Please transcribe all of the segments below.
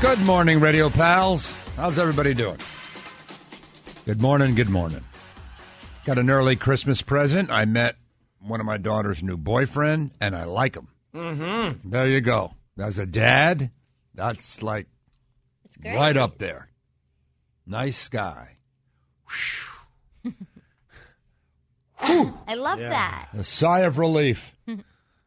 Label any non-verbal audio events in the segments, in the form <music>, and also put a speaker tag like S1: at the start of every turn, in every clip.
S1: Good morning, radio pals. How's everybody doing? Good morning, good morning. Got an early Christmas present. I met one of my daughter's new boyfriend, and I like him. Mm-hmm. There you go. As a dad, that's like
S2: great.
S1: right up there. Nice guy.
S2: I love that.
S1: A sigh of relief.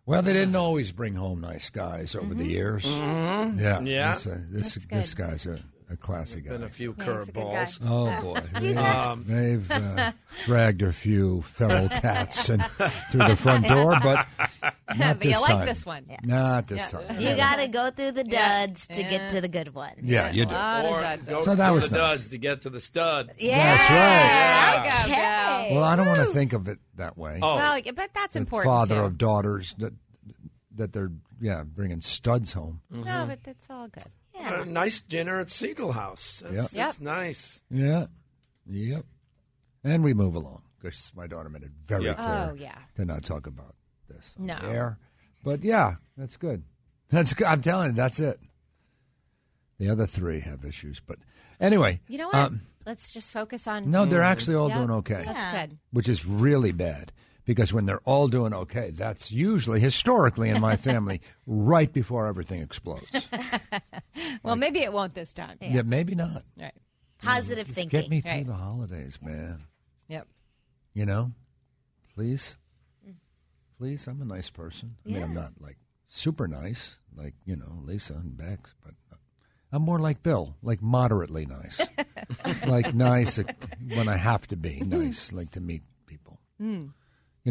S1: Well, they didn't always bring home nice guys over the years. Mm-hmm. Yeah,
S3: Yeah.
S1: This, uh, this, this guy's a, a classy guy.
S3: Been a few
S2: Yeah, he's a good
S3: curveballs.
S2: guy.
S1: Oh boy, they've, <laughs> they've uh, dragged a few feral cats in, through the front door,
S4: <laughs>
S1: but not
S4: but
S1: this
S4: you like
S1: time.
S4: this one. Yeah.
S1: Not this time.
S2: You got to go through the
S4: Yeah.
S2: duds to get to the good one.
S1: yeah, you do.
S4: Lot of
S3: Or
S4: duds.
S3: go
S1: So that
S3: through
S1: was
S3: the
S1: nice.
S3: duds to get to the stud.
S1: That's
S4: There
S1: right.
S4: you go, Bill.
S1: Well, I don't want to think of it that way.
S3: Oh,
S4: Well, yeah, but that's
S1: The
S4: important.
S1: Father
S4: too.
S1: of daughters that that they're yeah bringing studs home.
S4: No, but that's all good.
S1: Uh,
S3: what a nice dinner at Siegel House. That's,
S1: Yep.
S3: that's nice.
S1: Yeah, yep. And we move along because my daughter made it very
S3: Yeah.
S1: clear
S4: Oh, yeah.
S1: to not talk about this. on
S4: No.
S1: the air. but yeah, that's good. That's good. I'm telling you, that's it. The other three have issues, but anyway,
S4: You know what?
S1: um,
S4: Let's just focus on.
S1: no, they're actually all
S4: Yeah.
S1: doing okay,
S4: That's good.
S1: which is really bad because when they're all doing okay, that's usually historically in
S4: <laughs>
S1: my family right before everything explodes.
S4: Well, maybe it won't this time.
S1: yeah, maybe not.
S4: Right.
S2: Positive
S1: Get
S2: thinking.
S1: me through
S4: Right.
S1: the holidays, man.
S4: Yep.
S1: You know, please, please. I'm a nice person. I mean, I'm not like super nice, like you know Lisa and Bex, but uh, I'm more like Bill, like moderately
S2: <laughs>
S1: nice, like nice when I have to be nice, like to meet people. You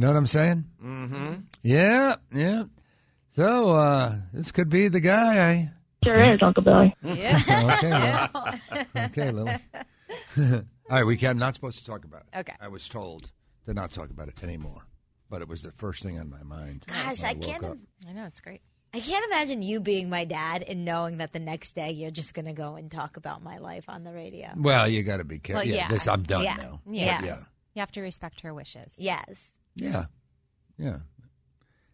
S1: know what I'm saying? Mm-hmm. Yeah, yeah. So uh, this could be the guy. I
S5: Sure is, Uncle Billy.
S2: <laughs>
S1: okay, Lily. okay, Lily. All <laughs> right, we can. I'm not supposed to talk about it.
S4: Okay.
S1: I was told to not talk about it anymore, but it was the first thing on my mind.
S2: Gosh,
S1: when
S2: I
S1: woke
S2: can't.
S1: up.
S4: I know it's great.
S2: I can't imagine you being my dad and knowing that the next day you're just going to go and talk about my life on the radio.
S1: Well, you got to be careful.
S4: Well,
S1: yeah.
S4: yeah.
S1: this I'm done
S2: Yeah.
S1: now.
S4: Yeah.
S1: But yeah,
S4: You have to respect her wishes.
S2: Yes.
S1: yeah, yeah.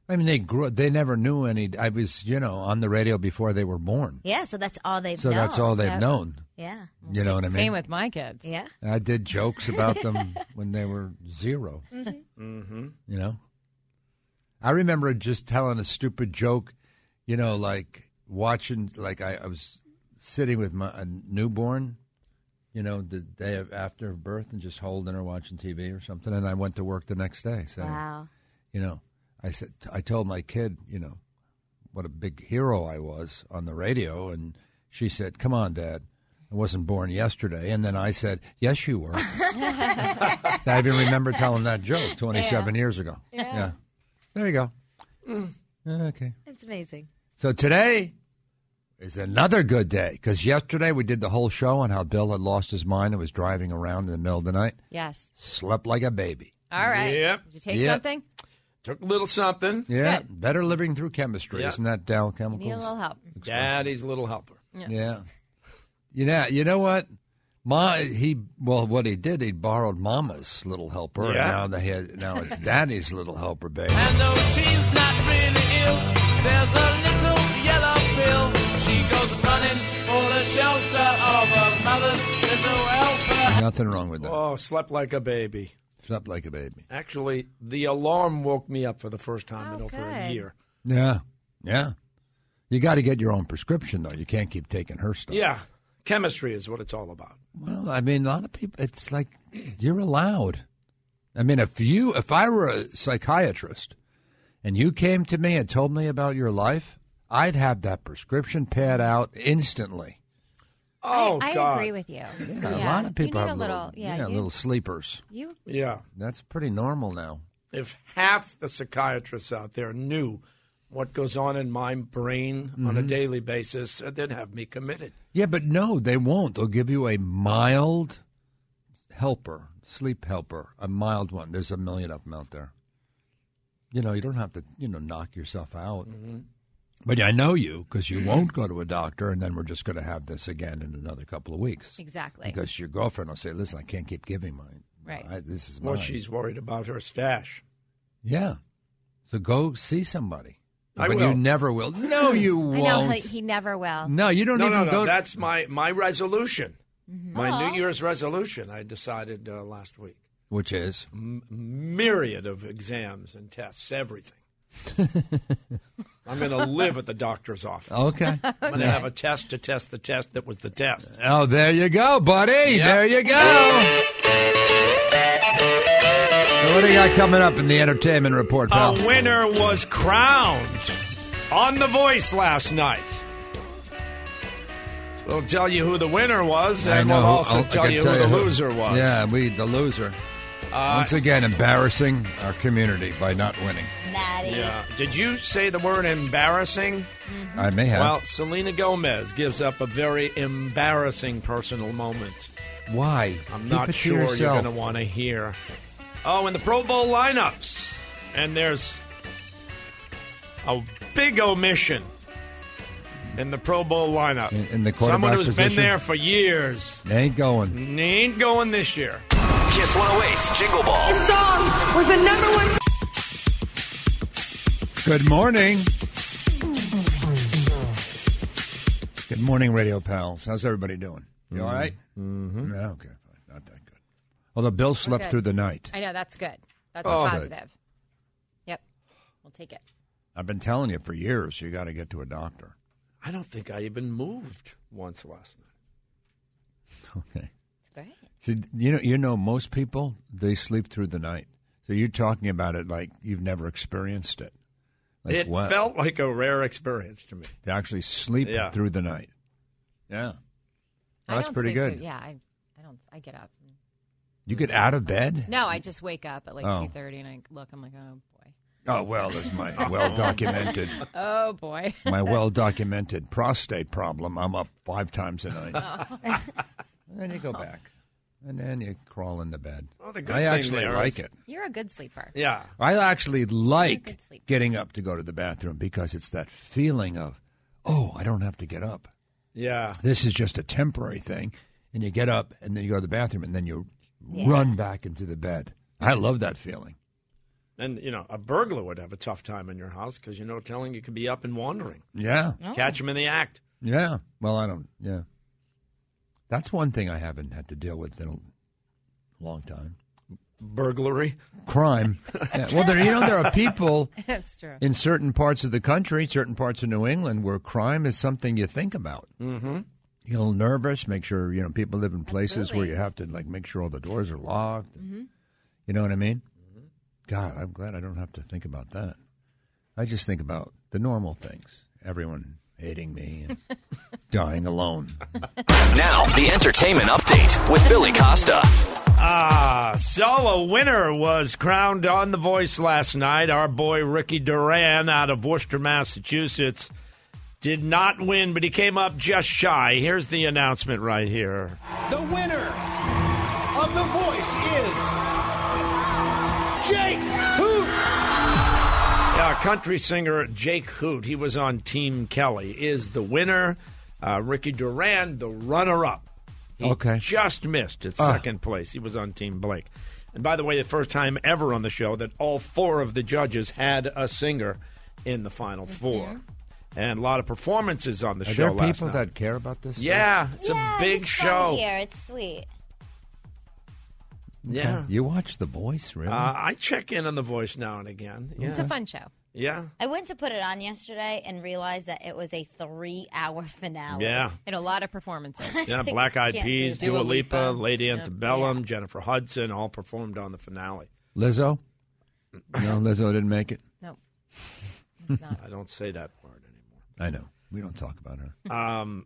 S1: I mean, they grew. They never knew any. I was, you know, on the radio before they were born,
S2: Yeah. So that's all they've
S1: so
S2: known.
S1: that's all they've
S4: Yep.
S1: known.
S2: Yeah.
S1: You know what I mean?
S4: Same with my kids.
S2: Yeah.
S1: I did jokes about them when they were 0 Mm-hmm. You know, I remember just telling a stupid joke. You know, like watching, like I, I was sitting with my a newborn. You know, the day of, after birth, and just holding her, watching TV or something. And I went to work the next day. So,
S2: Wow.
S1: you know, I said I told my kid, you know, what a big hero I was on the radio, and she said, "Come on, Dad." I wasn't born yesterday, and then I said, "Yes, you were." I even remember telling that joke 27 years ago. Yeah. there you go.
S3: Mm.
S1: Okay,
S2: That's amazing.
S1: so today is another good day because yesterday we did the whole show on how Bill had lost his mind and was driving around in the middle of the night,
S4: <laughs> Yes.
S1: slept like a baby.
S4: All right.
S3: Yep.
S4: Did you take
S1: Yep.
S4: something?
S3: Took a little something.
S1: Yeah,
S4: Good.
S1: better living through chemistry,
S3: Yeah.
S1: isn't that Dow Chemicals?
S4: Need a little help.
S3: Daddy's little helper.
S1: Yeah. You know, you know what? Ma, he well, what he did, he borrowed Mama's little helper, and
S3: Yeah.
S1: now they had, now it's Daddy's little helper, baby.
S6: And though she's not really ill, there's a little yellow pill. She goes running for the shelter of her mother's little helper.
S3: uh,
S1: Nothing wrong with that.
S3: Oh, slept like a baby.
S1: Slept like a baby.
S3: Actually, the alarm woke me up for the first time in
S2: Oh,
S3: over a
S2: good.
S3: year.
S1: Yeah, yeah. You got to get your own prescription though. You can't keep taking her stuff.
S3: Yeah. Chemistry is what it's all about.
S1: Well, I mean, a lot of people. It's like you're allowed. I mean, if you, if I were a psychiatrist, and you came to me and told me about your life, I'd have that prescription pad out instantly.
S3: Oh,
S4: I,
S3: God.
S4: I agree with you.
S1: Yeah, a lot of people
S4: you need
S1: have
S4: a little.
S1: yeah,
S4: yeah. you,
S1: little sleepers.
S4: you
S3: Yeah.
S1: That's pretty normal now.
S3: if half the psychiatrists out there knew what goes on in my brain on
S1: Mm-hmm.
S3: a daily basis, uh, they'd have me committed.
S1: Yeah, but no, they won't. They'll give you a mild helper, sleep helper, a mild one. There's a million of them out there. You know, you don't have to, you know, knock yourself out. But I know you because you won't go to a doctor, and then we're just going to have this again in another couple of weeks.
S4: exactly.
S1: Because your girlfriend will say, "Listen, I can't keep giving mine.
S4: Right.
S1: I, this is mine."
S3: Well, she's worried about her stash.
S1: yeah. So go see somebody.
S3: I
S1: but
S3: will.
S1: you never will. No, you
S4: I
S1: won't.
S4: know he, he never will.
S1: no, you don't
S3: no,
S1: even
S3: no, no.
S1: go.
S3: That's my my resolution. My New Year's resolution. I decided uh, last week.
S1: which is
S3: Myriad of exams and tests,
S1: <laughs>
S3: everything. I'm going to live at the doctor's office.
S1: okay.
S3: I'm going to have a test to test the test that was the test.
S1: oh, there you go, buddy. There you go. So what do you got coming up in the entertainment report, pal?
S3: A winner was crowned on The Voice last night. We'll tell you who the winner was,
S1: I
S3: and
S1: know.
S3: we'll also
S1: I'll- I
S3: tell
S1: can
S3: you who the loser was. Uh,
S1: Yeah, we the loser. Once again, embarrassing our community by not winning.
S2: Maddie.
S3: Yeah. Did you say the word embarrassing?
S1: Mm-hmm. I may have.
S3: Well, Selena Gomez gives up a very embarrassing personal moment.
S1: Why?
S3: I'm
S1: Keep
S3: not
S1: it to
S3: sure you're
S1: yourself.
S3: going to want to hear. Oh, and the Pro Bowl lineups. And there's a big omission in the Pro Bowl lineup.
S1: In- in the
S3: Someone
S1: quarterback
S3: who's been
S1: position?
S3: there for years
S1: Ain't going.
S3: ain't going this year.
S5: Kiss 108's Jingle Ball.
S7: This song was the number one
S1: Good morning. Good morning, radio pals. How's everybody doing? You all right? Mm-hmm. Yeah, okay, fine. Not that good. Although Bill slept
S4: good.
S1: through the night.
S4: I know that's good. That's
S1: Oh.
S4: a positive. Yep, we'll take it.
S1: I've been telling you for years, you got to get to a doctor.
S3: I don't think I even moved once last night.
S1: <laughs> Okay.
S4: It's great.
S1: See, you know, you know, most people they sleep through the night. So you're talking about it like you've never experienced it. Like
S3: it
S1: wow,
S3: felt like a rare experience to me.
S1: to actually sleep
S3: Yeah.
S1: through the night. Yeah,
S4: I
S1: Oh, that's
S4: don't
S1: pretty
S4: sleep
S1: good.
S4: through- yeah, I, I don't. I get up.
S1: You get out of bed.
S4: No, I just wake up at like
S1: Oh.
S4: two thirty and I look. I'm like, oh boy,
S1: Oh well, that's my
S4: <laughs>
S1: well documented,
S4: oh boy. <laughs>
S1: my well documented prostate problem. I'm up five times
S4: <laughs>
S1: a night.
S4: Oh.
S1: and then you go back, and then you crawl into bed.
S3: Well, the good
S1: I
S3: thing
S1: actually
S3: there
S1: like
S3: is-
S1: it.
S4: You're a good sleeper.
S3: Yeah.
S1: I actually like
S4: good sleep.
S1: getting up to go to the bathroom because it's that feeling of, oh, I don't have to get up.
S3: Yeah.
S1: This is just a temporary thing. And you get up and then you go to the bathroom and then you run back into the bed. I love that feeling.
S3: And, you know, a burglar would have a tough time in your house because you know telling you could be up and wandering.
S1: Yeah.
S3: Catch him in the act.
S1: Yeah. Well, I don't. Yeah. That's one thing I haven't had to deal with in a long time.
S3: Burglary.
S1: Crime. Yeah. Well, there, you know, there are people
S4: That's true.
S1: in certain parts of the country, certain parts of New England, where crime is something you think about. Mm-hmm. You get a little nervous. Make sure you know people live in places where you have to like make sure all the doors are locked. You know what I mean? God, I'm glad I don't have to think about that. I just think about the normal things. Everyone hating me and dying alone.
S5: Now, the entertainment update with Billy Costa.
S3: Ah, so a winner was crowned on The Voice last night. Our boy Ricky Duran out of Worcester, Massachusetts, did not win, but he came up just shy. Here's the announcement right here.
S8: The winner of The Voice is Jake Hoot.
S3: Yeah, country singer Jake Hoot, he was on Team Kelly, is the winner. Uh, Ricky Duran, the runner up. He
S1: Okay. Ah.
S3: just missed at second place. He was on Team Blake. And by the way, the first time ever on the show that all four of the judges had a singer in the final four. And a lot of performances on the
S1: Are
S3: show
S1: there
S3: last
S1: people
S3: night.
S1: that care about this?
S3: yeah, it's
S2: Yeah,
S3: a big
S2: it's
S3: show.
S2: Here, it's sweet.
S1: stuff?
S3: Yeah.
S1: You watch The Voice, really?
S3: Uh, I check in on the voice now and again. Yeah.
S4: It's a fun show.
S3: yeah.
S2: I went to put it on yesterday and realized that it was a three-hour <laughs> finale.
S3: Yeah.
S4: And a lot of performances.
S2: <laughs>
S3: Yeah, Black Eyed
S2: Can't
S3: Peas,
S2: do
S3: Dua,
S4: Dua
S3: Lipa,
S4: Lipa.
S3: Lady Antebellum, Jennifer Hudson, all performed on the finale.
S1: Lizzo? No, Lizzo didn't make it.
S3: <laughs>
S4: no,
S3: I don't say that word anymore.
S1: I know. We don't talk about her.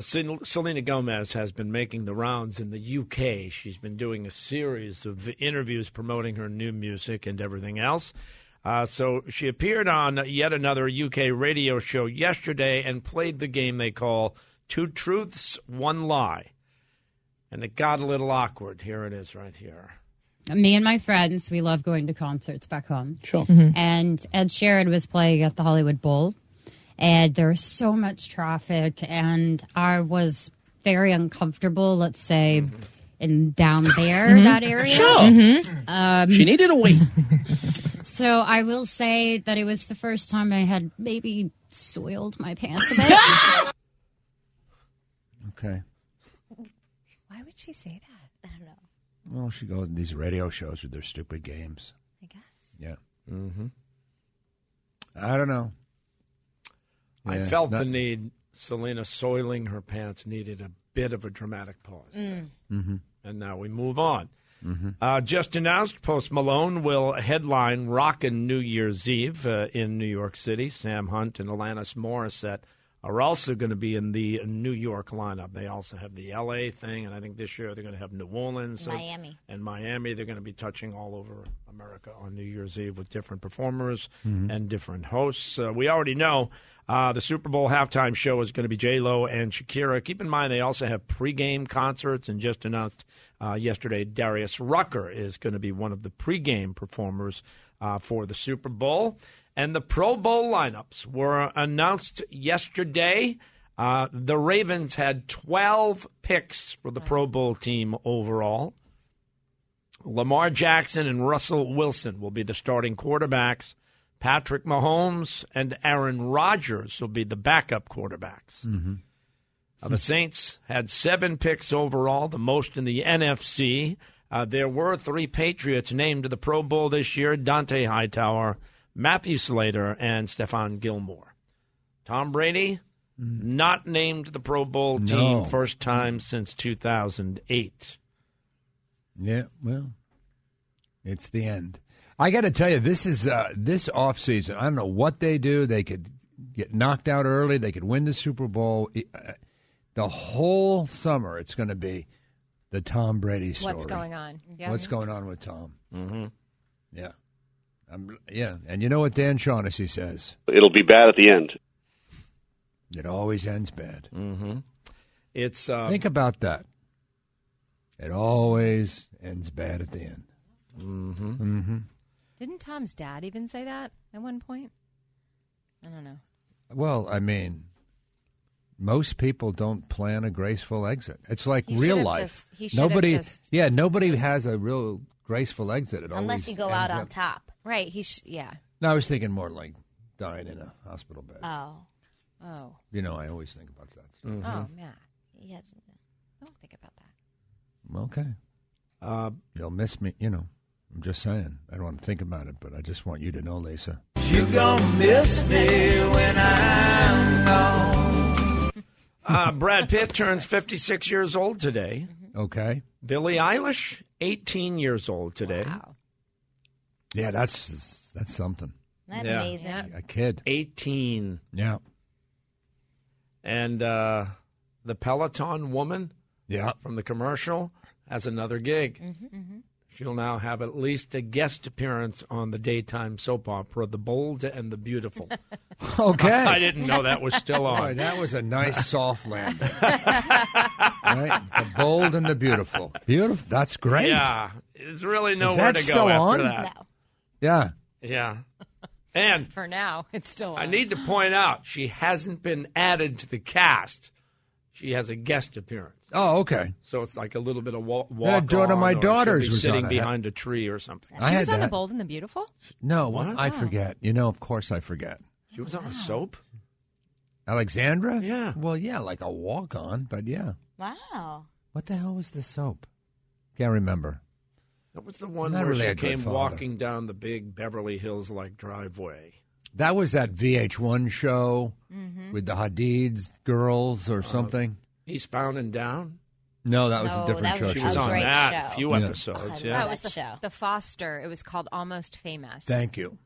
S3: Sel- Selena Gomez has been making the rounds in the UK. She's been doing a series of interviews promoting her new music and everything else. Uh, so she appeared on yet another UK radio show yesterday and played the game they call Two Truths, One Lie. And it got a little awkward. Here it is right here.
S9: me and my friends, we love going to concerts back home. Sure. And Ed Sheeran was playing at the Hollywood Bowl, and there was so much traffic, and I was very uncomfortable. Let's say. In down there, that area. Mm-hmm. Sure.
S10: She needed a wait.
S9: Mm-hmm. Um, So I will say that it was the first time I had maybe soiled my pants a bit.
S1: Okay.
S4: Why would she say that?
S2: I don't know.
S1: Well, she goes to these radio shows with their stupid games.
S2: I guess.
S1: Yeah. Mm-hmm. I don't know.
S3: I
S1: Yeah,
S3: felt
S1: it's not-
S3: the need. Selena soiling her pants needed a bit of a dramatic pause. Mm-hmm. And now we move on.
S1: Mm-hmm.
S3: Uh, just announced, Post Malone will headline Rockin' New Year's Eve uh, in New York City. Sam Hunt and Alanis Morissette are also going to be in the New York lineup. They also have the L.A. thing, and I think this year they're going to have New Orleans, so-
S2: Miami.
S3: and Miami. They're going to be touching all over America on New Year's Eve with different performers and different hosts. Uh, we already know uh, the Super Bowl halftime show is going to be J Lo and Shakira. Keep in mind they also have pregame concerts, and just announced uh, yesterday Darius Rucker is going to be one of the pregame performers uh, for the Super Bowl. And the Pro Bowl lineups were announced yesterday. Uh, the Ravens had 12 picks for the Pro Bowl team overall. Lamar Jackson and Russell Wilson will be the starting quarterbacks. Patrick Mahomes and Aaron Rodgers will be the backup quarterbacks.
S1: Mm-hmm.
S3: Uh, the Saints had seven picks overall, the most in the NFC. Uh, there were three Patriots named to the Pro Bowl this year Dante Hightower, Matthew Slater, and Stephon Gilmore. Tom Brady, not named to the Pro Bowl team,
S1: No.
S3: first time since 2008.
S1: Yeah, well, it's the end. I got to tell you, this is uh, this off season. I don't know what they do. They could get knocked out early. They could win the Super Bowl. I- uh, The whole summer, it's going to be the Tom Brady story.
S4: What's going on? Yeah.
S1: What's going on with Tom? Mm-hmm. Yeah, I'm, yeah. And you know what Dan Shaughnessy says?
S10: It'll be bad at the end.
S1: It always ends bad.
S3: It's uh,
S1: Think about that. It always ends bad at the end. Mm-hmm.
S4: Didn't Tom's dad even say that at one point? I don't know.
S1: Well, I mean, most people don't plan a graceful exit. It's like
S4: He
S1: real
S4: should've
S1: life.
S4: just- he should've
S1: nobody,
S4: just-
S1: yeah, nobody has a real graceful exit. It
S2: Unless
S1: always
S2: you go
S1: ends
S2: out on
S1: up-
S2: top.
S4: Right. He. Sh- yeah.
S1: No, I was thinking more like dying in a hospital bed.
S4: Uh.
S2: Oh,
S4: Oh.
S1: you know, I always think about that. Stuff.
S6: Mm-hmm.
S4: Oh, Matt.
S2: yeah.
S4: Don't think about that.
S1: Okay,
S3: uh,
S1: you'll miss me. You know, I'm just saying. I don't want to think about it, but I just want you to know, Lisa.
S6: You gonna miss me when I'm gone.
S3: Uh, Brad Pitt turns 56 years old today.
S1: Okay.
S3: Billie Eilish, 18 years old today.
S4: Wow.
S1: Yeah, that's that's something.
S2: That's
S3: Yeah.
S2: amazing.
S1: A kid.
S3: 18.
S1: Yeah.
S3: And uh, the Peloton woman
S1: Yeah.
S3: from the commercial has another gig.
S2: Mm-hmm,
S3: She'll now have at least a guest appearance on the daytime soap opera, The Bold and the Beautiful.
S1: <laughs> Okay.
S3: <laughs> I didn't know that was still
S1: Boy,
S3: on.
S1: that was a nice soft landing. right? The bold and the beautiful. Beautiful. That's great.
S3: Yeah, there's really
S1: that
S3: nowhere to
S1: still
S3: go
S1: on?
S3: after
S2: No.
S3: that.
S1: Yeah.
S4: <laughs>
S3: Yeah. And
S4: For now, it's still.
S3: I
S4: on.
S3: need to point out she hasn't been added to the cast. She has a guest appearance,
S1: Oh, okay.
S3: so it's like a little bit of wa- walk.
S1: Then a daughter of my
S3: on, or
S1: daughters
S3: she'll be
S1: was
S3: sitting
S1: on it.
S3: behind a tree or something.
S1: I
S4: She
S1: had
S4: was on
S1: that.
S4: the Bold and the Beautiful.
S1: No, I forget. You know, of course I forget.
S3: She was on a soap.
S1: Alexandra?
S3: Yeah.
S1: Well, yeah, like a walk on, but yeah.
S2: Wow.
S1: What the hell was the soap? Can't remember.
S3: That was the one
S1: Not
S3: where
S1: really
S3: she
S1: a good
S3: came
S1: father.
S3: walking down the big Beverly Hills like driveway.
S1: That was that VH1 show
S2: Mm-hmm.
S1: with the Hadid's girls
S3: Oh.
S1: or something.
S3: Eastbound and down.
S1: No, that was
S2: No,
S1: a different
S2: that was
S1: show.
S3: She
S2: a
S3: was on
S2: great
S3: that a
S2: show.
S3: few
S1: Yeah.
S3: episodes.
S2: Oh, I
S3: yeah.
S2: love
S4: was the
S2: that show.
S4: the Foster. It was called Almost Famous.
S1: Thank you.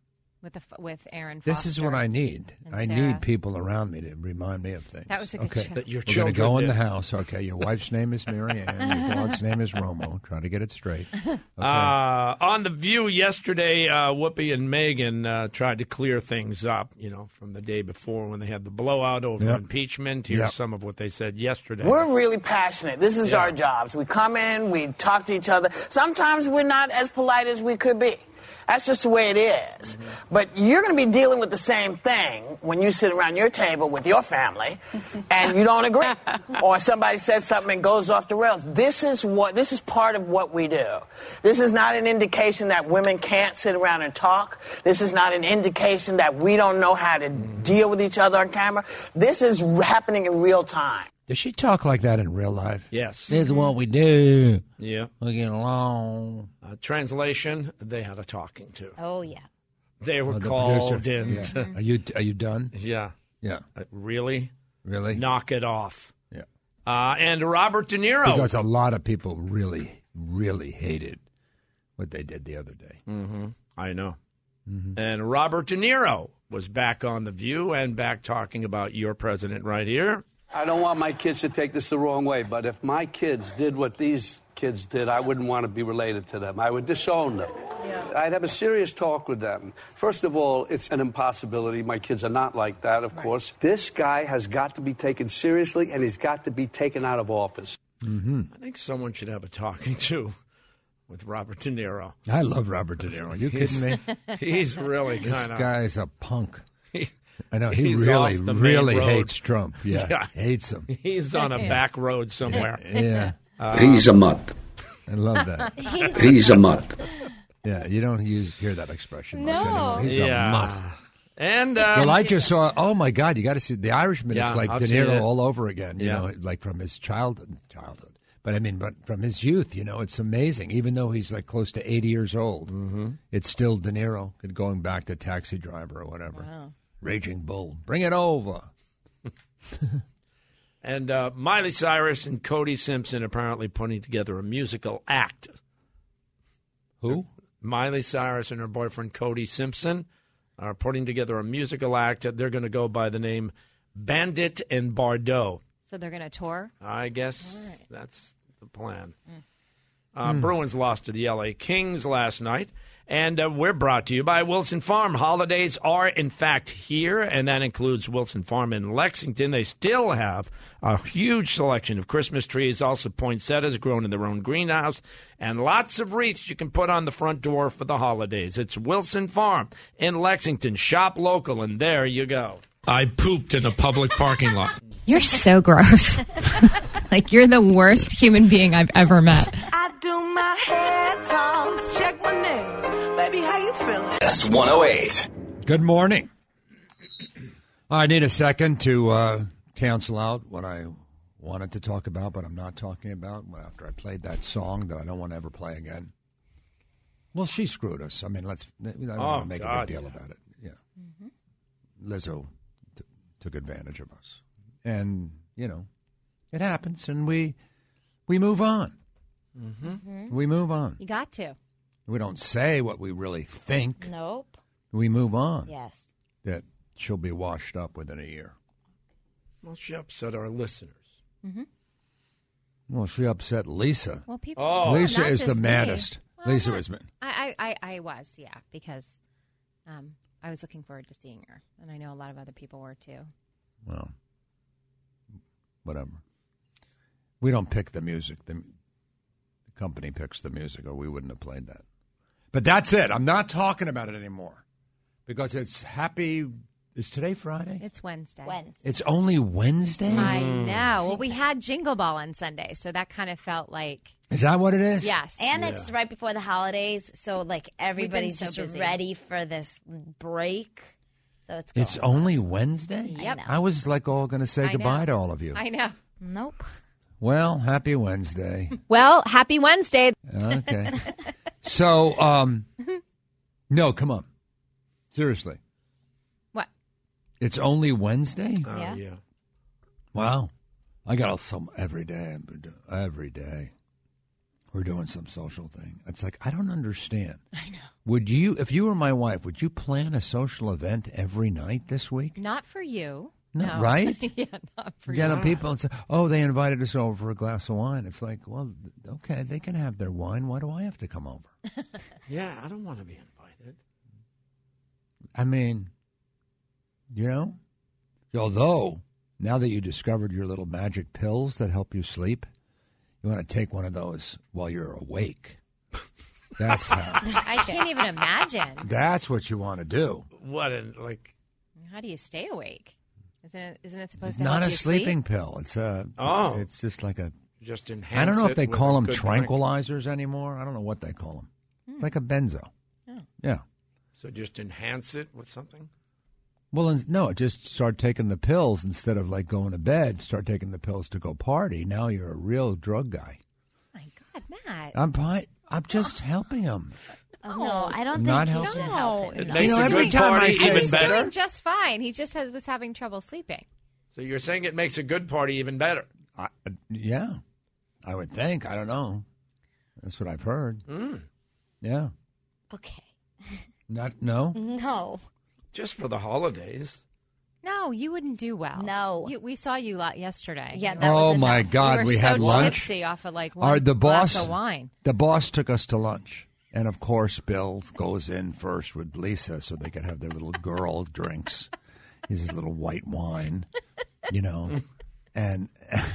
S4: with the f- with Aaron. Foster.
S1: This is what I need.
S4: and
S1: I
S4: Sarah.
S1: need people around me to remind me of things.
S4: That was a good
S1: okay.
S4: show.
S3: That your
S1: We're going to go
S3: children
S1: in the
S3: did.
S1: house. Okay, your
S3: <laughs>
S1: wife's name is Marianne. Your dog's name is Romo. Try to get it
S3: <laughs>
S1: straight. Okay.
S3: Uh, on the View yesterday, uh, Whoopi and Megan uh, tried to clear things up. You know, from the day before when they had the blowout over
S1: Yep.
S3: impeachment. Here's
S1: Yep.
S3: some of what they said yesterday.
S6: We're really passionate. This is
S3: Yeah.
S6: our jobs. We come in, we talk to each other. Sometimes we're not as polite as we could be.
S10: That's just the way it is.
S3: Mm-hmm.
S10: But you're going to be dealing with the same thing when you sit around your table with your family and you don't
S3: <laughs>
S10: agree. or somebody says something and goes off the rails. This is what this is part of what we do. This is not an indication that women can't sit around and talk. This is not an indication that we don't know how to
S3: Mm-hmm.
S10: deal with each other on camera. This is happening in real time.
S1: Does she talk like that in real life?
S3: Yes.
S1: This is what we do.
S3: Yeah.
S1: We get along.
S3: Uh, translation, they had a talking to.
S2: Oh, yeah.
S3: They were
S1: Oh, the
S3: called
S1: producer.
S3: in.
S1: Yeah.
S3: to- <laughs>
S1: Are you are you done?
S3: Yeah.
S1: Yeah.
S3: Uh, really?
S1: Really?
S3: Knock it off.
S1: Yeah.
S3: Uh, and Robert De Niro.
S1: Because a lot of people really, really hated what they did the other day.
S3: hmm I know.
S1: Mm-hmm.
S3: And Robert De Niro was back on The View and back talking about your president right here.
S11: I don't want my kids to take this the wrong way, but if my kids did what these kids did, I wouldn't want to be related to them. I would disown them. I'd have a serious talk with them. First of all, it's an impossibility. My kids are not like that, of course. This guy has got to be taken seriously, and he's got to be taken out of office.
S1: Mm-hmm.
S3: I think someone should have a talking to with Robert De Niro.
S1: I love Robert De Niro. You kidding
S3: He's-
S1: me?
S3: He's really
S1: This
S3: kind of
S1: guy's a
S3: <laughs>
S1: punk.
S3: He-
S1: I know he
S3: he's
S1: really,
S3: off the main
S1: really
S3: road.
S1: hates Trump. Yeah,
S3: <laughs> Yeah.
S1: hates him.
S3: He's on a back road somewhere.
S1: <laughs> Yeah,
S3: Uh,
S12: He's a mutt.
S1: I love that.
S12: <laughs> He's a mutt.
S1: Yeah, you don't use hear that expression much
S3: No.
S1: anymore. He's
S3: Yeah.
S1: a mutt.
S3: And um,
S1: Well, I just saw. Oh my God, you got to see the Irishman.
S3: Yeah,
S1: it's like
S3: I've
S1: De
S3: seen
S1: Niro
S3: it.
S1: all over again. You
S3: Yeah.
S1: know, like from his childhood, childhood. But I mean, but from his youth, you know, it's amazing. Even though he's like close to eighty years old, it's still De Niro going back to Taxi Driver or whatever. Raging Bull, bring it over.
S3: <laughs> and uh, Miley Cyrus and Cody Simpson apparently putting together a musical act.
S1: Who?
S3: Miley Cyrus and her boyfriend Cody Simpson are putting together a musical act. They're going to go by the name Bandit and Bardot.
S4: So they're going to tour?
S3: I guess that's the plan. Uh,
S4: Hmm.
S3: Bruins lost to the LA Kings last night. And uh, we're brought to you by Wilson Farm. Holidays are, in fact, here, and that includes Wilson Farm in Lexington. They still have a huge selection of Christmas trees, also poinsettias grown in their own greenhouse, and lots of wreaths you can put on the front door for the holidays. It's Wilson Farm in Lexington. Shop local, and there you go. I pooped in a public parking lot.
S4: You're so gross. <laughs> like, you're the worst human being I've ever met.
S7: I do my hair toss, check my nails. Baby, how you feeling?
S5: S108.
S1: Good morning. I need a second to uh, cancel out what I wanted to talk about, but I'm not talking about Well, after I played that song that I don't want to ever play again. Well, she screwed us. I mean, let's. I don't want
S3: Oh,
S1: to make
S3: God,
S1: a big deal
S3: yeah.
S1: about it. Yeah. Lizzo t- took advantage of us, and you know, it happens, and we we move on.
S4: Mm-hmm.
S1: We move on.
S2: You got to.
S1: We don't say what we really think.
S4: Mm-hmm.
S2: Nope.
S1: We move on.
S2: Yes.
S1: That she'll be washed up within a year.
S3: Well, she upset our listeners.
S1: Well, she upset Lisa.
S4: Well, people.
S3: Oh.
S1: Lisa
S4: not
S1: is the
S4: just me.
S1: maddest.
S4: Well,
S1: Lisa
S4: not-
S1: was mad.
S4: I, I, I, I was, yeah, because um, I was looking forward to seeing her. And I know a lot of other people were too.
S1: Well, whatever. We don't pick the music. The, the company picks the music, or we wouldn't have played that. But that's it. I'm not talking about it anymore because it's happy. Is today Friday?
S4: It's Wednesday. Wednesday.
S1: It's only Wednesday.
S4: I know. Well, we had Jingle Ball on Sunday, so that kind of felt like
S1: Is that what it is?
S4: yes.
S2: And it's right before the holidays, so like everybody's
S4: so
S2: just
S4: busy.
S2: ready for this break. So it's
S1: It's only Wednesday.
S2: Yep.
S1: I was like all going to say
S4: I know.
S1: goodbye to all of you.
S4: <laughs> I know.
S2: Nope.
S1: Well, happy Wednesday.
S4: Well, happy Wednesday.
S1: Okay. so, um, no, come on. Seriously.
S4: What?
S1: It's only Wednesday?
S3: Oh,
S4: Yeah.
S3: yeah.
S1: Wow. I got some every day. I'm do- Every day. We're doing some social thing. It's like, I don't understand. I know. Would you, if you were my wife, would you plan a social event every night this
S4: <laughs>
S1: week?
S4: Not for you.
S1: No, right?
S4: <laughs> yeah, not for
S1: Yeah,
S4: you.
S1: no, people and say, "Oh, they invited us over for a glass of wine." It's like, well, okay, they can have their wine. Why do I have to come over?
S3: Yeah, I don't want to be invited.
S1: I mean, you know, although now that you discovered your little magic pills that help you sleep, you want to take one of those while you're awake. That's <laughs> how.
S4: I can't even imagine.
S1: That's what you want to do.
S3: What and like
S4: How do you stay awake? Isn't it, isn't it supposed
S1: It's
S4: to
S1: not
S4: help
S1: a
S4: you sleep?
S1: sleeping pill. It's a.
S3: Oh.
S1: It's just like a.
S3: just enhance.
S1: I don't know
S3: it
S1: if they
S3: with
S1: call
S3: a
S1: them
S3: good drink.
S1: tranquilizers anymore. I don't know what they call them.
S4: Hmm.
S1: It's like a benzo.
S3: Oh.
S1: Yeah.
S3: So just enhance it with something.
S1: Well, and- no, just start taking the pills instead of like going to bed. Start taking the pills to go party. Now you're a real drug guy.
S4: God, Matt.
S1: I'm fine. I'm just helping him.
S2: Oh, no, I don't
S1: Not
S2: think he
S1: helpful.
S2: should
S1: No.
S2: help.
S1: It
S2: him.
S1: makes You know, a every good time I party say- even
S4: He's
S3: better.
S4: doing just fine. He just has, was having trouble sleeping.
S3: So you're saying it makes a good party even better.
S1: I, yeah, I would think. I don't know. That's what I've heard.
S3: Mm.
S1: Yeah.
S2: Okay.
S1: Not no.
S2: No.
S3: Just for the holidays.
S4: No, you wouldn't do well. No, you, we saw you lot yesterday.
S2: Yeah,
S1: oh my God,
S4: you
S1: we,
S4: were so
S1: had lunch.
S4: tipsy off of like one
S1: Our, the boss,
S4: glass of wine.
S1: The boss took us to lunch, and of course, Bill goes in first with Lisa, so they could have their little girl <laughs> drinks. His his little white wine, you know, and <laughs>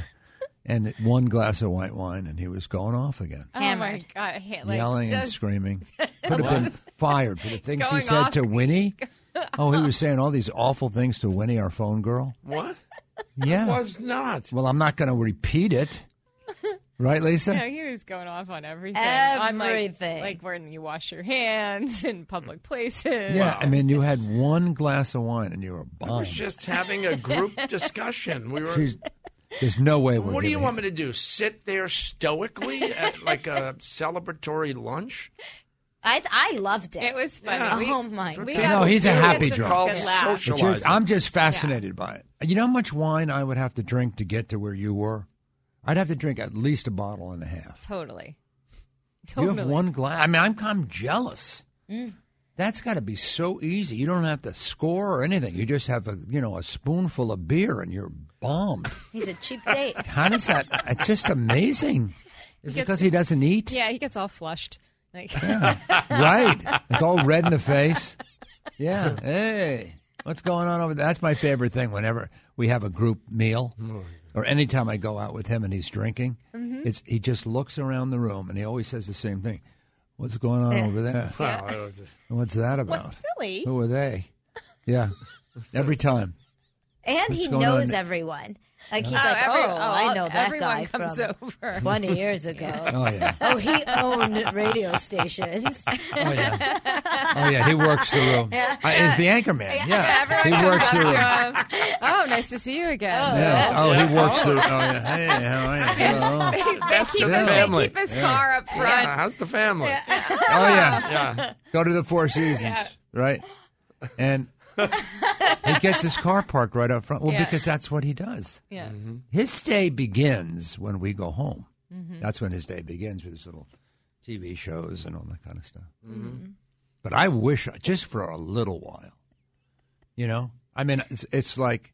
S1: and one glass of white wine, and he was going off again,
S4: Hammered. Oh my God, ha- like,
S1: yelling and
S4: just-
S1: screaming.
S4: <laughs>
S1: Could have been fired for the things he
S4: Going
S1: said
S4: off. <laughs>
S1: to Winnie. Oh, he was saying all these awful things to Winnie, our phone girl. <laughs>
S3: What?
S1: Yeah,
S3: was not.
S1: Well, I'm not going to repeat it, right, Lisa?
S13: Yeah, he was going off on everything. On
S2: Everything.
S13: like, like when you wash your hands in public places.
S1: Yeah, I mean, you had one glass of wine and you were
S3: I
S1: bombed.
S3: was just having
S1: <laughs>
S3: a group discussion. We were.
S1: She's- there's no way we're.
S3: what do you
S1: gonna-
S3: want me to do? Sit there stoically at like a celebratory lunch?
S2: I I loved it. It
S13: was
S3: funny. We-
S2: <laughs> Oh my
S3: Sort of
S2: god.
S3: We
S1: No,
S3: got
S1: he's
S3: to
S1: a
S3: do it.
S1: happy
S3: It's
S1: drunk.
S3: called
S1: It's
S3: socializing.
S1: just- I'm just fascinated by it. You know how much wine I would have to drink to get to where you were? I'd have to drink at least a bottle and a half.
S4: Totally.
S1: You have one glass. I mean, I'm I'm jealous.
S4: Mm,
S1: That's got to be so easy. You don't have to score or anything. You just have a you know a spoonful of beer and you're bombed.
S2: He's a cheap
S1: <laughs>
S2: date.
S1: How does that? It's just amazing. Is it because he doesn't eat?
S13: Yeah, he gets all flushed. Like, <laughs>
S1: right. Like all red in the face. Yeah. Hey, what's going on over there? That's my favorite thing whenever we have a group meal or anytime I go out with him and he's drinking.
S6: Mhm.
S2: Mm-hmm.
S1: It's he just looks around the room and he always says the same thing. What's going on over there?
S6: Wow, that was
S1: What's that about?
S2: Really?
S1: Who are they? Yeah. Every time.
S2: And
S1: What's
S2: he
S1: going on
S2: knows
S1: there?
S2: everyone. Like he's
S1: Oh,
S2: like,
S13: every-
S2: oh,
S13: oh,
S2: I know that
S13: everyone
S2: guy
S13: comes
S2: from
S13: over."
S2: <laughs> twenty
S14: <laughs>
S2: years ago.
S1: Oh, yeah.
S2: Oh, he owned radio stations. Oh <laughs>
S13: <laughs>
S1: yeah. Oh yeah, he works the room.
S4: Yeah.
S1: Uh, he's the anchor man. Yeah.
S4: Everyone
S1: he
S4: comes
S1: works
S4: up
S1: the room.
S4: to him. Oh, nice to see you again.
S1: Yes. Oh, he works the. Oh, yeah. Hey,
S13: <laughs>
S1: how are you?
S4: <laughs>
S1: Hello.
S4: That's
S1: the family. Yeah.
S4: <laughs> up
S3: Yeah, how's the family?
S1: Oh yeah.
S3: Yeah.
S1: Go to the Four Seasons, right? And he gets his car parked right up front. Well,
S6: Yeah.
S1: because that's what he does.
S6: Yeah. Mhm.
S1: His day begins when we go home.
S4: Mm-hmm.
S6: Mhm.
S1: That's when his day begins with his little TV shows and all that kind of stuff.
S2: Mm-hmm.
S14: Mm-hmm.
S6: Mhm.
S1: But I wish just for a little while, you know. I mean, it's, it's like,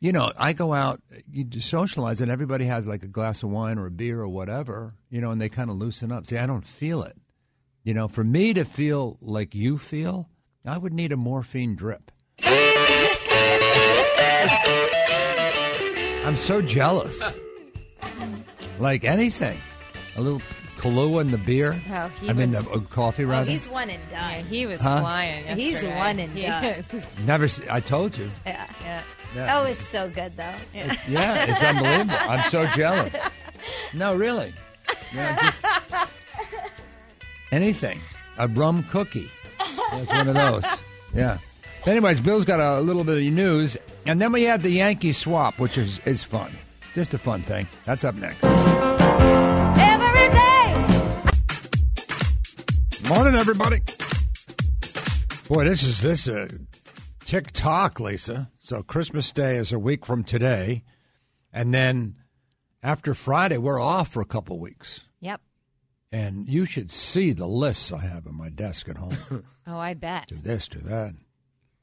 S1: you know, I go out, you just socialize, and everybody has like a glass of wine or a beer or whatever, you know, and they kind of loosen up. See, I don't feel it. You know, for me to feel like you feel, I would need a morphine drip. I'm so jealous. Like anything, a little Kahlua and the beer.
S4: Oh, he
S1: I mean,
S4: was-
S1: the uh, coffee rather.
S2: he's one and done.
S4: he was
S1: Huh?
S4: flying.
S2: He's
S4: yesterday.
S2: one and
S4: He
S2: done.
S4: was-
S1: Never. See, I told you.
S2: Yeah. yeah.
S1: Yeah,
S2: oh,
S1: it's-
S2: it's, so good though. Yeah.
S1: Yeah, it's unbelievable. I'm so
S2: <laughs>
S1: jealous. No, really. Yeah, just anything. A rum cookie. That's one of
S7: <laughs>
S1: those. Yeah. Anyways, Bill's got a little bit of news, and then we have the Yankee swap, which is is fun. Just a fun thing. That's up next.
S7: Every day.
S1: Morning, everybody. Boy, this is this uh, TikTok, Lisa. So Christmas Day is a week from today, and then after Friday, we're off for a couple weeks.
S4: Yep.
S1: And you should see the lists I have on my desk
S4: <laughs>
S1: at home.
S4: Oh, I bet.
S1: do this, do that,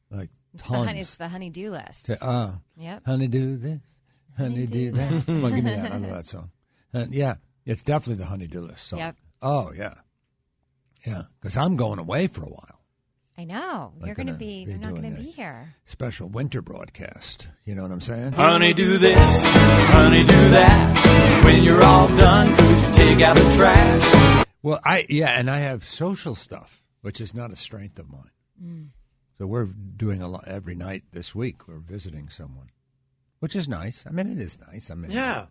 S1: like
S4: It's the, honey,
S1: tons.
S4: it's the honey-do list.
S1: To, uh,
S4: Yep.
S1: Honey, do this. Honey, do
S4: <laughs>
S1: that. Come on, give me that. I love that song. Uh, yeah, it's definitely the honey do list song.
S4: Yep.
S1: Oh yeah, yeah. Because I'm going away for a while.
S4: I know.
S1: Like
S4: You're going to
S1: gonna
S4: be,
S1: be
S4: you're not
S1: doing
S4: going to
S1: that.
S4: be here.
S1: special winter broadcast. You know what I'm saying?
S6: Honey, do this. Honey, do that. When you're all done, could you take out the trash?
S1: Well, I yeah, and I have social stuff, which is not a strength of mine. So we're doing a lot every night this week. We're visiting someone, which is nice. I mean, it is nice. I mean,
S3: Yeah.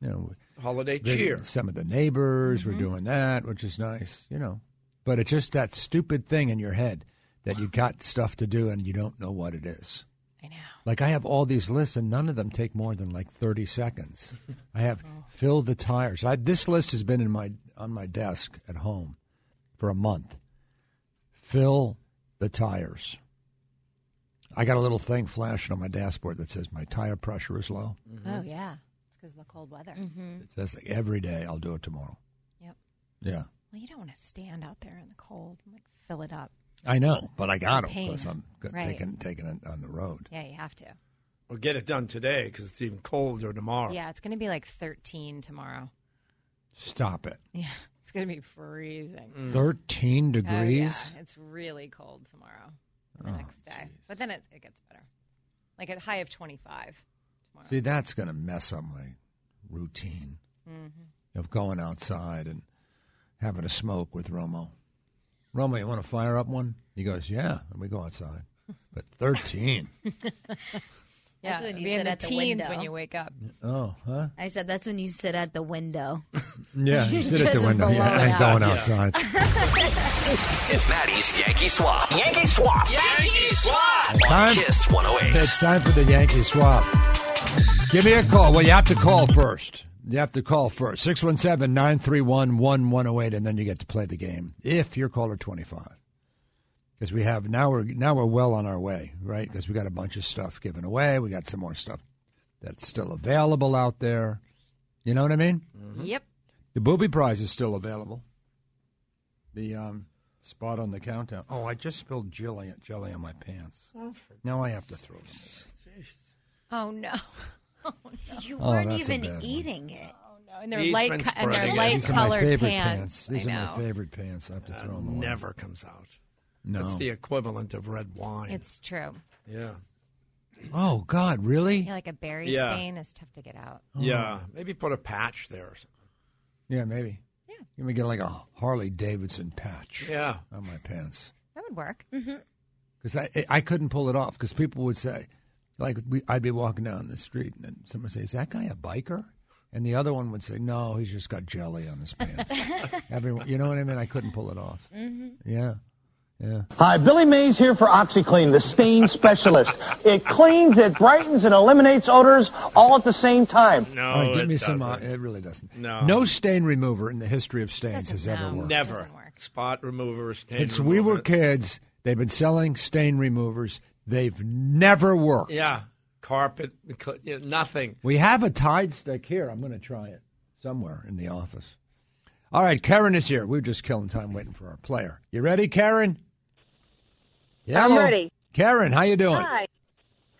S1: you know,
S3: Holiday
S1: visiting
S3: cheer.
S1: Some of the neighbors. We're doing that, which is nice. You know, but it's just that stupid thing in your head that you got stuff to do and you don't know what it is.
S4: I know.
S1: Like I have all these lists, and none of them take more than like thirty seconds.
S4: <laughs>
S1: I have
S4: Oh.
S1: fill the tires. I, this list has been in my on my desk at home for a month. Fill the tires. I got a little thing flashing on my dashboard that says my tire pressure is low.
S4: Oh yeah, it's because of the cold weather. Mm-hmm.
S1: It says like every day I'll do it tomorrow.
S4: Yep.
S1: Yeah,
S4: Well, you don't want to stand out there in the cold and like fill it up.
S1: I know, but I got them
S4: Pain.
S1: because I'm g-
S4: Right.
S1: taking taking it on the road.
S4: Yeah, you have to.
S3: Or get it done today because it's even colder tomorrow.
S4: Yeah, it's going to be like 13 tomorrow.
S1: Stop it.
S4: Yeah, it's going to be freezing.
S1: Thirteen
S4: Oh,
S1: degrees.
S4: yeah, it's really cold tomorrow. The
S1: Oh,
S4: next day, but then it it gets better. Like a high of 25.
S1: See, that's going to mess up my routine of going outside and having a smoke with Romo. Romo, you want to fire up one? He goes, yeah. And we go outside. But 13.
S2: Yeah, That's when
S4: it'd
S2: you
S4: be in
S2: sit
S4: the
S2: at the
S4: teens
S2: window.
S4: when you wake up.
S1: <laughs> oh, huh?
S2: I said that's when you sit at the window.
S1: Yeah,
S2: <laughs>
S1: you sit at the
S2: Just
S1: window. Yeah,
S2: blow
S1: I
S2: it
S1: ain't
S2: out.
S1: going
S2: Yeah.
S1: outside.
S2: <laughs>
S5: It's Maddie's Yankee Swap.
S6: Yankee Swap. Yankee Swap.
S5: On Kiss 108.
S1: It's time for the Yankee swap. Give me a call. Well, you have to call first. You have to call first. 617 931 1108, and then you get to play the game if you're caller 25. Because we have now we're now we're well on our way, right? Because we got a bunch of stuff given away. We got some more stuff that's still available out there. You know what I mean?
S4: Yep.
S1: The booby prize is still available. The um, spot on the countdown. Oh, I just spilled jelly jelly on my pants. Now I have to throw it.
S4: Oh no. <laughs> Oh no.
S2: You
S1: Oh,
S2: weren't
S1: that's a bad
S2: even
S1: one.
S2: eating it.
S4: Oh no. And they're
S3: He's
S4: light
S3: been
S4: co- and they're
S3: spreading it.
S4: light
S1: These are my
S4: colored
S1: favorite
S4: pants.
S1: pants. These
S4: I
S1: are
S4: know.
S1: my favorite pants. I have to throw them away.
S3: Never comes out.
S1: No.
S3: That's the equivalent of red wine.
S4: It's true.
S3: yeah.
S1: Oh God, really?
S4: Yeah, like a berry
S3: Yeah.
S4: stain is tough to get out.
S1: Oh.
S3: Yeah. Maybe put a patch there or something.
S1: Yeah, maybe. Yeah. You may get like a Harley Davidson patch.
S3: Yeah.
S1: On my pants
S4: That would work. Mm-hmm.
S1: because I I couldn't pull it off because people would say, like we, I'd be walking down the street and then someone would say, "Is that guy a biker?" And the other one would say, "No, he's just got jelly on
S4: <laughs>
S1: his pants." Everyone, you know what I mean? I couldn't pull it off.
S4: Mm-hmm.
S1: Yeah. Yeah.
S15: Hi, Billy Mays here for OxyClean, the stain
S1: <laughs>
S15: specialist. It cleans, it brightens, and eliminates odors all at the same time.
S3: No,
S1: All right, give
S3: it
S1: me some. Uh,
S3: doesn't.
S1: it really doesn't.
S3: No.
S1: No stain remover in the history of stains has ever worked.
S3: Never. Spot remover, stain
S1: Since we were
S3: remover.
S1: kids, they've been selling stain removers. They've never worked.
S3: Yeah. Carpet, cl- yeah, nothing.
S1: We have a Tide stick here. I'm going to try it somewhere in the office. All right, Karen is here. We're just killing time waiting for our player. You ready, Karen?
S16: I'm
S1: Hello.
S16: ready.
S1: Karen, how you doing?
S16: Hi.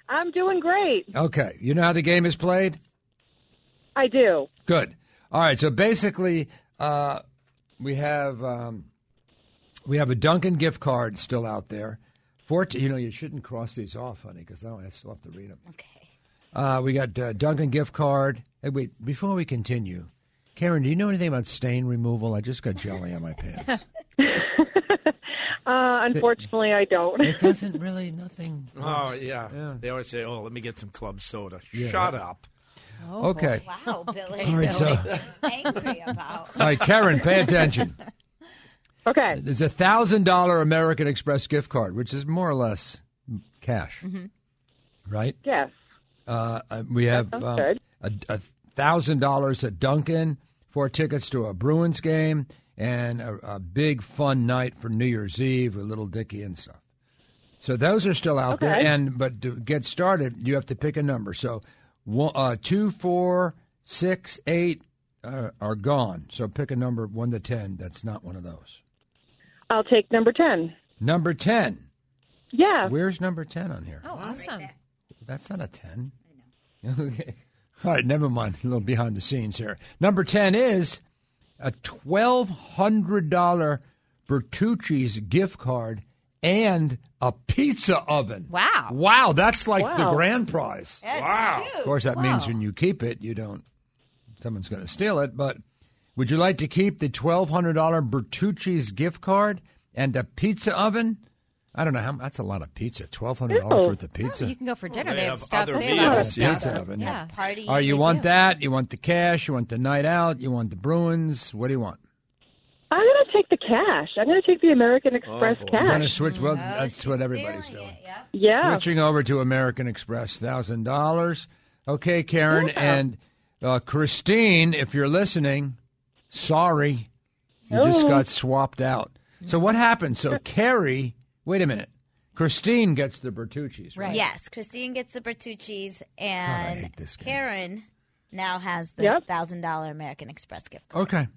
S16: I'm doing great.
S1: Okay. You know how the game is played?
S16: I do.
S1: Good. All right. So basically, uh, we have um, we have a Duncan gift card still out there. Fourteen. You know, you shouldn't cross these off, honey, because now I still have to read them. Okay. Uh, we got uh, Duncan gift card. Hey, wait. Before we continue, Karen, do you know anything about stain removal? I just got jelly on my pants.
S16: Uh, unfortunately, I don't.
S1: It doesn't really nothing.
S3: Oh, yeah. They always say, oh, let me get some club soda.
S1: Yeah.
S3: Shut up.
S1: Oh, Okay. boy.
S2: Wow, Billy.
S1: All right, so-
S2: Billy, angry about.
S1: All right, Karen, pay attention.
S16: Okay.
S1: There's a thousand dollar American Express gift card, which is more or less cash,
S4: Mm-hmm.
S1: right?
S16: Yes.
S1: Uh, uh, we have
S16: sounds
S1: um,
S16: good.
S1: a a thousand dollars at Duncan, four tickets to a Bruins game, and a, a big fun night for New Year's Eve with Little Dicky and stuff. So those are still out there.
S16: Okay.
S1: And but to get started, you have to pick a number. So one, uh, two, four, six, eight uh, are gone. So pick a number one to ten. That's not one of those.
S16: <laughs> I'll take number 10.
S1: Number ten.
S16: Yeah.
S1: Where's number ten on here?
S4: Oh, awesome.
S1: That's not a 10. I know. <laughs> Okay. All right, never mind. A little behind the scenes here. Number 10 is a $1,200 Bertucci's gift card and a pizza oven.
S4: Wow.
S1: Wow, that's like the
S4: Wow.
S1: grand prize.
S4: That's Wow. huge.
S1: Of course, that means
S4: Wow.
S1: when you keep it, you don't, someone's going to steal it, but Would you like to keep the twelve hundred dollar Bertucci's gift card and a pizza oven? I don't know how. That's a lot of pizza. Twelve hundred dollars
S4: Ew.
S1: worth
S4: <laughs>
S1: of pizza.
S4: you can go for dinner.
S3: They
S4: They, have,
S3: have
S4: stuff.
S3: other
S4: They have a lot of
S3: meals, yeah.
S4: stuff.
S1: Pizza oven.
S4: Yeah.
S2: Party.
S1: All right, you want that? You want the cash? You want the night out? You want the Bruins? What do you want?
S16: I'm going to take the cash. I'm going to take the American
S1: Oh,
S16: Express
S1: We're going to
S16: cash.
S1: switch. Well, that's what everybody's doing.
S16: Yeah.
S1: Switching over to American Express, thousand dollars. Okay, Karen
S16: Yeah.
S1: and uh, Christine, if you're listening, sorry, you just
S16: Oh.
S1: got swapped out. So what happened? So Carrie, wait a minute, Christine gets the Bertucci's, right?
S2: Yes, Christine gets the Bertucci's, and Karen now has the
S1: Yep.
S2: thousand dollar American Express gift.
S1: Okay,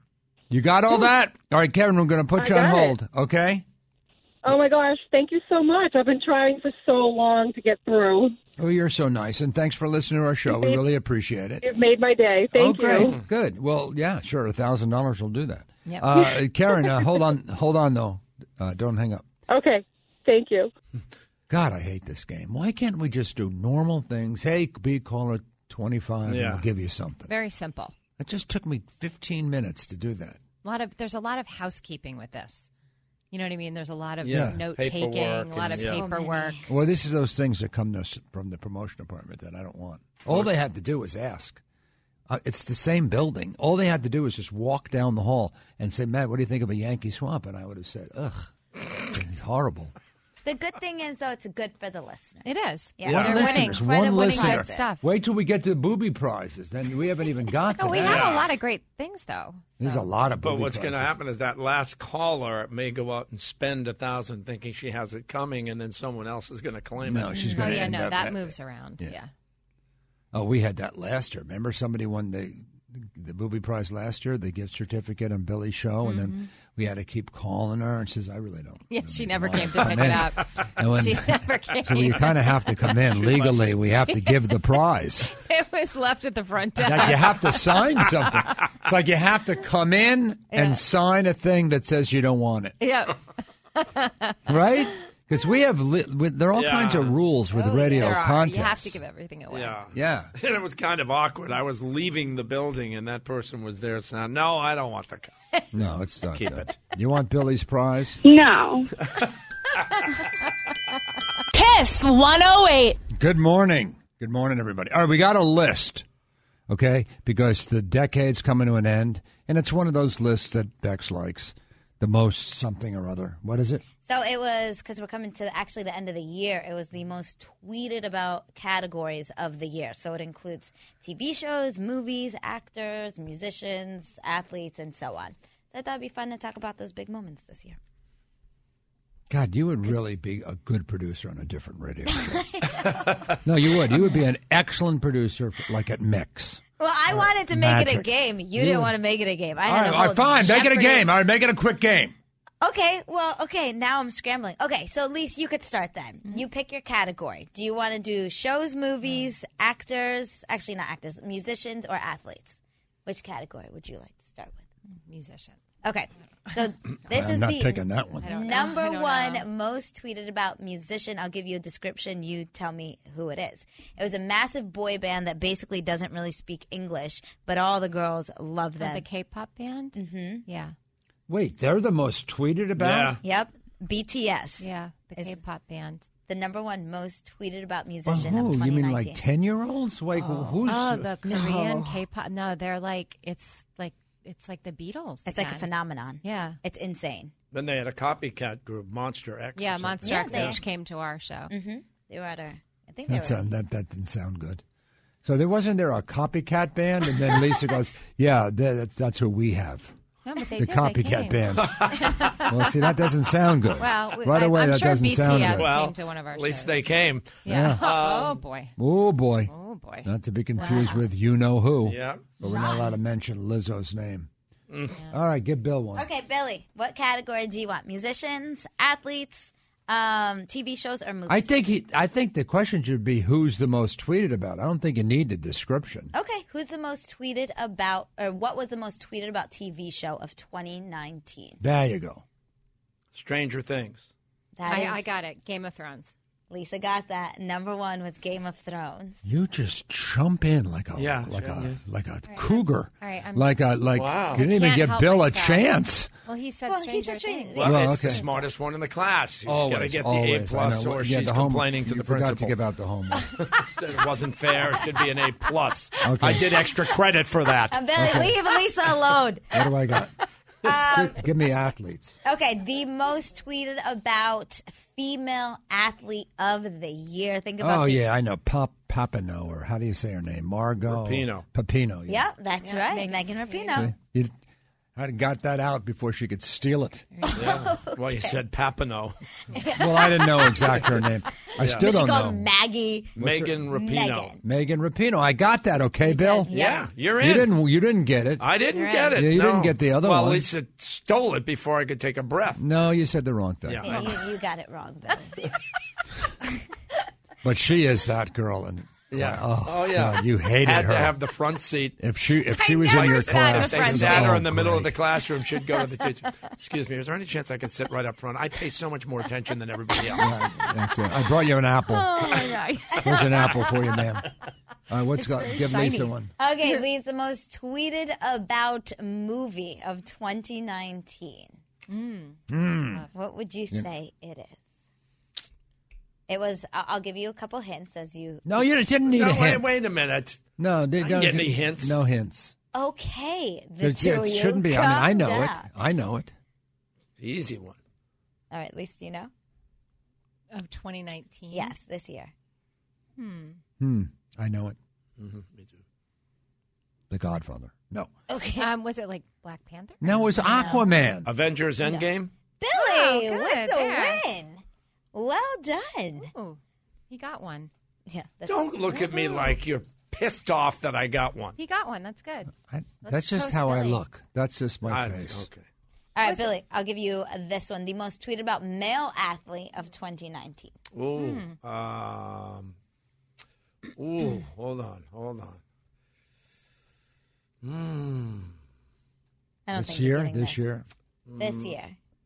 S1: you got all that. All right, Karen, we're going to put
S16: I
S1: you on
S16: got it.
S1: hold. Okay.
S16: Oh my gosh, thank you so much. I've been trying for so long to get through.
S1: Oh, you're so nice, and thanks for listening to our show. We really appreciate it.
S16: It made my day. <laughs> Thank
S1: oh, great.
S16: you.
S1: Good. Well, yeah, sure. A thousand dollars will do that.
S16: Yep.
S1: Uh, Karen, uh, hold on, hold on though. Uh, don't hang up.
S16: <laughs> Okay. Thank you.
S1: God, I hate this game. Why can't we just do normal things? Hey, be caller twenty five, and
S4: Yeah.
S1: I'll give you something.
S4: Very simple.
S1: It just took me fifteen minutes to do that.
S4: A lot of there's a lot of housekeeping with this. You know what I mean? There's a lot of
S1: Yeah.
S4: note taking, a
S3: Paperwork
S4: lot
S3: and-
S4: of
S3: Yeah.
S4: paperwork.
S1: Well, this is those things that come to us from the promotion department that I don't want. All they had to do was ask. Uh, it's the same building. All they had to do was just walk down the hall and say, "Matt, what do you think of a Yankee Swamp?" And I would have said, "Ugh, it's horrible."
S2: The good thing is, though, it's good for the listener.
S4: It is.
S2: Yeah,
S1: One
S2: they're
S1: listener,
S2: winning.
S1: one
S2: winning
S1: listener.
S2: good stuff.
S1: Wait till we get to booby prizes. Then we haven't even got to.
S4: No, <laughs> Oh, we
S1: that.
S4: have a lot of great things though.
S1: There's a lot of booby
S3: But what's
S1: prizes.
S3: going to happen is that last caller may go out and spend a thousand, thinking she has it coming, and then someone else is going to claim it.
S1: No, she's gonna
S4: oh yeah,
S1: end
S4: no,
S1: up
S4: that
S1: at- <laughs>
S4: moves around.
S1: Yeah.
S4: Yeah.
S1: Oh, we had that last year. Remember, somebody won the the booby prize last year, the gift certificate on Billy's show, and
S4: Mhm.
S1: then we had to keep calling her, and she says, "I
S4: <laughs>
S1: really don't."
S4: Yeah, she never came to
S1: come
S4: pick
S1: in.
S4: it up.
S1: And when- <laughs>
S4: she never came.
S1: So we kind of have to come in legally. We have to give the prize.
S4: <laughs> It was left at the front desk.
S1: Like you have to sign something. It's like you have to come in
S4: Yeah.
S1: and sign a thing that says you don't want it.
S4: <laughs> Yeah.
S1: right? Because we have li- we, there are all
S3: Yeah.
S1: kinds of rules with
S4: Oh,
S1: radio
S4: there are.
S1: contests.
S4: You have to give everything away.
S3: Yeah.
S1: Yeah.
S3: <laughs> And it was kind of awkward. I was leaving the building, and that person was there saying, No, I don't want the car.
S4: <laughs>
S1: No, it's not.
S3: Keep
S1: good.
S3: it.
S1: You want Billy's prize?
S7: No. Kiss 108.
S1: Good morning. Good morning, everybody. All right, we got a list, okay? Because the decade's coming to an end, and it's one of those lists that Bex likes the most something or other. What is it?
S2: So it was because we're coming to actually the end of the year. It was the most tweeted about categories of the year. So it includes TV shows, movies, actors, musicians, athletes, and so on. So I thought it'd be fun to talk about those big moments this year.
S1: God, you would really be a good producer on a different radio show. <laughs> no, you would. You would be an excellent producer, for, like at Mix.
S2: Well, I wanted to make it a
S1: Uh, Magic.
S2: game. You
S1: You-
S2: didn't want to make it a game. I
S1: all
S2: had
S1: right,
S2: a
S1: all
S2: whole
S1: right, fine. Make it a
S2: Jeopardy-
S1: game. All right, make it a quick game.
S2: Okay, well, okay, now I'm scrambling. Okay, so Elise, you could start then.
S4: Mm-hmm.
S2: You pick your category. Do you want to do shows, movies,
S4: Mm.
S2: actors, actually not actors, musicians, or athletes? Which category would you like to start with?
S4: Musician.
S2: Okay,
S4: <laughs>
S2: so this
S1: I'm
S2: is
S1: not
S2: the
S1: picking that one. I
S4: don't know. I
S2: number
S4: don't
S2: one
S4: know.
S2: most tweeted about musician. I'll give you a description. You tell me who it is. It was a massive boy band that basically doesn't really speak English, but all the girls love
S4: Of
S2: them.
S4: Oh, the K-pop band. Mm-hmm. Yeah.
S1: Wait, they're the most tweeted about?
S2: Yep. BTS.
S4: Yeah, the K-pop band.
S2: The number one most tweeted about
S1: Oh,
S2: musician of
S1: you
S2: 2019.
S1: mean like 10 year olds? Like, who's.
S4: Oh, the Korean
S2: No.
S4: K-pop. No, they're like it's like it's like the Beatles.
S2: It's like a
S4: again.
S2: phenomenon.
S4: Yeah.
S2: It's insane.
S3: Then they had a copycat group, Monster X. or
S4: Yeah,
S3: something.
S4: Monster X Edge came to our show.
S2: Mm-hmm. They were at our. I think they
S1: That,
S2: were.
S1: sound, that, that didn't sound good. So there wasn't there a copycat band? And then Lisa goes, yeah, that, that's who we have.
S4: No, but they
S1: the
S4: did.
S1: copycat
S4: they came.
S1: band. well, see, that doesn't sound good.
S4: Well, we-
S1: right
S4: I-
S1: away,
S4: I'm
S1: that
S4: sure
S1: doesn't sound
S4: BTS
S1: good.
S4: came
S3: Well, Um,
S4: to one of our
S3: At least
S4: shows.
S3: they came.
S4: Yeah.
S3: Yeah.
S4: <laughs> oh boy.
S1: Oh boy.
S4: Oh boy.
S1: Not to be confused with you know who.
S3: Yeah. Mm.
S1: But we're not allowed to mention Lizzo's name. All right, give Bill one.
S2: Okay, Billy, what category do you want? Musicians, athletes, um, TV shows, or movies?
S1: I think he, I think the question should be who's the most tweeted about. I don't think you need the description.
S2: Okay, who's the most tweeted about, or what was the most tweeted about TV show of 2019?
S1: There you go.
S3: Stranger Things.
S2: That
S4: I,
S2: is-
S4: I got it. Game of Thrones.
S2: Lisa got that. Number one was Game of Thrones.
S1: You just jump in like a
S3: Yeah,
S1: like
S3: yeah,
S1: a
S3: yeah.
S1: like a cougar.
S4: All right, I'm-
S1: like a like
S3: Wow.
S1: you didn't
S4: I
S1: even
S4: can't
S1: get
S4: help
S1: Bill a
S4: myself.
S1: chance.
S4: <laughs> Well, he said
S2: Well, he's
S4: Stranger
S2: a
S4: Things.
S3: Well,
S1: Well,
S3: it's the
S1: okay.
S3: smartest one in the class. She's got to
S1: Always,
S3: get
S1: always.
S3: the A
S1: I
S3: plus,
S1: know.
S3: or
S1: Yeah,
S3: she's
S1: the home-
S3: complaining to
S1: you
S3: the
S1: forgot
S3: principal.
S1: to give out the homework.
S3: it wasn't fair. It should be an A plus.
S1: Okay.
S3: <laughs> I did extra credit
S4: <laughs>
S3: for that.
S2: And Uh, Billy,
S1: Okay.
S2: leave Lisa alone.
S1: What do I got?
S4: Um,
S1: give, give me athletes.
S2: Okay, the most tweeted about female athlete of the year. Think about
S1: Oh
S2: the-
S1: yeah, I know. Pop Papino or how do you say her name? Margot
S3: Rapinoe.
S1: Papino. Oh, Yeah.
S2: Yep, that's right. Megan, Rapinoe.
S1: See? You- I got that out before she could steal it.
S4: <laughs>
S3: Yeah. Well, you said Papino.
S1: Well, I didn't know exact her name. I
S3: Yeah.
S1: still
S2: But she
S1: don't know.
S2: called Maggie.
S3: Megan Rapino.
S2: Megan.
S1: Megan Rapino. I got that. Okay, Bill.
S3: Yeah, you're
S1: You
S3: in.
S1: didn't. You didn't get it.
S3: I didn't
S1: You're
S3: get
S1: in.
S3: it.
S1: Yeah, you
S3: no.
S1: didn't get the other
S3: well,
S1: one.
S3: Lisa stole it before I could take a breath.
S1: No, you said the wrong thing.
S3: Yeah.
S2: Yeah, you, you got it wrong, Billy.
S1: But she is that girl, and
S3: Yeah.
S1: Oh,
S3: Oh, yeah.
S1: God, you hated
S3: Had
S1: her.
S3: to have the front seat.
S1: if she if
S3: I
S1: she was
S3: never
S1: in your
S3: sat
S1: class,
S3: If they
S1: oh,
S3: sat her in the middle of the classroom, she'd go to the
S1: <laughs>
S3: teacher. Excuse me, is there any chance I could sit right up front? I pay so much more attention than everybody else.
S1: great. <laughs> That's it. I brought you an <laughs> apple.
S2: Oh.
S4: my God.
S1: Here's an apple for you, ma'am. All right, what's got?
S4: really
S1: Give Lisa
S4: shiny.
S1: one.
S2: okay, Lee's the most tweeted about movie of 2019.
S1: Mm.
S2: Hmm. Uh, What would you
S1: You-
S2: say it is? It was. I- I'll give you a couple hints as you.
S1: No, you didn't need
S3: no,
S1: a
S3: wait,
S1: hint.
S3: wait a minute.
S1: No, they
S3: I didn't
S1: don't
S3: get any hints.
S1: No hints.
S2: Okay, the
S1: There's-
S2: two
S1: it
S2: of you
S1: shouldn't be. I mean, I
S2: come
S1: know
S2: down.
S1: it. I know it.
S3: Easy one.
S2: All right, at least you know.
S4: Of 2019.
S2: Yes, this year.
S4: Hmm.
S1: Hmm. I know it.
S3: Mm-hmm, me too.
S1: The Godfather. No.
S2: Okay.
S4: Um, was it like Black Panther?
S1: No, it was Aquaman.
S3: Avengers Endgame?
S2: Billy
S4: Oh,
S2: with
S4: good,
S2: the
S4: there.
S2: win. Well done.
S4: Ooh, he got one.
S2: Yeah. that's-
S3: Don't look at me like you're pissed off that I got one.
S4: He
S2: Oh,
S4: got one. That's good.
S1: I,
S4: Let's
S1: that's just
S4: toast
S1: how I
S4: Billy.
S1: look. That's just my
S3: I-
S1: face.
S3: Ah, okay.
S2: All right, Billy, I'll give you this one. The most tweeted about male athlete of Hmm. 2019.
S3: Ooh. Um, ooh, hold on, hold on. Mm,
S2: I don't
S1: This
S2: think you're
S1: year,
S2: getting
S1: this year,
S2: This year.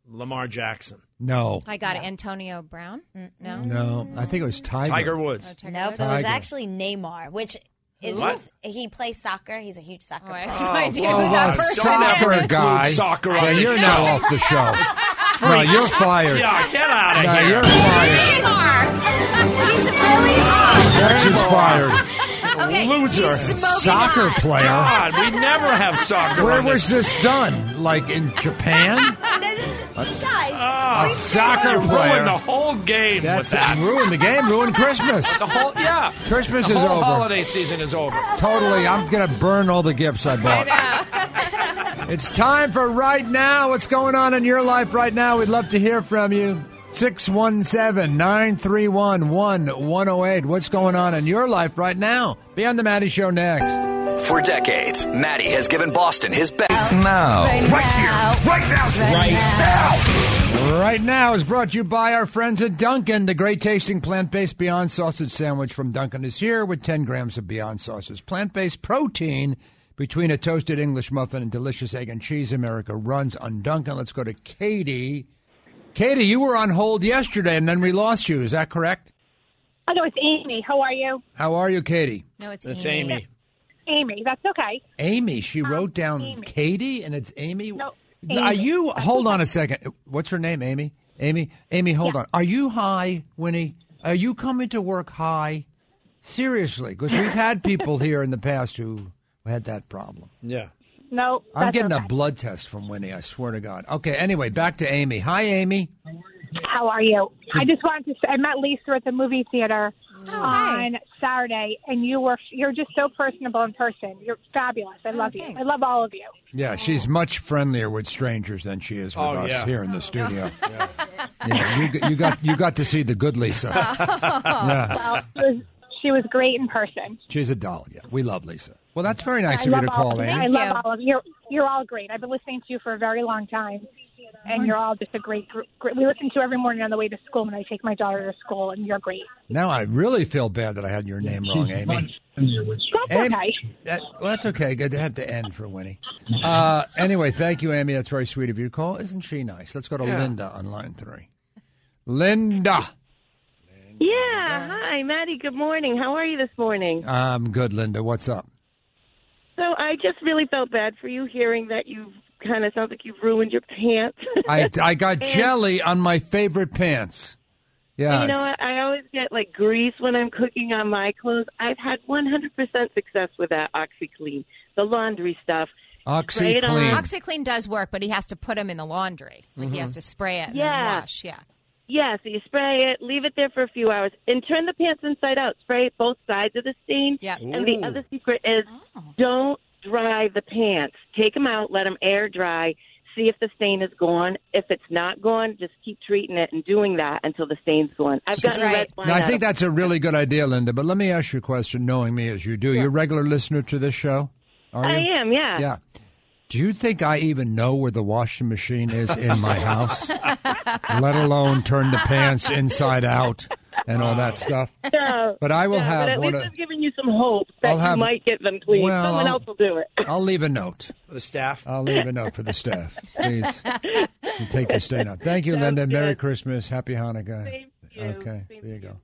S3: Mm, Lamar Jackson.
S1: no,
S4: I got it. Antonio Brown. No.
S1: no. I think it was Tiger.
S3: Tiger Woods.
S4: Oh, Tiger
S2: Nope,
S4: Woods?
S2: it was
S1: Tiger.
S2: actually Neymar, which is
S3: What?
S2: he plays soccer. He's a huge soccer
S4: Oh, I
S2: player.
S4: have no idea
S1: Of
S4: who that
S1: a
S4: person
S3: Don't
S1: soccer
S3: include
S1: guy.
S3: soccer on
S1: Yeah,
S3: this
S1: you're
S3: show.
S1: now off the
S3: <laughs>
S1: show. no, you're fired.
S3: Yeah, get out of
S1: No,
S3: here.
S1: you're fired.
S2: Neymar. He's really hot.
S1: She's fired.
S2: Okay,
S3: Loser.
S2: He's smoking
S1: Soccer
S2: hot.
S1: player.
S3: God, we never have soccer.
S1: Where
S3: on this
S1: was this done? Like in Japan?
S2: Guys,
S1: A soccer
S3: You ruined the
S1: player.
S3: whole game
S1: That's
S3: with that.
S1: ruined the game. Ruined Christmas.
S3: <laughs> the whole yeah.
S1: Christmas
S3: the
S1: is
S3: whole
S1: over.
S3: Holiday season is over.
S1: <laughs> Totally.
S2: <laughs>
S1: I'm going to burn all the gifts I bought. <laughs> it's time for Right Now. What's going on in your life right now? We'd love to hear from you. 617 931 1108. What's going on in your life right now? Be on the Maddie Show next.
S5: For decades, Maddie has given Boston his best.
S12: Now.
S2: right, now.
S12: Right now. Right now.
S1: Right Now is brought to you by our friends at Duncan. The great tasting plant based Beyond Sausage sandwich from Duncan is here with 10 grams of Beyond Sausage plant based protein. Between a toasted English muffin and delicious egg and cheese, America runs on Duncan. Let's go to Katie. Katie, you were on hold yesterday and then we lost you. Is that correct?
S16: Oh, no, it's Amy. How are you?
S1: How are you, Katie?
S4: No, it's,
S3: It's
S4: Amy.
S3: Amy.
S16: Amy, that's okay.
S1: Amy, she wrote down
S16: Amy.
S1: Katie and it's Amy.
S16: No,
S1: Are
S16: Amy.
S1: you hold on a second. What's her name, Amy? Amy, Amy, hold on. Are you high, Winnie? Are you coming to work high? Seriously, because we've had
S16: <laughs>
S1: people here in the past who had that problem.
S3: Yeah.
S16: No,
S1: I'm
S16: that's
S1: getting
S16: okay.
S1: a blood test from Winnie, I swear to God. Okay, anyway, back to Amy. Hi, Amy.
S16: How are you? I just wanted to say I met Lisa at the movie theater
S4: Oh, hi.
S16: on Saturday, and you were you're just so personable in person. You're fabulous. I love you. I
S4: Oh, thanks.
S16: love all
S4: <laughs>
S16: of you.
S1: Yeah, she's much friendlier with strangers than she is with
S3: Oh,
S1: us
S3: yeah.
S1: here in the studio. Yeah. you, g- you got you got to see the good Lisa.
S16: <laughs>
S1: Yeah.
S16: Well, she was, she was great in person.
S1: She's a doll. Yeah, we love Lisa. Well, that's very nice
S16: I
S1: of you
S16: love
S1: to
S16: all.
S1: call in.
S16: I
S4: Thank you.
S16: love all of you. You're, you're all great. I've been listening to you for a very long time, and you're all just a great group. Great. We listen to you every morning on the way to school when I take my daughter to school, and you're great.
S1: Now I really feel bad that I had your name wrong, Amy.
S16: That's
S1: Amy-
S16: okay.
S1: that- well, that's okay. Good to have to end for Winnie. Uh, anyway, thank you, Amy. That's very sweet of you to call. Isn't she nice? Let's go to
S3: Yeah.
S1: Linda on line three. Linda.
S17: Yeah, hi, Maddie. Good morning. How are you this morning?
S1: I'm good, Linda. What's up?
S17: So I just really felt bad for you hearing that you've kind of sounds like you've ruined your pants.
S1: I, I
S17: <laughs>
S1: got
S17: And-
S1: jelly on my favorite pants. Yeah.
S17: you know,
S1: it's-
S17: I, I always get like grease when I'm cooking on my clothes. I've had 100% success with that OxyClean, the laundry stuff. Spray it on.
S4: OxyClean does work, but he has to put them in the laundry. Like
S17: Mhm.
S4: he has
S1: Mm-hmm.
S4: to spray it and then
S17: Yeah.
S4: wash. Yeah.
S17: Yeah, so you spray it, leave it there for a few hours, and turn the pants inside out. Spray both sides of the stain.
S4: Yeah.
S17: And the
S4: Ooh.
S17: other secret is don't dry the pants. Take them out, let them air dry, see if the stain is gone. If it's not gone, just keep treating it and doing that until the stain's gone. I've gotten red wine
S1: Now, I
S17: out
S1: think
S17: of-
S1: that's a really good idea, Linda. But let me ask you a question, knowing me as you do. You're a regular listener to this show, are
S17: I
S1: you?
S17: am, yeah.
S1: Yeah. Do you think I even know where the washing machine is
S17: <laughs>
S1: in my house, let alone turn the pants inside out and all that stuff?
S17: No,
S1: But I will
S17: no,
S1: have
S17: But at
S1: one
S17: least
S1: of-
S17: I'm giving you some hope that
S1: I'll have-
S17: you might get them. Please,
S1: Well,
S17: someone
S1: I'll-
S17: else will do it.
S1: I'll leave a note. For
S3: the staff?
S1: I'll leave a note for the staff. Please you take the stain out. Thank you, Linda. Merry Christmas. Happy Hanukkah. Okay, there you go.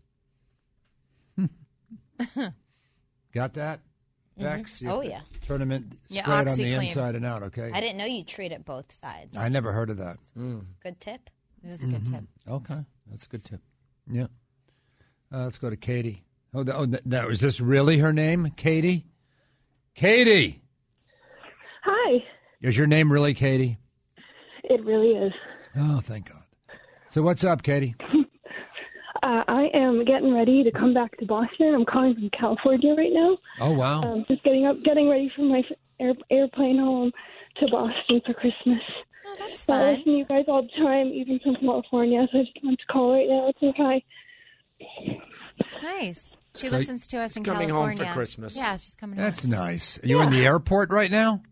S1: Got that?
S2: Mhm.
S1: Bex? You
S2: Oh,
S1: have to
S2: yeah.
S1: Turn them in,
S2: Yeah,
S1: spray it on the
S2: OxiClean.
S1: inside and out, okay?
S2: I didn't know you treat it both sides.
S1: I never heard of that.
S3: Mm.
S2: Good tip.
S4: It is
S1: Mhm. Okay, that's a good tip. Yeah. Uh, let's go to Katie. Oh, th- oh th- that was this really her name, Katie? Katie,
S18: Hi.
S1: is your name really Katie?
S18: It really is.
S1: Oh, thank God. So what's up, Katie?
S18: Uh, I am getting ready to come back to Boston. I'm calling from California right now.
S1: Oh wow.
S18: Um, just getting up, getting ready for my air, airplane home to Boston for Christmas. Oh, that's
S4: fun.
S18: I listen to you guys all the time, even from California. So I just wanted to call right now and say hi.
S4: Nice. She
S1: So
S4: listens to us in
S1: coming home for
S4: California.
S1: Christmas.
S4: Yeah, she's coming
S1: That's
S4: home.
S1: nice. Are you in the airport right now?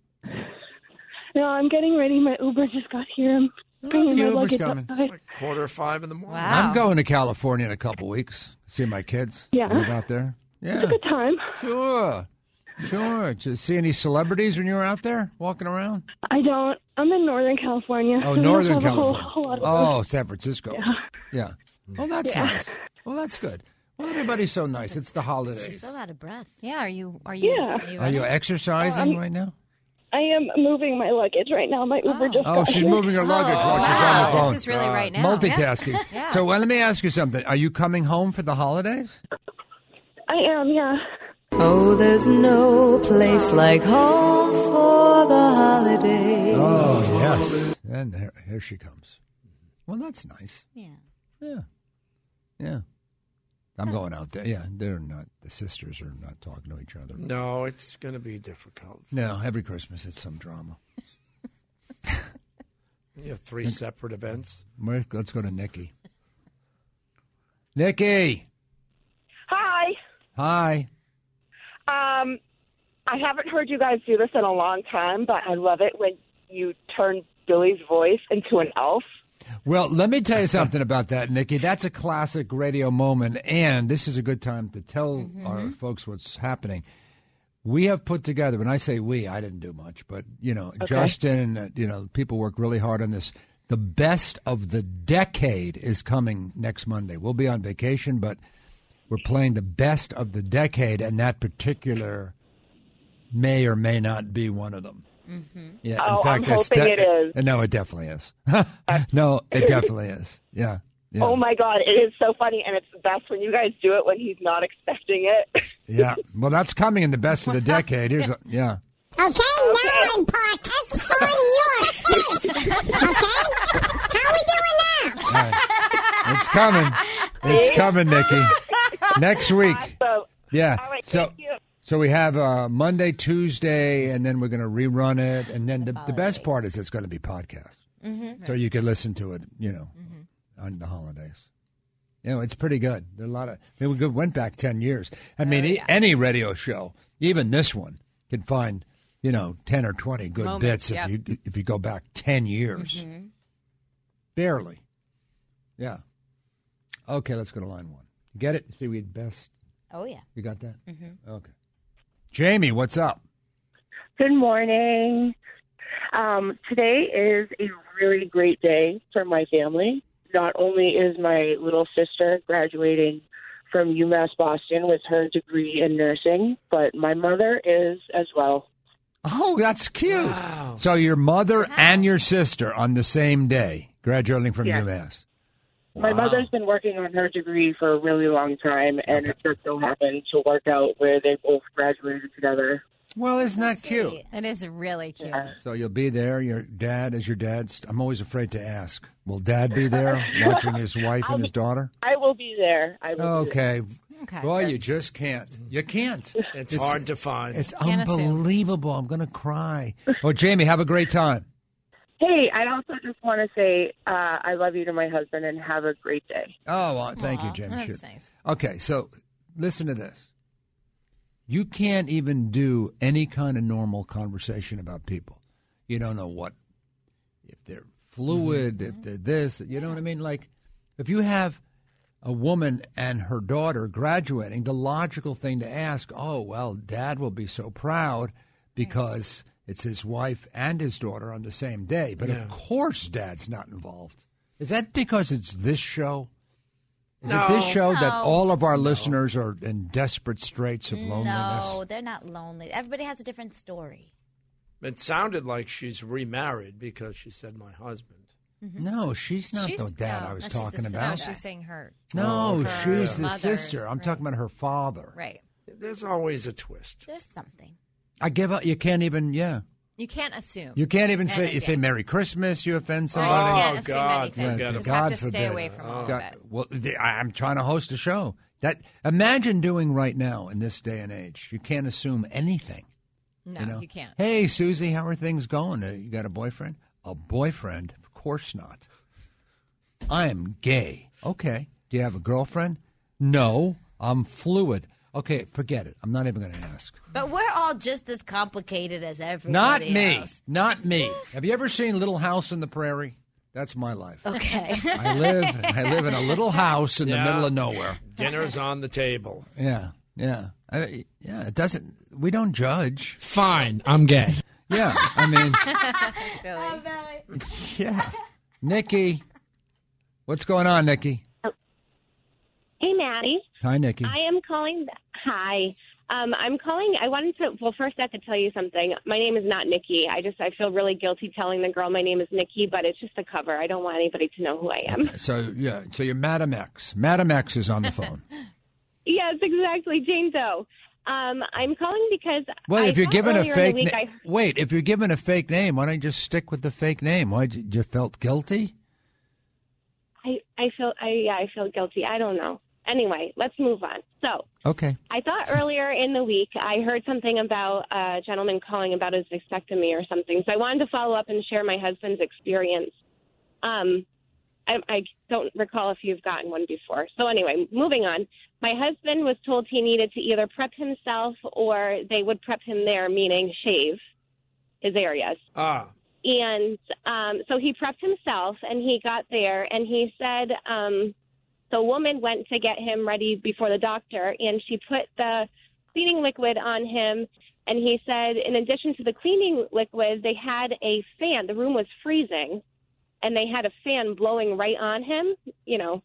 S18: No, I'm getting ready. My Uber just got here. I'm bringing
S1: Oh, the
S18: my
S1: Uber's
S18: luggage
S1: coming.
S18: outside.
S3: Quarter to five in the morning.
S1: I'm going to California in a couple weeks. See my kids.
S18: Yeah.
S1: Live out there. Yeah.
S18: It's a good time.
S1: Sure. Sure. Did you see any celebrities when you were out there walking around?
S18: I don't. I'm in Northern California.
S1: Oh,
S18: so we don't <laughs>
S1: Northern
S18: have a whole-
S1: California.
S18: whole lot of
S1: oh,
S18: them.
S1: San Francisco.
S18: Yeah.
S1: Yeah. Oh, that's
S18: Yeah.
S1: nice. Well, that's good. Well, everybody's so nice. It's the holidays.
S4: still out of breath. Yeah. Are you? Are you?
S18: Yeah.
S4: Are you?
S1: Are you
S4: ready?
S1: exercising
S18: Um,
S1: right
S18: <laughs>
S1: now?
S18: I am moving my luggage right now. My Uber just
S1: Oh,
S18: got
S1: she's
S18: here. Oh.
S1: moving her luggage while she's on the
S18: wow.
S1: phone.
S18: This is really right now.
S1: Multitasking.
S18: Yeah. Yeah.
S1: So, well, let me ask you something. Are you coming home for the holidays?
S18: I am, yeah.
S19: Oh, there's no place like home for the holidays.
S1: Oh, yes. And here, here she comes. Well, that's nice.
S2: Yeah.
S1: Yeah. Yeah. I'm going out there. Yeah, they're not, the sisters are not talking to each other.
S3: No, it's going to be difficult.
S1: No, every Christmas it's some drama.
S3: You have three separate events.
S1: Where- Let's go to Nikki. Nikki,
S20: Hi.
S1: hi.
S20: Um, I haven't heard you guys do this in a long time, but I love it when you turn Billy's voice into an elf.
S1: Well, let me tell you something about that, Nikki. That's a classic radio moment, and this is a good time to tell our folks what's happening. We have put together, and I say we, I didn't do much, but you know,
S14: Okay.
S1: Justin and uh, you know, people work really hard on this. The best of the decade is coming next Monday. We'll be on vacation, but we're playing the best of the decade, and that particular may or may not be one of them. Yeah,
S20: Oh,
S1: in fact,
S20: I'm
S1: it's
S20: hoping it Uh,
S1: uh, <laughs> No, it definitely is. no,
S20: <laughs>
S1: it definitely is. Yeah. yeah.
S20: Oh my god, it is so funny, and it's the best when you guys do it when he's not expecting it.
S1: Yeah. Well, that's coming in the best of the decade. Here's a, yeah.
S21: <laughs> Okay, now I'm parked on your
S1: <laughs>
S21: face. Okay? How we doing now?
S1: All right. It's coming. It's
S20: <laughs>
S1: coming, Nikki. Next week. Yeah.
S21: All right,
S1: so
S21: thank you.
S1: so we have uh, Monday, Tuesday, and then we're going to rerun it. And then the, the best part is it's going to be podcast,
S2: Mm-hmm.
S21: Mhm.
S1: so you can listen to it. You know, on the holidays. You know, it's pretty good. There are a lot of. I mean, we go- went back ten years.
S2: Oh,
S1: I mean, e- any radio show, even this one, can find you know ten or twenty good
S22: Moments,
S1: bits
S22: yep.
S1: if you if you go back ten years,
S2: Mm-hmm.
S20: Mm-hmm.
S1: barely. Yeah. Okay, let's go to line one. You Get it? See, we had best.
S2: Oh yeah.
S1: You got that?
S2: Mm-hmm.
S1: Okay. Jamie, what's up?
S20: Good morning. Um, today is a really great day for my family. Not only is my little sister graduating from UMass Boston with her degree in nursing, but my mother is as well.
S1: Oh, that's cute. So your mother and your sister on the same day graduating from
S20: Yeah.
S1: UMass.
S20: My mother's been working on her degree for a really long time, and it just so happened to work out where they both graduated together.
S1: Well, isn't that cute?
S4: It is really cute.
S1: So you'll be there. Your dad is your dad's. I'm always afraid to ask. Will dad
S20: <laughs>
S1: be there watching his wife and his daughter?
S20: I will be there. I will be there.
S1: Okay.
S4: Okay.
S1: Well, you just can't. You can't.
S3: <laughs> It's, hard to find.
S1: It's unbelievable. I'm going to
S20: <laughs>
S1: cry. Oh, Jamie, have a great time.
S20: Hey, I also just want to say uh, I love you to my husband and have a great day.
S1: Oh, well, thank you,
S20: Aw,
S1: Jamie.
S20: that's
S1: Shoot.
S20: nice.
S1: Okay, so listen to this. You can't even do any kind of normal conversation about people. You don't know what if they're fluid,
S20: Mm-hmm.
S1: if they're this. You know what I mean? Like if you have a woman and her daughter graduating, the logical thing to ask, oh well, dad will be so proud because it's his wife and his daughter on the same day. But
S3: Yeah.
S1: of course, dad's not involved. Is that because it's this show? Is it this
S2: No.
S1: show that
S2: No.
S1: all of our listeners are in desperate straits of loneliness?
S2: No, they're not lonely. Everybody has a different story.
S3: It sounded like she's remarried because she said my husband.
S1: No, she's not
S4: She's-
S1: the dad
S4: no,
S1: I was
S4: no, she's the
S1: talking
S4: sister.
S1: about.
S4: No, she's saying her.
S1: No,
S4: her
S1: she's the
S4: mother's,
S1: sister. I'm
S4: right.
S1: talking about her father.
S4: Right.
S3: There's always a twist.
S2: There's something.
S1: I give up. You can't even. Yeah,
S4: You can't assume.
S1: you can't even say you
S4: anything.
S1: say Merry Christmas. You offend
S4: Right, you
S1: somebody.
S4: can't Oh, assume God, anything.
S1: Yeah,
S4: forget it.
S1: God
S4: Just have to stay
S1: forbid.
S4: away from all of
S1: God-
S4: it.
S1: Well, the- I- I'm trying to host a show. That imagine doing right now in this day and age. You can't assume anything.
S4: No,
S1: know?
S4: you can't.
S1: Hey, Susie, how are things going? Uh, You got a boyfriend? A boyfriend? Of course not. I am gay. Okay. Do you have a girlfriend? No, I'm fluid. Okay, forget it. I'm not even going to ask.
S2: But we're all just as complicated as everybody.
S1: Not me.
S2: else.
S1: Not me. Have you ever seen Little House in the Prairie? That's my life.
S2: Okay.
S1: I live I live in a little house in the
S3: Yeah.
S1: middle of nowhere.
S3: Dinner's on the table.
S1: Yeah. Yeah. I, yeah, it doesn't we don't judge.
S14: Fine, I'm gay.
S1: Yeah. I
S2: <laughs>
S4: <laughs>
S1: mean,
S4: Billy.
S1: <laughs> yeah. Nikki. What's going on, Nikki?
S22: Hey, Maddie.
S1: Hi, Nikki.
S22: I am calling. Hi. Um, I'm calling. I wanted to. Well, first, I have to tell you something. My name is not Nikki. I just. I feel really guilty telling the girl my name is Nikki, but it's just a cover. I don't want anybody to know who I am. <laughs>
S1: So yeah, so you're Madam X. Madam X is on the phone.
S22: Yes, exactly, Jane Doe. Um, I'm calling because.
S1: Well,
S22: <laughs> I
S1: if you're
S22: thought
S1: given a
S22: earlier in the
S1: fake
S22: week
S1: na-
S22: I-
S1: wait, if you're given a fake name, why don't you just stick with the fake name? Why you, you felt guilty?
S22: I, I feel. I yeah. I feel guilty. I don't know. Anyway, let's move on. So.
S1: Okay.
S22: I thought earlier in the week I heard something about a gentleman calling about his vasectomy or something. So I wanted to follow up and share my husband's experience. Um, I, I don't recall if you've gotten one before. So anyway, moving on. My husband was told he needed to either prep himself or they would prep him there, meaning shave his areas.
S3: Ah,
S22: And um, so he prepped himself and he got there and he said um, the woman went to get him ready before the doctor and she put the cleaning liquid on him. And he said, in addition to the cleaning liquid, they had a fan. The room was freezing and they had a fan blowing right on him, you know,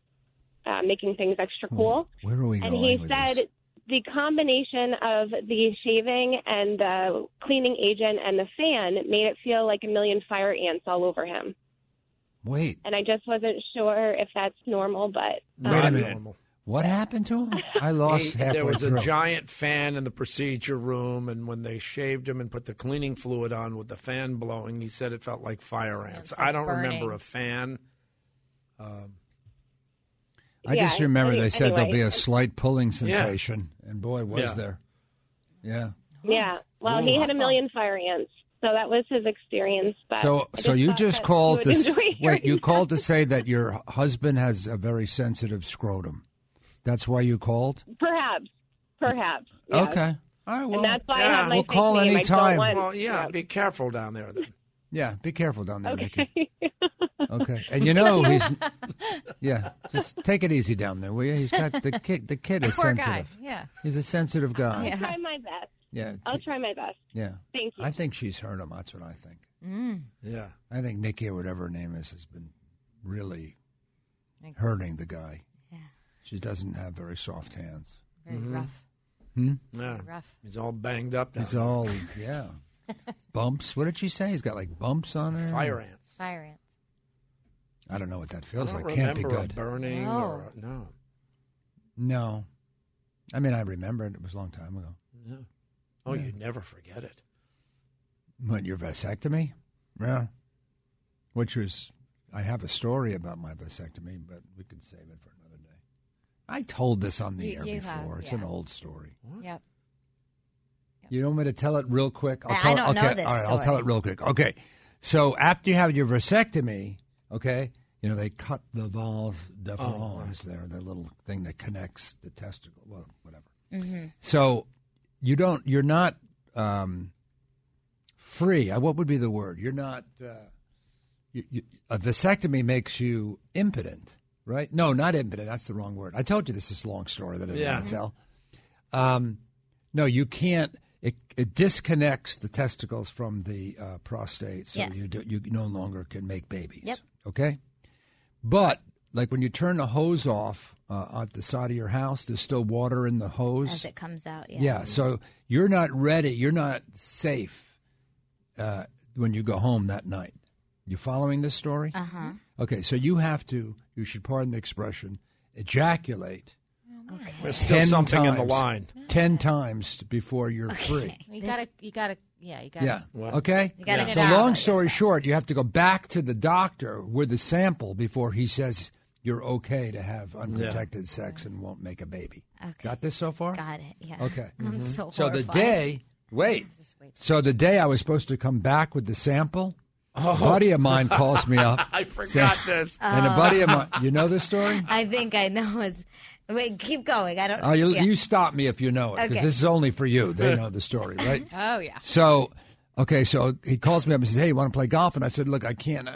S22: uh, making things extra cool.
S1: Where are we
S22: And
S1: going
S22: he
S1: with
S22: said
S1: this?
S22: the combination of the shaving and the cleaning agent and the fan made it feel like a million fire ants all over him.
S1: Wait.
S22: And I just wasn't sure if that's normal, but um,
S1: Wait a minute. What happened to
S22: <laughs>
S1: him? I lost
S3: he-
S1: halfway
S3: there was
S1: through.
S3: a giant fan in the procedure room, and when they shaved him and put the cleaning fluid on with the fan blowing, he said it felt like fire ants. I don't remember
S22: burning.
S3: a fan. Um,
S1: I just
S22: Yeah,
S1: remember
S22: any-
S1: they said there'll be
S22: anyway.
S1: a slight pulling sensation, and boy, was
S3: Yeah.
S1: there. Yeah.
S22: yeah. Well, he had a million fire ants, so that was his experience. But
S1: So,
S22: I
S1: so you
S22: thought
S1: just
S22: that
S1: called
S22: would
S1: to s-
S22: enjoy
S1: wait.
S22: hearing
S1: You called to say that your husband has a very sensitive scrotum. That's why you called.
S22: Perhaps. Perhaps. yes.
S1: Okay. All right. Well,
S22: and that's why I have my
S1: we'll
S22: fake
S1: call
S22: name. I don't
S1: anytime.
S22: want-
S3: well, yeah, be careful down there then.
S1: Yeah. Be careful down there, Nikki.
S22: <laughs>
S1: Okay. And you know he's. Yeah. Just take it easy down there, will you? He's got the kid. The kid is
S22: Poor
S1: sensitive.
S22: guy, yeah.
S1: He's a sensitive
S22: I'll
S1: guy.
S22: try my best.
S1: Yeah.
S22: I'll try my best.
S1: Yeah.
S22: Thank you.
S1: I think she's heard him. That's what I think.
S22: Mm.
S3: Yeah.
S1: I think Nikki or whatever her name is has been really
S22: Thanks.
S1: hurting the guy. She doesn't have very soft hands.
S4: Very rough.
S1: Hmm?
S3: Yeah.
S4: Rough.
S3: He's all banged up. down
S1: He's
S3: there. <laughs>
S1: all yeah. Bumps. What did she say? He's got like bumps on her.
S3: Fire ants.
S4: Fire ants.
S1: I don't know what that feels
S3: I don't
S1: like. Can't be
S3: remember a
S1: good.
S3: burning
S4: No.
S3: or a- no.
S1: No. I mean, I remember it. It was a long time ago.
S3: no. Oh,
S1: Yeah.
S3: you never forget it.
S1: What, your vasectomy? Yeah. Which was, I have a story about my vasectomy, but we could save it for another day. I told this on the
S4: You-
S1: air
S4: you
S1: before.
S4: have,
S1: It's an
S4: yeah.
S1: old story.
S4: Yep.
S1: You want me to tell it real quick?
S4: I- I
S1: tell,
S4: don't know
S1: okay,
S4: this
S1: All right, I'll tell
S4: story.
S1: it real quick. Okay. So after you have your vasectomy, okay, you know, they cut the valve
S3: Oh,
S1: deferens Oh, there, the little thing that connects the testicle. Well, whatever.
S6: Mm-hmm.
S1: So you don't. You're not um, free. Uh, What would be the word? You're not. Uh, you, you, a vasectomy makes you impotent, right? No, not impotent. That's the wrong word. I told you this is a long story that I didn't
S6: Yeah.
S1: want to tell. Um, no, you can't. It, it disconnects the testicles from the uh, prostate, so
S6: Yes.
S1: you do, you no longer can make babies.
S6: Yep.
S1: Okay. But like when you turn the hose off uh, at the side of your house, there's still water in the hose
S2: as it comes out. Yeah.
S1: yeah. so you're not ready. You're not safe uh, when you go home that night. You following this story?
S2: Uh
S4: Uh-huh.
S2: huh.
S1: Okay, so you have to. You should pardon the expression. Ejaculate.
S2: Okay.
S3: There's still
S1: ten
S3: something in the
S1: times-
S3: line.
S1: Ten times before you're free.
S4: You gotta, you gotta, yeah, you gotta.
S1: Yeah. Okay.
S4: You gotta get
S1: so
S4: it out.
S1: long story short, you have to go back to the doctor with a sample before he says you're okay to have unprotected sex and won't make a baby.
S2: Okay.
S1: Got this so far?
S2: Got it. Yeah.
S1: Okay.
S14: Mm-hmm.
S1: Mm-hmm.
S2: I'm so
S1: So the
S2: horrified.
S1: day, wait. So the day I was supposed to come back with the sample,
S3: Oh.
S1: a buddy of <laughs>
S14: <laughs>
S1: mine calls me up.
S3: I forgot this.
S1: And a
S2: Oh.
S1: buddy of mine, you know this
S2: <laughs>
S1: story?
S2: I think I know it's. Wait, keep going. I don't.
S1: Oh, you,
S2: yeah.
S1: you stop me if you know it because
S2: Okay.
S1: this is only for you. They know the story, right?
S4: Oh yeah.
S1: So, okay, so he calls me up and says, "Hey, you want to play golf?" And I said, "Look, I can't. I,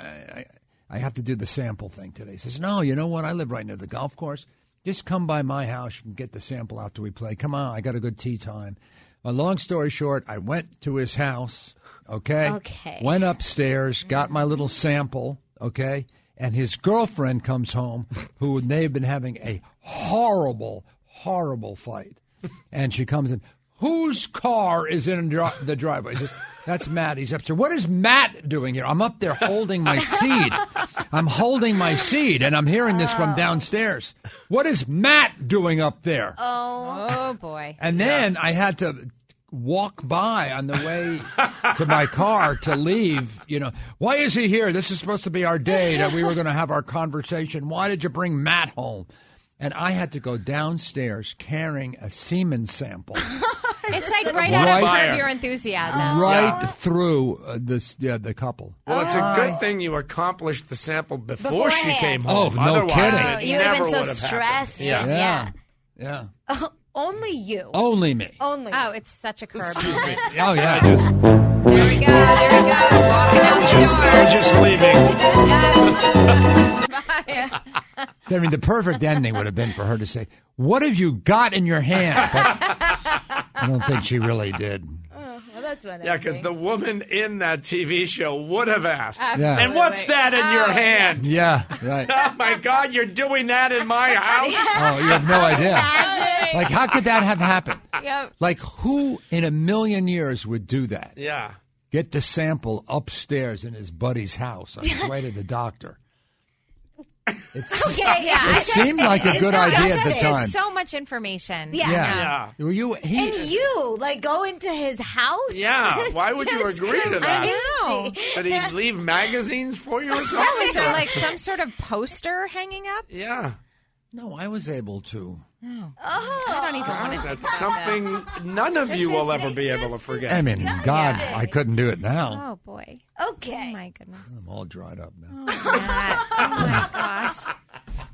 S1: I, I have to do the sample thing today." He says, "No, you know what? I live right near the golf course. Just come by my house. You can get the sample after we play. Come on, I got a good tea time." A long story short, I went to his house. Okay.
S6: Okay.
S1: Went upstairs, got my little sample. Okay. And his girlfriend comes home, who they've been having a horrible, horrible fight and she comes in. Whose car is in dri- the driveway? She says, That's Matt. He's upstairs. What is Matt doing here? I'm up there holding my seed. I'm holding my seed, and I'm hearing this from downstairs. What is Matt doing up there?
S4: Oh. Oh boy.
S1: And then I had to walk by on the way to my car to leave. You know, why is he here? This is supposed to be our day that we were going to have our conversation. Why did you bring Matt home? And I had to go downstairs carrying a semen sample
S4: <laughs> It's like right
S1: Right- Oh.
S4: out of Curb Your Enthusiasm.
S1: right through uh, this yeah, the couple.
S3: Well, it's a good thing you accomplished the sample before she
S2: Oh. Beforehand.
S3: came
S1: Oh,
S3: home.
S1: no
S3: Otherwise,
S1: kidding.
S3: it
S2: You would've
S3: never
S2: been so
S3: would have
S2: stressed
S3: Happened. Yeah.
S2: and- Yeah. Oh,
S1: Yeah.
S2: Only you.
S1: Only me.
S2: Only.
S4: Oh, it's such a curb. moment.
S2: <laughs>
S1: Oh yeah.
S4: There we go. There he goes, walking out the door.
S3: We're just
S4: <laughs>
S3: leaving.
S1: I mean, the perfect ending would have been for her to say, "What have you got in your hand?" But I don't think she really did.
S2: Oh, well, that's what.
S3: Yeah, because the woman in that TV show would have asked,
S1: Absolutely.
S3: and what's that in
S2: Oh,
S3: your hand?
S1: Yeah. Right.
S3: Oh my God, you're doing that in
S2: <laughs>
S3: my house?
S1: Oh, you have no idea. Like, how could that have happened?
S3: Yep.
S1: Like, who in a million years would do that?
S3: Yeah.
S1: Get the sample upstairs in his buddy's house on his way to the doctor.
S4: <laughs> Okay,
S1: yeah, It I just- seemed like a it's good so idea at the disgusting. time.
S4: There's so much information.
S1: Were you? He,
S2: and you like go into his house?
S3: Yeah,
S4: <laughs>
S2: It's
S3: why would you
S2: just
S3: agree to that?
S2: crazy.
S3: Did he leave magazines for you or
S4: <laughs>
S3: something?
S4: That was there like some sort of poster hanging up?
S3: Yeah.
S1: No, I was able to.
S4: Oh, I don't even want to think
S3: That's
S4: about this.
S3: something none of you will ever be able to forget.
S1: I mean, God,
S3: Yeah.
S1: I couldn't do it now.
S4: Oh boy.
S2: Okay.
S4: Oh my goodness.
S1: I'm all dried up now.
S4: Matt. Oh my
S2: Ah.
S4: gosh.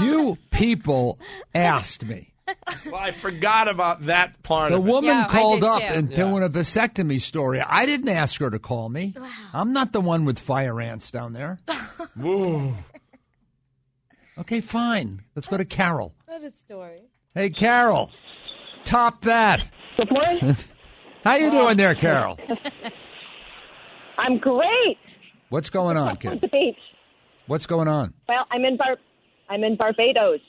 S1: You people asked me.
S3: Well, I forgot about that part
S1: The
S3: of it.
S1: woman called up and
S3: Yeah.
S1: doing a vasectomy story. I didn't ask her to call me. I'm not the one with fire ants down there. Whoa. Okay, fine. Let's go to Carol.
S2: <laughs> What a story.
S1: Hey, Carol. Top that. <laughs> How you doing there, Carol?
S8: I'm
S20: <laughs>
S8: great.
S1: What's going on,
S8: On
S1: kid?
S8: the beach.
S1: What's going on?
S8: Well, I'm in Bar- I'm in Barbados.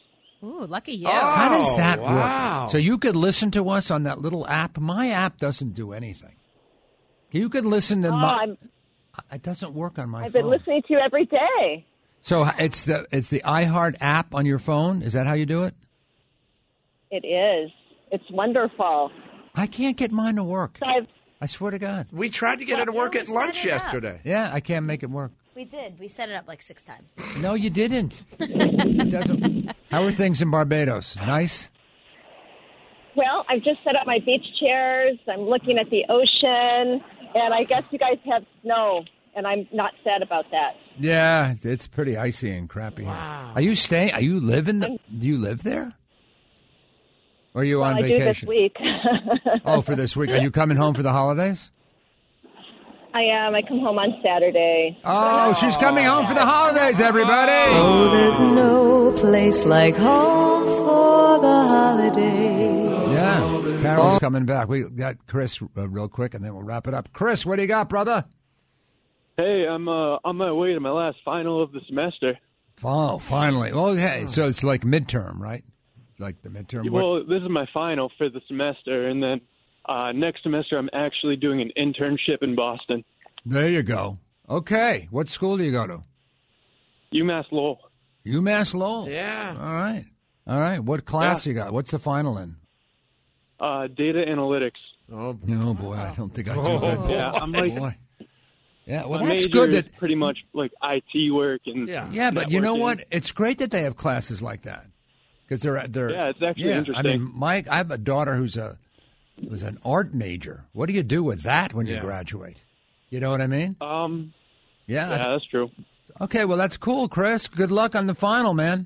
S4: Ooh, lucky
S20: Oh.
S4: you.
S1: How
S8: Oh,
S1: does that
S3: wow.
S1: work? So you could listen to us on that little app. My app doesn't do anything. You could listen to my. It doesn't work on my
S8: Oh, I've
S1: phone.
S8: been listening to you every day.
S1: So it's the it's the iHeart app on your phone. Is that how you do it?
S8: It is. It's wonderful.
S1: I can't get mine to work.
S8: I've,
S1: I swear to God.
S3: We tried to get her to work at lunch yesterday.
S1: Yeah, I can't make it work.
S2: We did. We set it up like six times.
S1: No, you didn't. <laughs> it
S2: <laughs>
S1: doesn't. How are things in Barbados? Nice.
S8: Well, I've just set up my beach chairs. I'm looking at the ocean, and I guess you guys have snow, and I'm not sad about that.
S1: Yeah, it's- it's pretty icy and crappy. here. Are you staying? Are you living? The, do you live there? Or are you on
S8: I do this
S1: vacation?
S8: week. <laughs>
S1: oh, for this week. Are you coming home for the holidays?
S8: I am. I come home on Saturday. Um,
S1: Oh, she's coming home for the holidays, everybody.
S19: Oh, there's no place like home for the holidays.
S1: Yeah, Carol's coming back. We got Chris uh, real quick, and then we'll wrap it up. Chris, what do you got, brother?
S9: Hey, I'm uh, on my way to my last final of the semester.
S1: Oh, finally. Okay, so it's like midterm, right? Like the midterm. what-
S9: Well, this is my final for the semester, and then uh, next semester I'm actually doing an internship in Boston,
S1: There you go. Okay, what school do you go to?
S9: UMass Lowell.
S1: UMass Lowell.
S9: Yeah.
S1: All right. All right. What class you got? What's the final in?
S9: Uh, data analytics.
S3: Oh boy,
S1: oh, boy. I don't think I do.
S9: Oh,
S1: that.
S9: Yeah, I'm like-
S1: Boy. Yeah, well,
S9: my
S1: that's
S9: major
S1: good
S9: is
S1: that
S9: pretty much like IT work and
S1: Yeah, but you know
S9: networking.
S1: what? It's great that they have classes like that because they're they're
S9: Yeah, it's actually
S1: yeah, I mean,
S9: interesting.
S1: my I have a daughter who's a was an art major. What do you do with that when you
S9: Yeah.
S1: graduate? You know what I mean?
S9: Um,
S1: Yeah.
S9: yeah, that's true.
S1: Okay, well that's cool, Chris. Good luck on the final, man.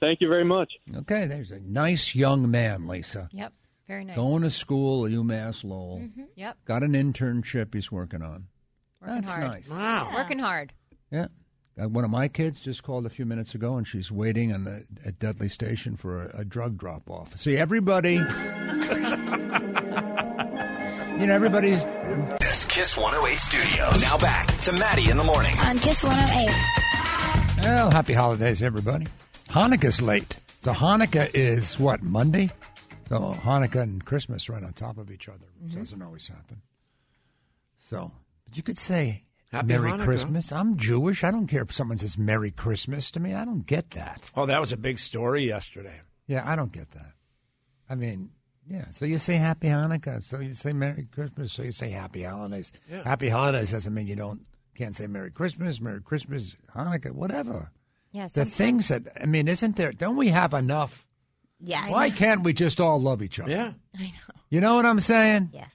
S9: Thank you very much.
S1: Okay, there's a nice young man, Lisa.
S4: Yep. Very nice.
S1: Going to school at UMass Lowell.
S4: Mhm. Yep.
S1: Got an internship he's working on.
S4: Working
S1: That's
S4: hard.
S1: nice.
S4: Wow. Working hard.
S1: Yeah. Uh, One of my kids just called a few minutes ago, and she's waiting on the, at Dudley Station for a, a drug drop off. See, everybody, <laughs> you know, everybody's.
S5: This Kiss 108 Studios. Now back to Maddie in the morning.
S1: On Kiss 108. Well, happy holidays, everybody. Hanukkah's late. So Hanukkah is what, Monday? So Hanukkah and Christmas right on top of each other. which
S4: Mm-hmm.
S6: Mhm.
S1: Doesn't always happen. So, but you could say
S3: Happy
S1: Merry
S3: Hanukkah.
S1: Christmas. I'm Jewish. I don't care if someone says Merry Christmas to me. I don't get that.
S3: Oh, that was a big story yesterday.
S1: Yeah, I don't get that. I mean, yeah. So you say Happy Hanukkah. So you say Merry Christmas. So you say Happy Holidays.
S3: Yeah.
S1: Happy Holidays doesn't mean you don't can't say Merry Christmas, Merry Christmas, Hanukkah, whatever.
S4: Yeah,
S1: the
S4: sometimes-
S1: things that I mean, isn't there? Don't we have enough?
S2: Yes.
S1: Why can't we just all love each other?
S3: Yeah,
S1: I know. You know what I'm saying?
S2: Yes.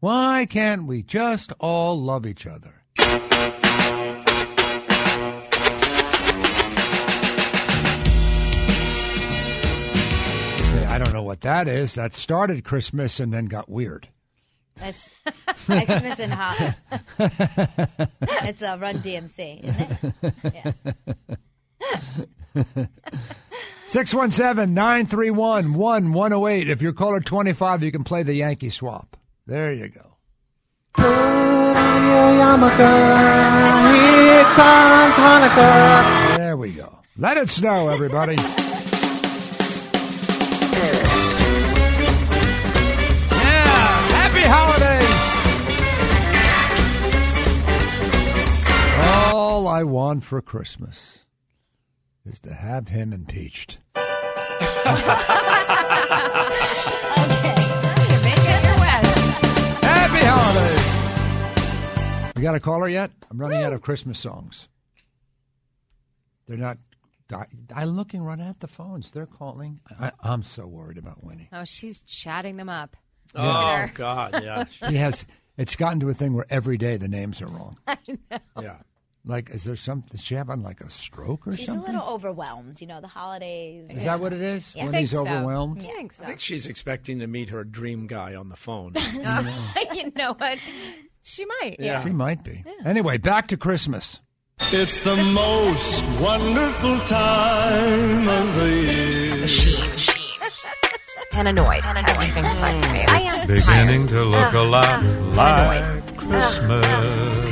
S1: Why can't we just all love each other? Okay, I don't know what that is. That started Christmas and then got weird.
S2: That's Xmas
S1: <laughs>
S2: and Hot. it's a Run DMC, isn't
S1: <laughs>
S2: it? Yeah. <laughs>
S1: 617 931 1108. If you're caller 25, you can play the Yankee swap. There you go.
S6: Here comes Hanukkah.
S1: There we go. Let it snow, everybody. Happy holidays! All I want for Christmas is to have him impeached. Happy holidays! We got a caller yet? I'm running out of Christmas songs. They're not. I, I'm looking right at the phones. They're calling. I, I'm so worried about Winnie.
S4: Oh, she's chatting them up.
S1: Oh,
S4: Twitter.
S1: God,
S4: <laughs>
S1: She has. <laughs> It's gotten to a thing where every day the names are wrong.
S4: I know.
S3: Yeah.
S1: Like, is there some? Is she having like a stroke or
S2: She's
S1: something?
S2: a little overwhelmed, you know, the holidays.
S1: Is that what it is?
S2: Yeah.
S1: When he's overwhelmed?
S2: Yeah.
S3: I think she's expecting to meet her dream guy on the
S4: <laughs>
S3: phone.
S4: you know what? She might.
S1: She might be. Anyway, back to Christmas.
S6: It's the most wonderful time of the year.
S4: Mm.
S14: and annoyed. Everything's like me. I am
S23: Beginning to look a lot like
S24: Christmas.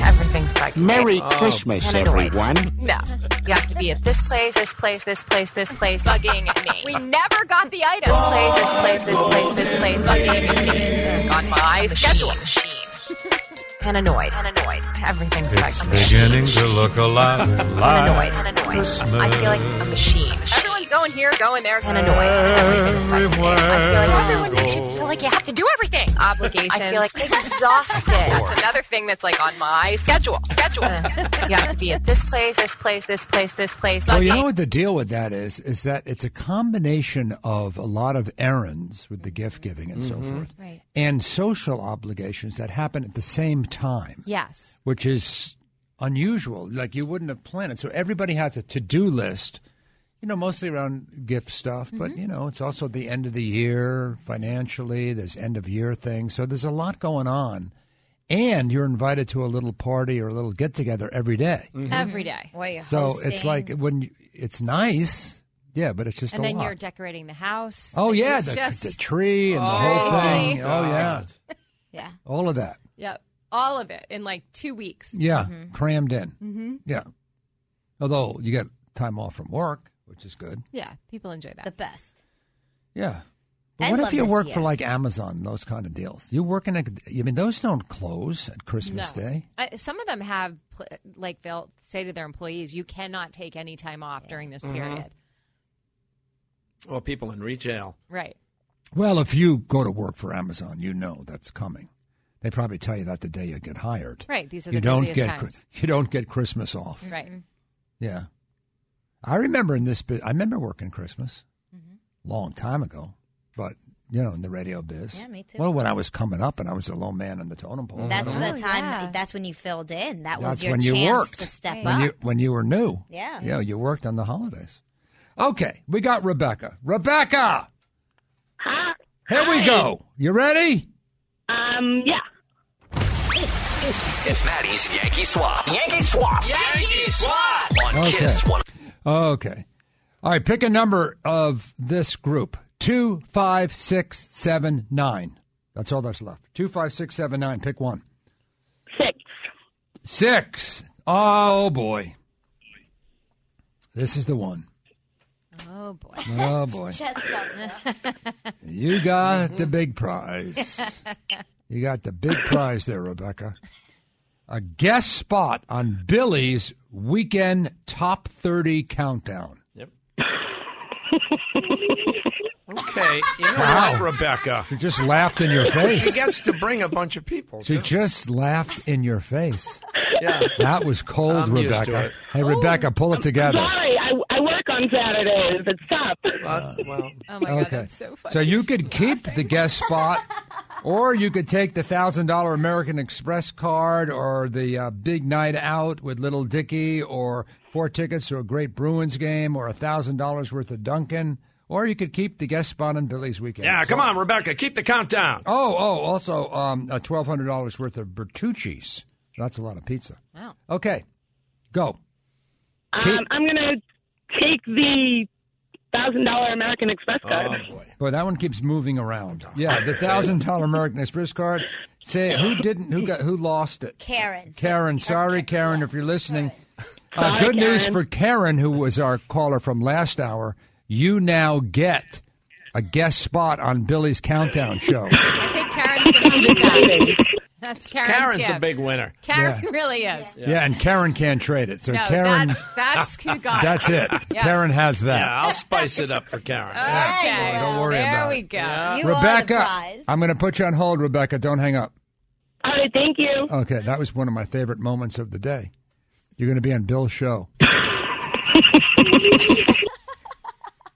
S4: Everything's back.
S24: Merry Christmas,
S4: oh
S24: everyone.
S4: No, you have to be at this place, this place, this place, this place, bugging me. We never got the item. This place, this place, this place, this place, bugging me. On my schedule. And annoyed. And annoyed. Everything's back.
S24: It's beginning to look a lot
S4: <laughs> Annoyed.
S24: like
S4: And annoyed. I feel like a machine. Everyone's going here, going there, and
S20: Um,
S4: annoyed. Everywhere. I feel like everyone makes you feel like you have to do everything. Obligations. I feel like exhausted. that's another thing that's like on my schedule. Schedule. <laughs> you have to be at this place, this place, this place, this place.
S1: Well, Oh, you know what the deal with that is? Is that it's a combination of a lot of errands with the gift giving and so
S4: Mhm.
S1: forth,
S4: Right.
S1: and social obligations that happen at the same time,
S7: Yes.
S1: which is unusual. Like you wouldn't have planned it. So everybody has a to do list, you know, mostly around gift stuff, but, you know, it's also the end of the year financially, there's end of year things. So there's a lot going on. And you're invited to a little party or a little get together every day.
S4: Mm-hmm.
S7: Every day.
S1: Mm-hmm. So it's like when you, it's nice, yeah, but it's just
S7: and
S1: a
S7: then
S1: lot.
S7: you're decorating the house.
S1: oh
S7: and
S1: yeah,
S7: it's
S1: the,
S7: just-
S1: the tree and the whole
S7: Oh,
S1: thing.
S7: God.
S1: Oh yeah,
S7: <laughs> yeah,
S1: all of that.
S7: yep, all of it in like two weeks. Mm-hmm.
S1: Yeah, crammed in.
S4: Mm-hmm.
S7: Mhm.
S1: Yeah. Although you get time off from work, which is good.
S7: Yeah, people enjoy that. The
S2: best.
S1: Yeah. But
S2: I
S1: what
S2: love
S1: if you
S2: this
S1: work
S2: year.
S1: for like Amazon, those kind of deals? You're working at, I mean, those don't close at Christmas
S7: No.
S1: Day.
S7: I, some of them have, pl- like, they'll say to their employees, you cannot take any time off during this
S3: Mhm.
S7: period.
S3: Well, people in
S4: <laughs>
S3: retail.
S7: Right.
S1: Well, if you go to work for Amazon, you know that's coming. They probably tell you that the day you get hired.
S7: Right, these are
S1: you
S7: the
S1: don't
S7: busiest
S1: get
S7: times.
S1: Chris- <laughs> oh. you don't get Christmas off.
S7: Right.
S1: Yeah, I remember in this. bu- I remember working Christmas,
S7: Mm-hmm.
S1: long time ago, but you know, in the radio biz.
S2: Yeah, me too.
S1: Well, when I was coming up and I was a low man on the totem pole. I
S2: That's
S1: don't
S2: the
S1: know.
S2: time. That's when you filled in. That was
S1: Oh. That's
S2: your
S1: when you
S2: chance
S1: worked
S2: to step
S1: when
S2: up.
S1: you when you were new.
S2: Yeah.
S1: yeah, you worked on the holidays. Okay, we got Rebecca. Rebecca, here we go. You ready?
S20: Um, yeah.
S14: It's Maddie's Yankee Swap. Yankee Swap. Yankee Swap. On
S1: Okay.
S14: Kiss One.
S1: Okay. All right, pick a number of this group. Two, five, six, seven, nine. That's all that's left. Two, five, six, seven, nine. Pick one.
S20: Six.
S1: Six. Oh boy. This is the one.
S7: Oh, boy.
S1: <laughs> Oh, boy. You got
S2: Mm-hmm.
S1: the big prize. You got the big prize there, Rebecca. A guest spot on Billy's weekend top thirty countdown.
S3: Okay, you know
S1: Wow.
S3: what, Rebecca?
S1: You just laughed in your face.
S3: <laughs> She gets to bring a bunch of people.
S1: She
S3: too.
S1: just laughed in your face.
S3: Yeah.
S1: That was cold,
S3: I'm used to
S1: Rebecca.
S3: it.
S1: Hey, Rebecca, pull it together.
S20: Sorry, I, I work on Saturdays. It's tough.
S1: Uh,
S3: well,
S7: oh
S1: you could keep the guest
S7: <laughs>
S1: spot, or you could take the thousand dollar American Express card, or the uh, big night out with Little Dicky, or four tickets to a great Bruins game, or a thousand dollars worth of Dunkin', or you could keep the guest spot on Billy's weekend.
S3: Yeah, come on, Rebecca, keep the countdown.
S1: Oh, oh, also um, uh, twelve hundred dollars worth of Bertucci's. That's a lot of pizza.
S7: Wow.
S1: Okay, go.
S20: Um, I'm going to take the $1,000 American Express card.
S1: Oh, Boy, that one keeps moving around. Yeah, the thousand dollar American Express card. Say who didn't, who got, who lost it?
S2: Karen.
S1: Karen, sorry, Karen, if you're listening. Uh,
S2: Sorry,
S1: good news
S2: Karen.
S1: for Karen, who was our caller from last hour. You now get a guest spot on Billy's Countdown Show.
S7: I think <laughs> Karen's going to keep that. <laughs> That's Karen's,
S1: Karen's the
S7: gift.
S1: big winner.
S7: Karen
S1: Yeah.
S7: really is.
S1: Yeah. and Karen can't trade it. So
S7: no,
S1: Karen,
S7: that, that's
S1: <laughs>
S7: who got
S1: that's it.
S7: Yeah. Oh,
S1: Karen has that.
S3: Yeah, I'll spice it up for Karen.
S7: Okay.
S1: Don't worry
S7: there
S1: about
S7: we
S1: it.
S7: go.
S1: Rebecca, I'm going to put you on hold, Rebecca. Don't hang up.
S20: All right, thank you.
S1: Okay, that was one of my favorite moments of the day. You're going to be on Bill's show.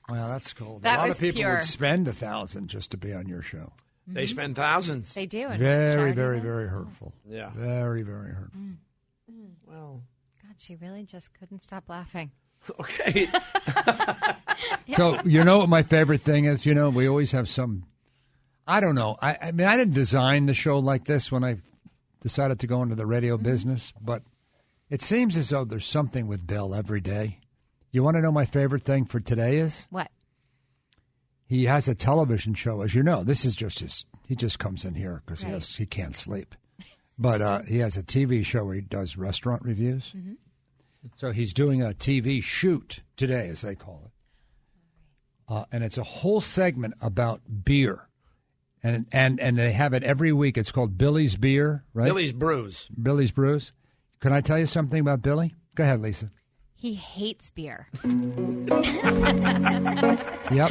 S1: wow, that's cool.
S7: That
S1: a lot
S7: was
S1: of people
S7: pure.
S1: would spend a thousand just to be on your show.
S3: They spend thousands.
S7: They do.
S1: Very, very, very hurtful.
S3: Yeah.
S1: Very, very hurtful.
S7: Well, Mm. God, she really just couldn't stop laughing. <laughs>
S3: Okay.
S1: So you know what my favorite thing is? You know, we always have some. I don't know. I, I mean, I didn't design the show like this when I decided to go into the radio business, but it seems as though there's something with Bill every day. You want to know my favorite thing for today is
S7: What?
S1: He has a television show, as you know. This is just his. He just comes in here because he has he can't sleep. But uh, he has a TV show where he does restaurant reviews. So he's doing a TV shoot today, as they call it. Uh, and it's a whole segment about beer. And, and and they have it every week. It's called Billy's Beer, right?
S3: Billy's Brews.
S1: Billy's Brews. Can I tell you something about Billy? Go ahead, Lisa.
S4: He hates
S7: <laughs>
S4: beer.
S1: Yep.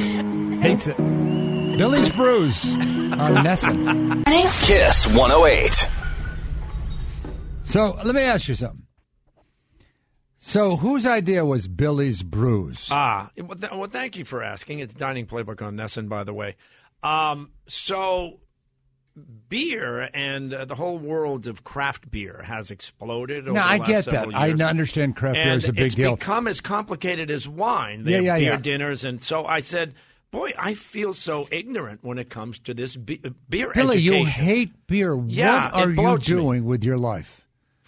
S1: Hates it. Billy's Brews on Nessun.
S14: Kiss 108.
S1: So let me ask you something. So whose idea was Billy's Brews?
S3: Ah, well, th- well, thank you for asking. It's Dining Playbook on Nesson, by the way. Um, so, beer and uh, the whole world of craft beer has exploded. Over
S1: No,
S3: the
S1: I
S3: last
S1: get
S3: several
S1: that. I
S3: years.
S1: understand craft beer
S3: And
S1: is a big
S3: it's
S1: deal.
S3: become as complicated as wine. They
S1: Yeah,
S3: have
S1: yeah,
S3: beer
S1: yeah.
S3: dinners, and so I said, "Boy, I feel so ignorant when it comes to this be- uh, beer
S1: Billy, you
S3: education."
S1: hate beer.
S3: Yeah, it
S1: what are you
S3: bloats me.
S1: doing with your life?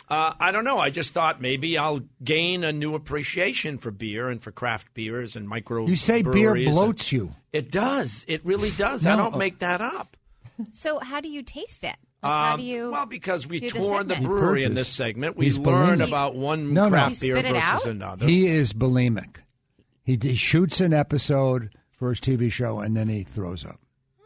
S3: Uh, I don't know. I just thought maybe I'll gain a new appreciation for beer and for craft beers and micro.
S1: You say beer
S3: breweries and-
S1: bloats you.
S3: It does. It really does. I
S1: No,
S3: don't
S1: uh,
S3: make that up.
S4: So how do you taste it? Like, how
S3: Um,
S4: do you?
S3: Well, because we
S4: do the
S3: tour the,
S4: segment?
S3: brewery in
S1: Purchase.
S3: this segment. We
S1: He's
S3: learn
S1: bulimic.
S3: about one
S1: No, no.
S3: craft
S4: You
S3: beer
S4: spit it
S3: versus
S4: out?
S3: another.
S1: He is bulimic. He, he shoots an episode for his TV show and then he throws up.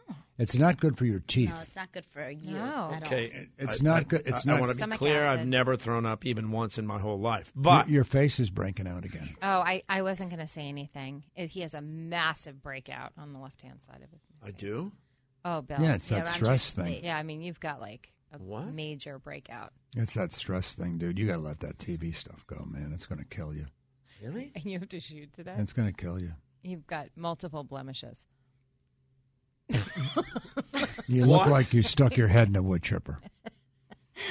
S4: Hmm.
S1: It's not good for your teeth.
S2: No, it's not good for you.
S4: No.
S2: At All.
S3: okay,
S1: It's
S3: I-
S1: not
S3: I-
S1: good- it's
S3: I,
S1: not-
S3: I want to be
S4: Stomach
S3: clear. I've
S4: acid.
S3: never thrown up even once in my whole life. But
S1: your, your face is breaking out again.
S4: Oh, I, I wasn't going to say anything. It, he has a massive breakout on the left hand side of his.
S3: I do.
S4: Oh, Bill.
S1: Yeah, it's that Yeah, around your stress thing. face.
S4: Yeah, I mean, you've got like a
S3: What?
S4: major breakout,
S1: It's that stress thing, dude. You got to let that TV stuff go, man. It's going to kill you.
S3: Really?
S4: <laughs> and you have to shoot today.
S1: It's going to kill
S4: <laughs>
S1: you.
S4: You've got multiple blemishes.
S1: You
S3: What?
S1: look like you stuck your head in a
S4: <laughs>
S1: wood chipper.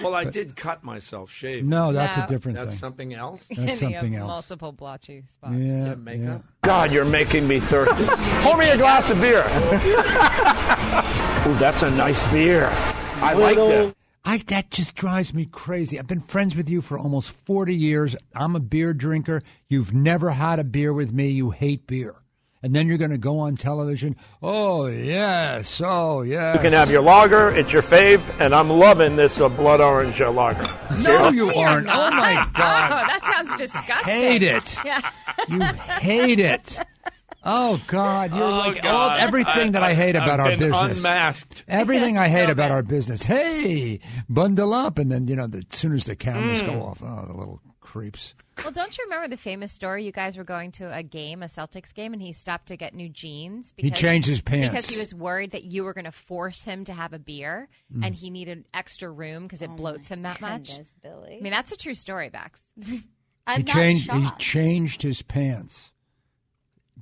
S3: Well, I did cut myself shaving.
S1: No, that's
S4: No.
S1: a different
S3: That's
S1: thing.
S3: something else.
S1: That's
S4: And you
S1: something
S4: have
S1: else.
S4: Multiple blotchy spots.
S1: yeah, yeah.
S3: makeup. God, you're making me thirsty. Pour me a glass
S1: <laughs>
S3: of beer. Ooh, that's a nice beer. I like that.
S1: I that just drives me crazy. I've been friends with you for almost forty years. I'm a beer drinker. You've never had a beer with me. You hate beer, and then you're going to go on television. Oh yes, oh yes.
S25: You can have your lager, it's your fave, and I'm loving this uh, blood orange uh, lager.
S1: No, you aren't.
S4: <laughs>
S1: Oh my god,
S4: Oh, that sounds disgusting.
S1: hate it.
S4: Yeah.
S1: You hate it. Oh God, you're
S3: Oh,
S1: like
S3: God.
S1: all everything that I, hate
S3: I've
S1: about our
S3: been
S1: business.
S3: Unmasked.
S1: Everything
S3: <laughs>
S1: I hate about our business. Hey, bundle up, and then you know, the, as soon as the cameras
S3: Hmm.
S1: go off, oh, the little creeps.
S4: Well, don't you remember the famous story? You guys were going to a game, a Celtics game, and he stopped to get new jeans.
S1: He changed his pants.
S4: because he was worried that you were going to force him to have a beer,
S1: Mm.
S4: and he needed extra room because it bloats him that much.
S2: Oh Goodness, Billy.
S4: I mean, that's a true story, Bax.
S2: <laughs> I'm
S1: he
S2: not
S1: changed. He
S2: shocked.
S1: changed his pants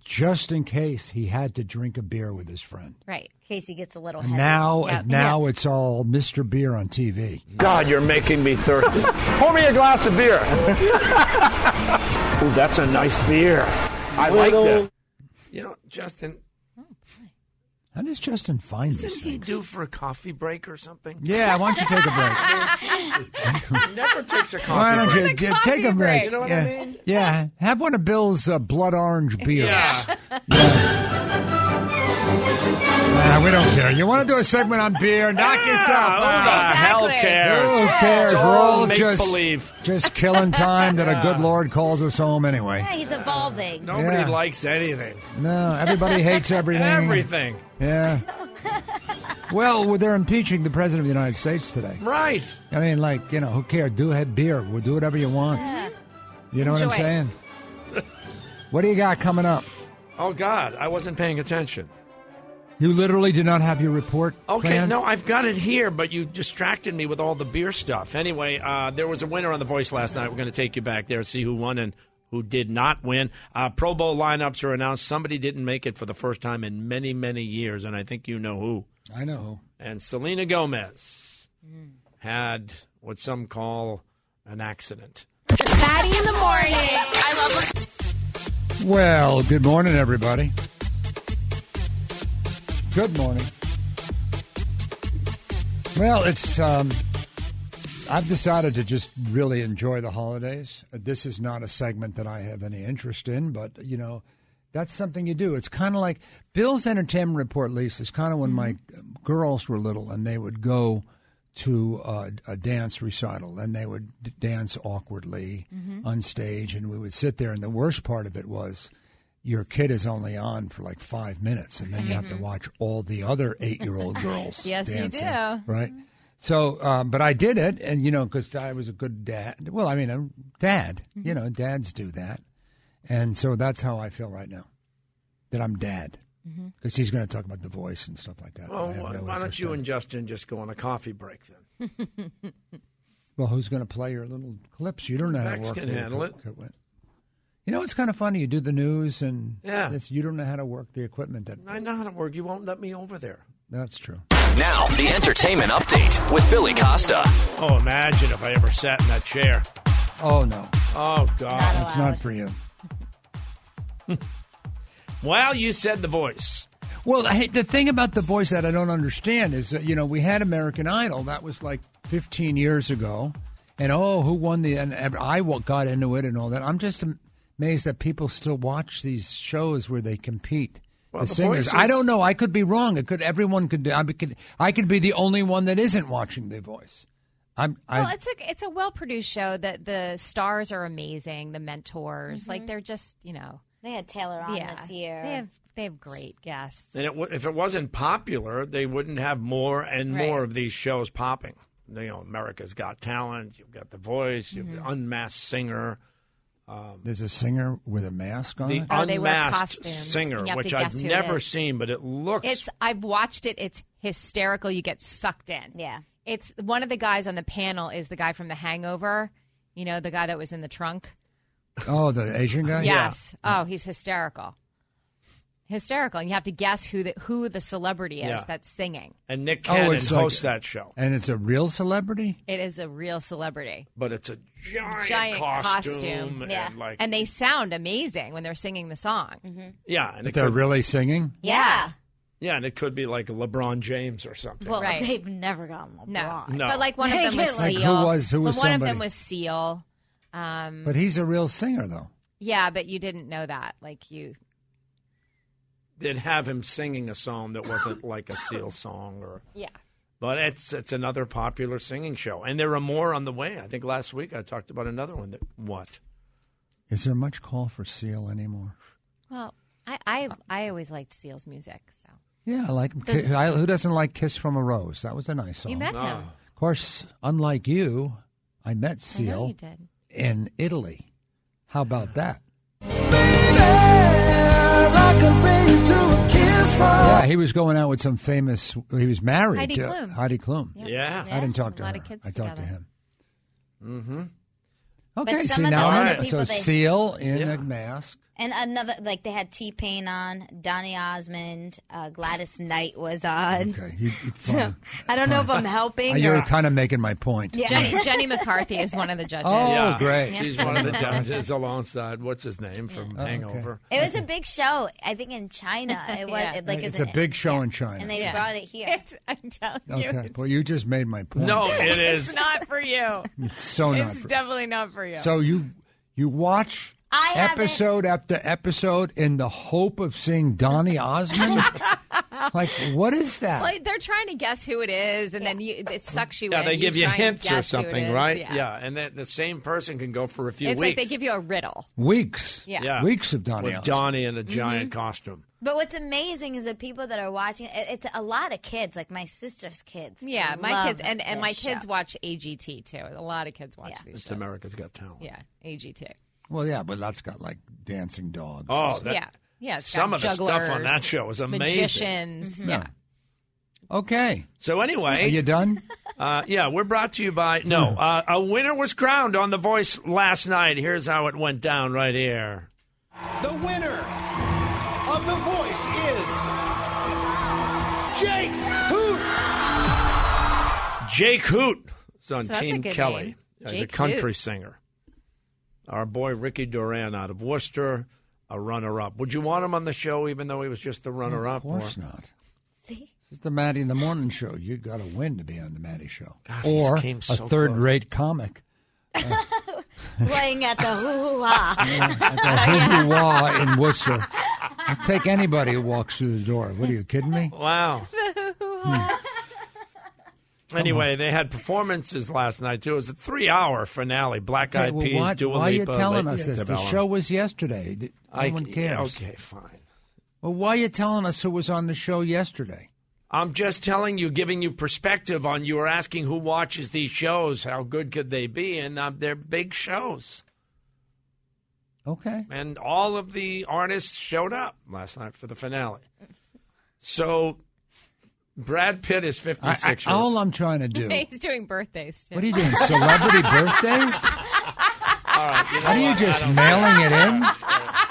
S1: just in case he had to drink a beer with his friend.
S4: Right.
S2: Casey gets a little
S1: And
S2: heavy.
S1: now,
S4: Yeah.
S1: and now it's all Mr. Beer on TV.
S25: God, you're making me
S1: <laughs>
S25: thirsty. Pour me a glass of beer. Ooh, that's a nice beer. I like that.
S3: You know, Justin,
S1: How does Justin find
S3: Didn't
S1: this?
S3: he do for a coffee break or something?
S1: Yeah, why don't you take a break?
S3: <laughs> He never takes a coffee
S1: Why don't
S3: break.
S1: you j- take a break?
S4: break.
S3: You know what
S1: yeah.
S3: I mean?
S1: Yeah, have one of Bill's uh, blood orange beers.
S3: <laughs> Yeah.
S1: Nah, we don't care. You want to do a segment on beer? Knock yourself out.
S3: Who the
S4: Exactly.
S3: hell cares?
S1: Who cares?
S3: It's
S1: We're
S3: all
S1: all
S3: make
S1: just
S3: believe.
S1: just killing time
S3: <laughs>
S1: that a good Lord calls us home anyway.
S2: Yeah, he's evolving.
S3: Nobody
S1: Yeah.
S3: likes anything.
S1: No,
S3: <laughs>
S1: everybody hates everything.
S3: Everything.
S1: Yeah. Well, well, they're impeaching the president of the United States today.
S3: Right.
S1: I mean, like you know, who cares? Do have beer. We'll do whatever you want. You know what I'm
S4: Enjoy.
S1: saying? <laughs> What do you got coming up?
S3: Oh, God. I wasn't paying attention.
S1: You literally do not have your report.
S3: Okay,
S1: planned?
S3: no, I've got it here, but you distracted me with all the beer stuff. Anyway, uh, there was a winner on The Voice last night. We're going to take you back there and see who won and who did not win. Uh, Pro Bowl lineups are announced. Somebody didn't make it for the first time in many, many years, and I think you know who.
S1: I know.
S3: And Selena Gomez had what some call an accident.
S2: Fatty in the morning.
S1: Well, good morning, everybody. Good morning. Well, it's. Um, I've decided to just really enjoy the holidays. This is not a segment that I have any interest in, but you know, that's something you do. It's kind of like
S4: Mm-hmm.
S1: Bill's entertainment report. Lisa is kind of when my girls were little, and they would go to a, a dance recital, and they would d- dance awkwardly
S4: Mm-hmm.
S26: Mhm.
S1: on stage, and we would sit there. And the worst part of it was your kid is only on for like five minutes, and then you have to watch all the other eight-year-old girls.
S4: Mm-hmm. <laughs> Yes, you
S1: dancing,
S4: do.
S1: Right. So, um, but I did it, and you know, because I was a good dad. Well, I mean, I'm dad. You know, dads do that, and so that's how I feel right now, that I'm dad,
S3: Mhm.
S1: because he's going to talk about the voice and stuff like that.
S3: Well,
S1: I have
S3: why,
S1: no
S3: why don't
S1: interest
S3: you
S1: in it.
S3: and Justin just go on a coffee break then?
S1: Well, who's going to play your little clips? You don't know how to
S3: Max
S1: work
S3: can
S1: the
S3: handle
S1: equip- equipment. You know, it's kind of funny. You do the news, and
S3: Yeah.
S1: this- you don't know how to work the equipment. That
S3: I know how to work. You won't let me over there.
S1: that's true.
S27: Now, the entertainment update with Billy Costa.
S3: Oh, imagine if I ever sat in that chair.
S1: Oh no,
S3: Oh God,
S1: it's not for you.
S3: <laughs> Well, you said the voice.
S1: Well, hey, the thing about the voice that I don't understand is that you know we had American Idol. That was like 15 years ago, and oh, who won the? And I wa- got into it and all that. I'm just amazed that people still watch these shows where they compete.
S26: Well,
S1: the
S26: The
S1: singers.
S26: Voice
S1: I
S26: is-
S1: don't know. I could be wrong. It could. Everyone could. I could. I could be the only one that isn't watching The Voice. I'm.
S4: Well,
S1: I,
S4: it's a it's a well produced show that the stars are amazing, the mentors like
S2: Mhm.
S4: they're just you know
S2: They had Taylor on
S4: yeah
S2: this year.
S4: they have they have great guests.
S3: And it, w- if it wasn't popular, they wouldn't have more and
S4: Right.
S3: more of these shows popping. You know, America's Got Talent. You've got The Voice. You've
S4: Mhm.
S3: got Unmasked Singer. Um,
S1: there's a singer with a mask on.
S3: the
S1: it?
S4: Oh, they wear
S3: Unmasked
S4: costumes,
S3: Singer,
S4: and you have to
S3: which I've
S4: guess who it
S3: never
S4: is.
S3: seen, but it looks.
S4: It's I've watched it. It's hysterical. You get sucked in.
S2: Yeah.
S4: It's one of the guys on the panel is the guy from The Hangover. You know the guy that was in the trunk.
S1: Oh, the Asian guy.
S4: Yes. Oh, he's hysterical. Hysterical, and you have to guess who the who the celebrity is
S1: Yeah.
S4: that's singing.
S3: and Nick
S1: Oh,
S3: Cannon
S1: it's like-
S3: hosts that show,
S1: And it's a real celebrity.
S4: It is a real celebrity.
S3: but it's a giant,
S4: Giant
S3: costume.
S4: costume.
S3: And
S4: Yeah.
S3: like,
S4: and they sound amazing when they're singing the song.
S2: Mm-hmm.
S3: yeah, and
S1: But
S3: it
S1: they're
S3: could,
S1: really singing.
S4: Yeah.
S3: yeah, and it could be like LeBron James or something.
S2: Well,
S4: Right.
S2: they've never gotten
S4: No.
S2: LeBron.
S3: No.
S4: But like one of them
S2: They
S4: was
S2: get, like-
S4: Seal.
S1: Like, who was- who was
S4: But one of them
S1: somebody?
S4: was Seal. Um,
S1: But he's a real singer, though.
S4: yeah, but you didn't know that. Like you,
S3: They'd have him singing a song that wasn't like a Seal song or.
S4: yeah.
S3: But it's it's another popular singing show, and there are more on the way. I think last week I talked about another one. That what?
S1: Is there much call for Seal anymore?
S4: Well, I I, I always liked Seal's music. So
S1: Yeah, I like him.
S4: The-
S1: Ki- I, who doesn't like "Kiss from a Rose"? That was a nice song.
S4: You met him. Ah.
S1: of course. Unlike you, I met
S4: I
S1: Seal
S4: know you did.
S1: in Italy. How about that? Yeah, he was going out with some famous. He was married
S4: Heidi
S1: to
S4: Klum.
S1: Heidi Klum.
S4: Yeah.
S3: Yeah.
S1: I didn't talk to
S4: A lot
S1: her.
S4: of kids
S1: I talked to
S4: together.
S1: him.
S3: Mm-hmm.
S2: But
S1: Okay,
S2: some
S1: see
S2: of the
S1: now I
S2: other
S1: know.
S2: people
S1: so
S2: they-
S1: Seal in a mask.
S2: And another, like they had T Pain on, Donny Osmond, uh, Gladys Knight was on. <laughs>
S1: Okay, you, you-
S2: So I don't know if I'm helping.
S1: Uh, you're
S2: or-
S1: kind of making my point.
S2: Yeah.
S4: Jenny,
S2: <laughs>
S4: Jenny McCarthy is one of the judges.
S1: Oh, great.
S3: He's
S4: <laughs>
S3: one of the judges alongside what's his name from
S1: Oh, okay.
S3: Hangover.
S2: It was a big show, I think, in China.
S4: <laughs>
S2: It was it, like
S1: it's
S2: is
S1: a
S2: it-
S1: big show in China.
S2: and they brought it here.
S4: I'm telling
S1: Okay. Well, you just made my point.
S3: No, it
S1: <laughs>
S3: is.
S4: not for
S3: Oh,
S4: you.
S1: It's so not. for-
S4: definitely not for you.
S1: so you you watch
S4: I haven't-
S1: episode after episode in the hope of seeing Donny Osmond.
S4: <laughs>
S1: like, what is that?
S4: Well, they're trying to guess who it is, and then you, it sucks you
S3: Yeah,
S4: in.
S3: they give you
S4: try and
S3: hints or
S4: guess who it
S3: something,
S4: is.
S3: right?
S4: Yeah.
S3: and that the same person can go for a few
S4: It's like
S3: weeks.
S4: they give you a riddle.
S1: weeks,
S4: Yeah.
S1: weeks of Donny
S3: with
S1: Osmond.
S3: Donnie
S14: Mm-hmm.
S3: in a giant costume.
S2: But what's amazing is the people that are watching. It, it's a lot of kids, like my sister's kids.
S4: Yeah, my
S2: love
S4: kids and, and
S2: this
S4: my kids
S2: <laughs> show.
S4: watch AGT too. A lot of kids watch these.
S3: It's
S4: shows.
S3: America's Got Talent.
S4: Yeah, AGT.
S1: Well, yeah, but that's got like dancing dogs.
S3: Oh, that,
S4: yeah, yeah. it's got
S3: some of the stuff on
S4: jugglers,
S3: that show is amazing.
S4: Magicians.
S1: No. Okay.
S3: So
S1: Mm-hmm. Are
S3: anyway,
S1: you done? Hmm.
S3: Uh, yeah, we're brought to you by. No, uh, a winner was crowned on The Voice last night. Here's how it went down right here.
S14: The winner of The Voice is Jake Hoot.
S3: Jake Hoot is on
S14: So that's a
S3: Team
S14: good
S3: Kelly.
S14: name.
S3: He's a
S14: Jake
S3: country
S14: Hoot.
S3: singer. Our boy Ricky Duran out of Worcester, a runner up. Would you want him on the show even though he was just the runner up?
S1: Of course not. It's the Maddie in the Morning Show. You got to win to be on the Maddie Show,
S3: God, he
S1: or
S3: came so
S1: a third-rate comic.
S2: playing at the hoo hoo <laughs> ha.
S1: Like a hoo-hoo-wah in Worcester. I'll take anybody who walks through the door. What are you kidding me?
S3: Wow. Anyway, they had performances last night too. It was a three-hour finale. Black
S1: Okay,
S3: Eyed
S1: well,
S3: Peas,
S1: what-
S3: Dua
S1: why are you
S3: Lipa,
S1: telling
S3: Lady
S1: us this? The
S3: Antebellum.
S1: show was yesterday. D- No
S3: I-
S1: one
S3: yeah,
S1: cares.
S3: okay, fine.
S1: Well, why are you telling us who was on the show yesterday?
S3: I'm just telling you, giving you perspective on. You were asking who watches these shows, how good could they be, and uh, they're big shows.
S1: Okay.
S3: And all of the artists showed up last night for the finale. So, Brad Pitt is 56
S1: I,
S3: years
S1: I, all I'm trying
S4: <laughs>
S1: to do.
S4: He's doing birthdays. Too.
S1: What are you doing?
S4: <laughs>
S1: Celebrity birthdays?
S3: All right, you know
S1: Are you
S3: what?
S1: just
S3: I don't-
S1: mailing it in?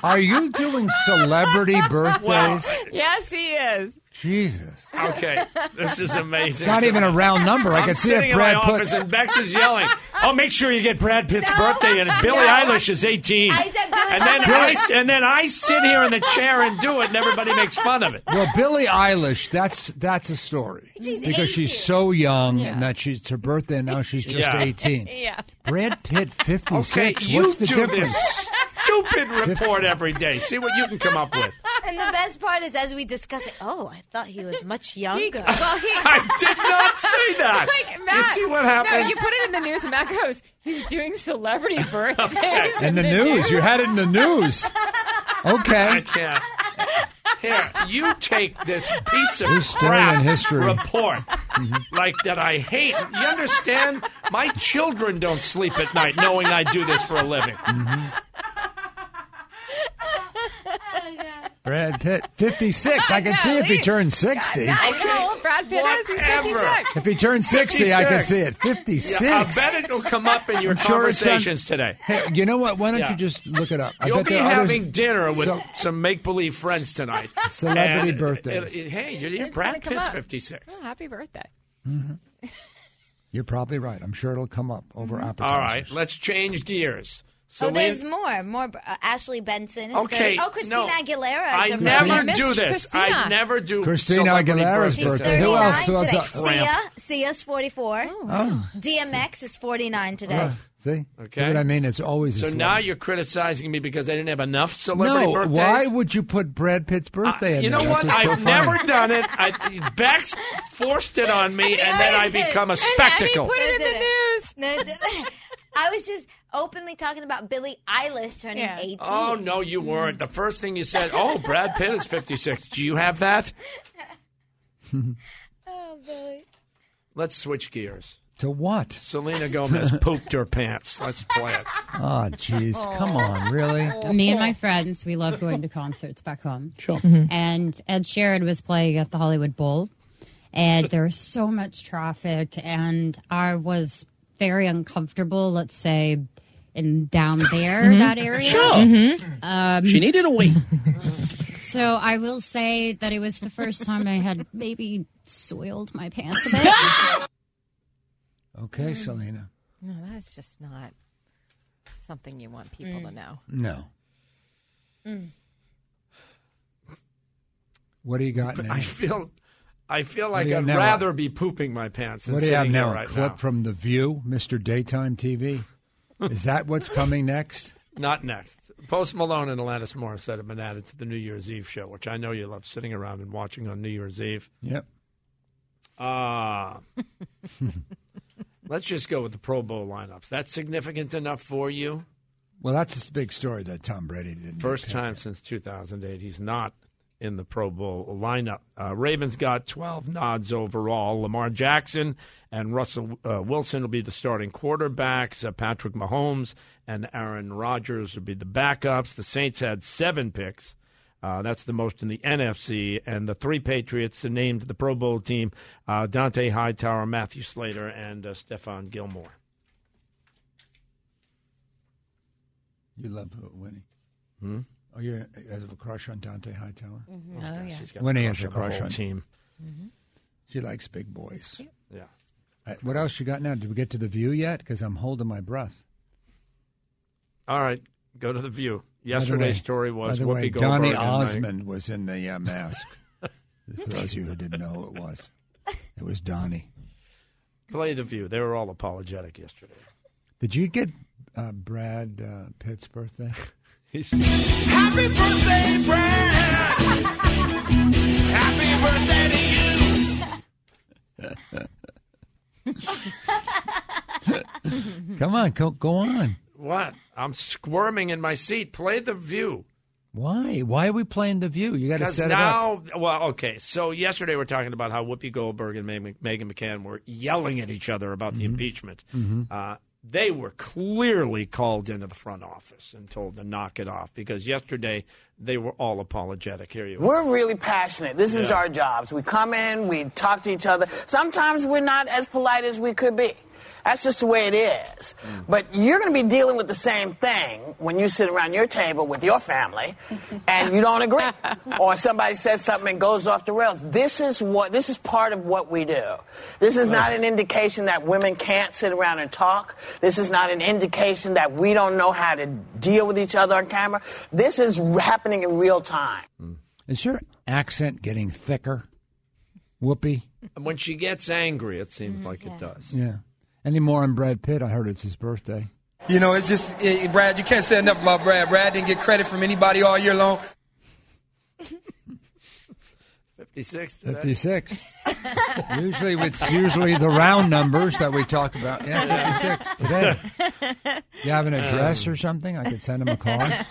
S1: Are you doing
S3: <laughs>
S1: celebrity <laughs> birthdays?
S4: yes, he is.
S1: Jesus.
S3: Okay, this is amazing.
S1: Not even a round number. I
S3: I'm
S1: can see
S3: sitting
S1: if Brad
S3: in my
S1: Pitt-
S3: office and Bex is yelling. Oh, make sure you get Brad Pitt's birthday and Billie
S2: no.
S3: Eilish is 18.
S2: I said Billie
S3: and then I
S2: Eilish.
S3: s- and then I sit here in the chair and do it, and everybody makes fun of it.
S1: Well, Billie Eilish, that's that's a story
S3: She's
S1: because she's so young
S3: Yeah.
S1: and that she's it's her birthday and now she's just
S3: Yeah.
S1: eighteen.
S4: yeah.
S1: Brad Pitt, fifty
S3: Okay,
S1: six.
S3: you
S1: What's the
S3: do
S1: difference?
S3: this stupid report every day. See what you can come up with.
S2: And the best part is, as we discuss it, oh, I thought he was much <laughs> younger.
S4: well, he,
S3: I did not say
S2: <laughs>
S3: that.
S4: Like Matt,
S3: you see <laughs> what
S4: No,
S3: happens?
S4: you put it in the news, and Matt goes, "He's doing
S3: <laughs>
S4: celebrity birthdays."
S1: In the news, you had it in the news.
S3: I
S1: Okay,
S3: can't. Here, you take this piece of
S1: We're still
S3: crap
S1: in history. Mm-hmm.
S3: report like that I hate. You understand? My children don't sleep at night knowing I do this for a living.
S1: Brad Pitt, fifty six. I can see if he turns sixty.
S4: know. Brad Pitt is. He's
S3: Whatever.
S4: 56.
S1: If he turns sixty, I can
S3: 56.
S1: see it. Fifty six.
S3: Yeah, I bet it'll come up in your
S1: I'm sure it's on-
S3: conversations today.
S1: Hey, you know what? Why don't
S3: Yeah.
S1: you just look it up? I
S3: You'll
S1: bet
S3: be
S1: there are others-
S3: having dinner with
S1: So-
S3: some make believe friends tonight.
S1: Celebrity
S3: And
S1: birthdays.
S3: it- it- hey, you're, you're
S4: It's gonna
S3: Brad
S4: come
S3: Pitt's
S4: up.
S3: 56.
S4: Oh, happy birthday.
S1: Mm-hmm. <laughs> You're probably right. I'm sure it'll come up over appetizers.
S3: Mm-hmm. All right, let's change gears.
S2: Oh,
S3: Celine-
S2: there's more. More. Uh, Ashley Benson. Is
S3: Okay,
S2: thirty- Oh,
S3: no.
S2: Christina Aguilera.
S3: I
S2: Jamaica.
S3: never
S2: Miss
S3: do this. I
S2: Christina.
S3: never do
S1: Christina
S3: celebrity
S1: Aguilera's
S3: birthdays.
S1: birthday. Who else? Who else?
S2: Today. Sia. Sia's 44.
S1: wow.
S2: DMX is 49 today.
S1: Uh, see?
S3: Okay.
S1: See what I mean? It's always a
S3: So now
S1: celebrity.
S3: you're criticizing me because I didn't have enough celebrity
S1: No,
S3: birthdays.
S1: why would you put Brad Pitt's birthday in
S3: You know
S1: there?
S3: what?
S1: That's what's so
S3: I've
S1: funny.
S3: never done it. I, Bex forced it on
S2: <laughs>
S3: me, and then I become a spectacle.
S4: put it in the news.
S2: No, it didn't. <laughs> I was just openly talking about Billie Eilish turning 18.
S3: Oh no, you weren't. The first thing you said, "Oh, Brad Pitt is 56." Do you have that?
S2: Oh, Billie.
S3: Let's switch gears.
S1: To what?
S3: Selena Gomez
S1: <laughs>
S3: pooped her pants. Let's play it.
S1: Oh, jeez. Come on, really?
S7: Me and my friends, we love going to concerts back home. Mm-hmm.
S1: Sure.
S20: Mm-hmm.
S7: And Ed Sheeran was playing at the Hollywood Bowl, and there was so much traffic, and I was very uncomfortable. Let's say. In down there, that
S20: Mm-hmm.
S7: area.
S20: Sure. Mm-hmm.
S7: Um,
S20: She needed a week.
S7: So I will say that it was the first time I had maybe soiled my pants
S20: <laughs>
S7: a bit.
S1: Okay, Selena.
S4: Mm. No, that's just not something you want people
S2: Mm.
S4: to know.
S1: No. What do you got now?
S3: I feel, I
S1: What
S3: feel
S1: do
S3: like
S1: you
S3: I'd
S1: have now?
S3: rather be pooping my pants than
S1: What do you have
S3: sitting
S1: now?
S3: here
S1: A
S3: right
S1: clip
S3: now.
S1: from The View, Mr. Daytime TV? Is that what's coming next?
S3: Not next. Post Malone and Alanis Morissette have been added to the New Year's Eve show, which I know you love sitting around and watching on New Year's Eve.
S1: Yep.
S3: Ah. <laughs> let's just go with the Pro Bowl lineups. That's significant enough for you.
S1: Well, that's a big story that Tom Brady didn't.
S3: First
S1: pick.
S3: time since 2008, he's not in the Pro Bowl lineup. Uh, Ravens got 12 nods overall. Lamar Jackson and Russell uh, Wilson will be the starting quarterbacks. Uh, Patrick Mahomes and Aaron Rodgers will be the backups. The Saints had seven picks. Uh, that's the most in the NFC. And the three Patriots are named to the Pro Bowl team uh, Dante Hightower, Matthew Slater, and uh, Stefan Gilmore.
S1: You love uh, Winnie.
S3: Hmm?
S1: Oh, you have a crush on Dante Hightower?
S4: Oh, gosh, yeah.
S3: she's got
S1: Winnie
S3: a
S1: has a
S3: crush on the
S1: crush
S3: whole
S1: on
S3: team.
S1: She likes big boys.
S3: Yeah.
S1: Uh, what else you got now? Did we get to the view yet? Because I'm holding my breath.
S3: All right, go to the View.
S1: By the
S3: Yesterday's
S1: way-
S3: story was
S1: by the
S3: Whoopi
S1: way,
S3: Goldberg.
S1: Donny
S3: and I-
S1: Osmond was in the uh,
S3: <laughs>
S1: mask. For those of you who didn't know who it was, it was Donnie.
S3: Play the View. They were all apologetic yesterday.
S1: Did you get uh, Brad uh, Pitt's birthday?
S3: <laughs>
S14: Happy
S4: <laughs>
S14: birthday, Brad! Happy birthday to you!
S1: <laughs> Come on, go, go on.
S3: What? I'm squirming in my seat. Play the view.
S1: Why? Why are we playing The View? You got to
S3: Because
S1: set it up.
S3: now, well, okay. So yesterday we are talking about how Whoopi Goldberg and Meg- Megan McCann were yelling at each other about
S1: Mm-hmm.
S3: the impeachment.
S1: Mhm.
S3: Uh, they were clearly called into the front office and told to knock it off because yesterday they were all apologetic. Here you are.
S12: We're really passionate. This is
S3: Yeah.
S12: our jobs. We come in, we talk to each other. Sometimes we're not as polite as we could be. That's just the way it
S3: Mm.
S12: is. But you're going to be dealing with the same thing when you sit around your table with your family and you don't
S3: <laughs>
S12: agree or somebody says something and goes off the rails. This is what this is part of what we do. This is not an indication that women can't sit around and talk. This is not an indication that we don't know how to deal with each other on camera. This is happening in real time.
S1: Mm. Is your accent getting thicker? Whoopi.
S3: And when she gets angry, it seems like it does.
S1: Yeah. Any more on Brad Pitt? I heard it's his birthday.
S14: You know, it's just eh, Brad. You <laughs> can't say enough about Brad. Brad didn't get credit from anybody all year long.
S3: 56
S1: <laughs>
S3: today.
S1: 56. usually it's usually the round numbers that we talk about. Yeah, 56 today. You have an address or something? I could send him
S4: <laughs>
S1: a card.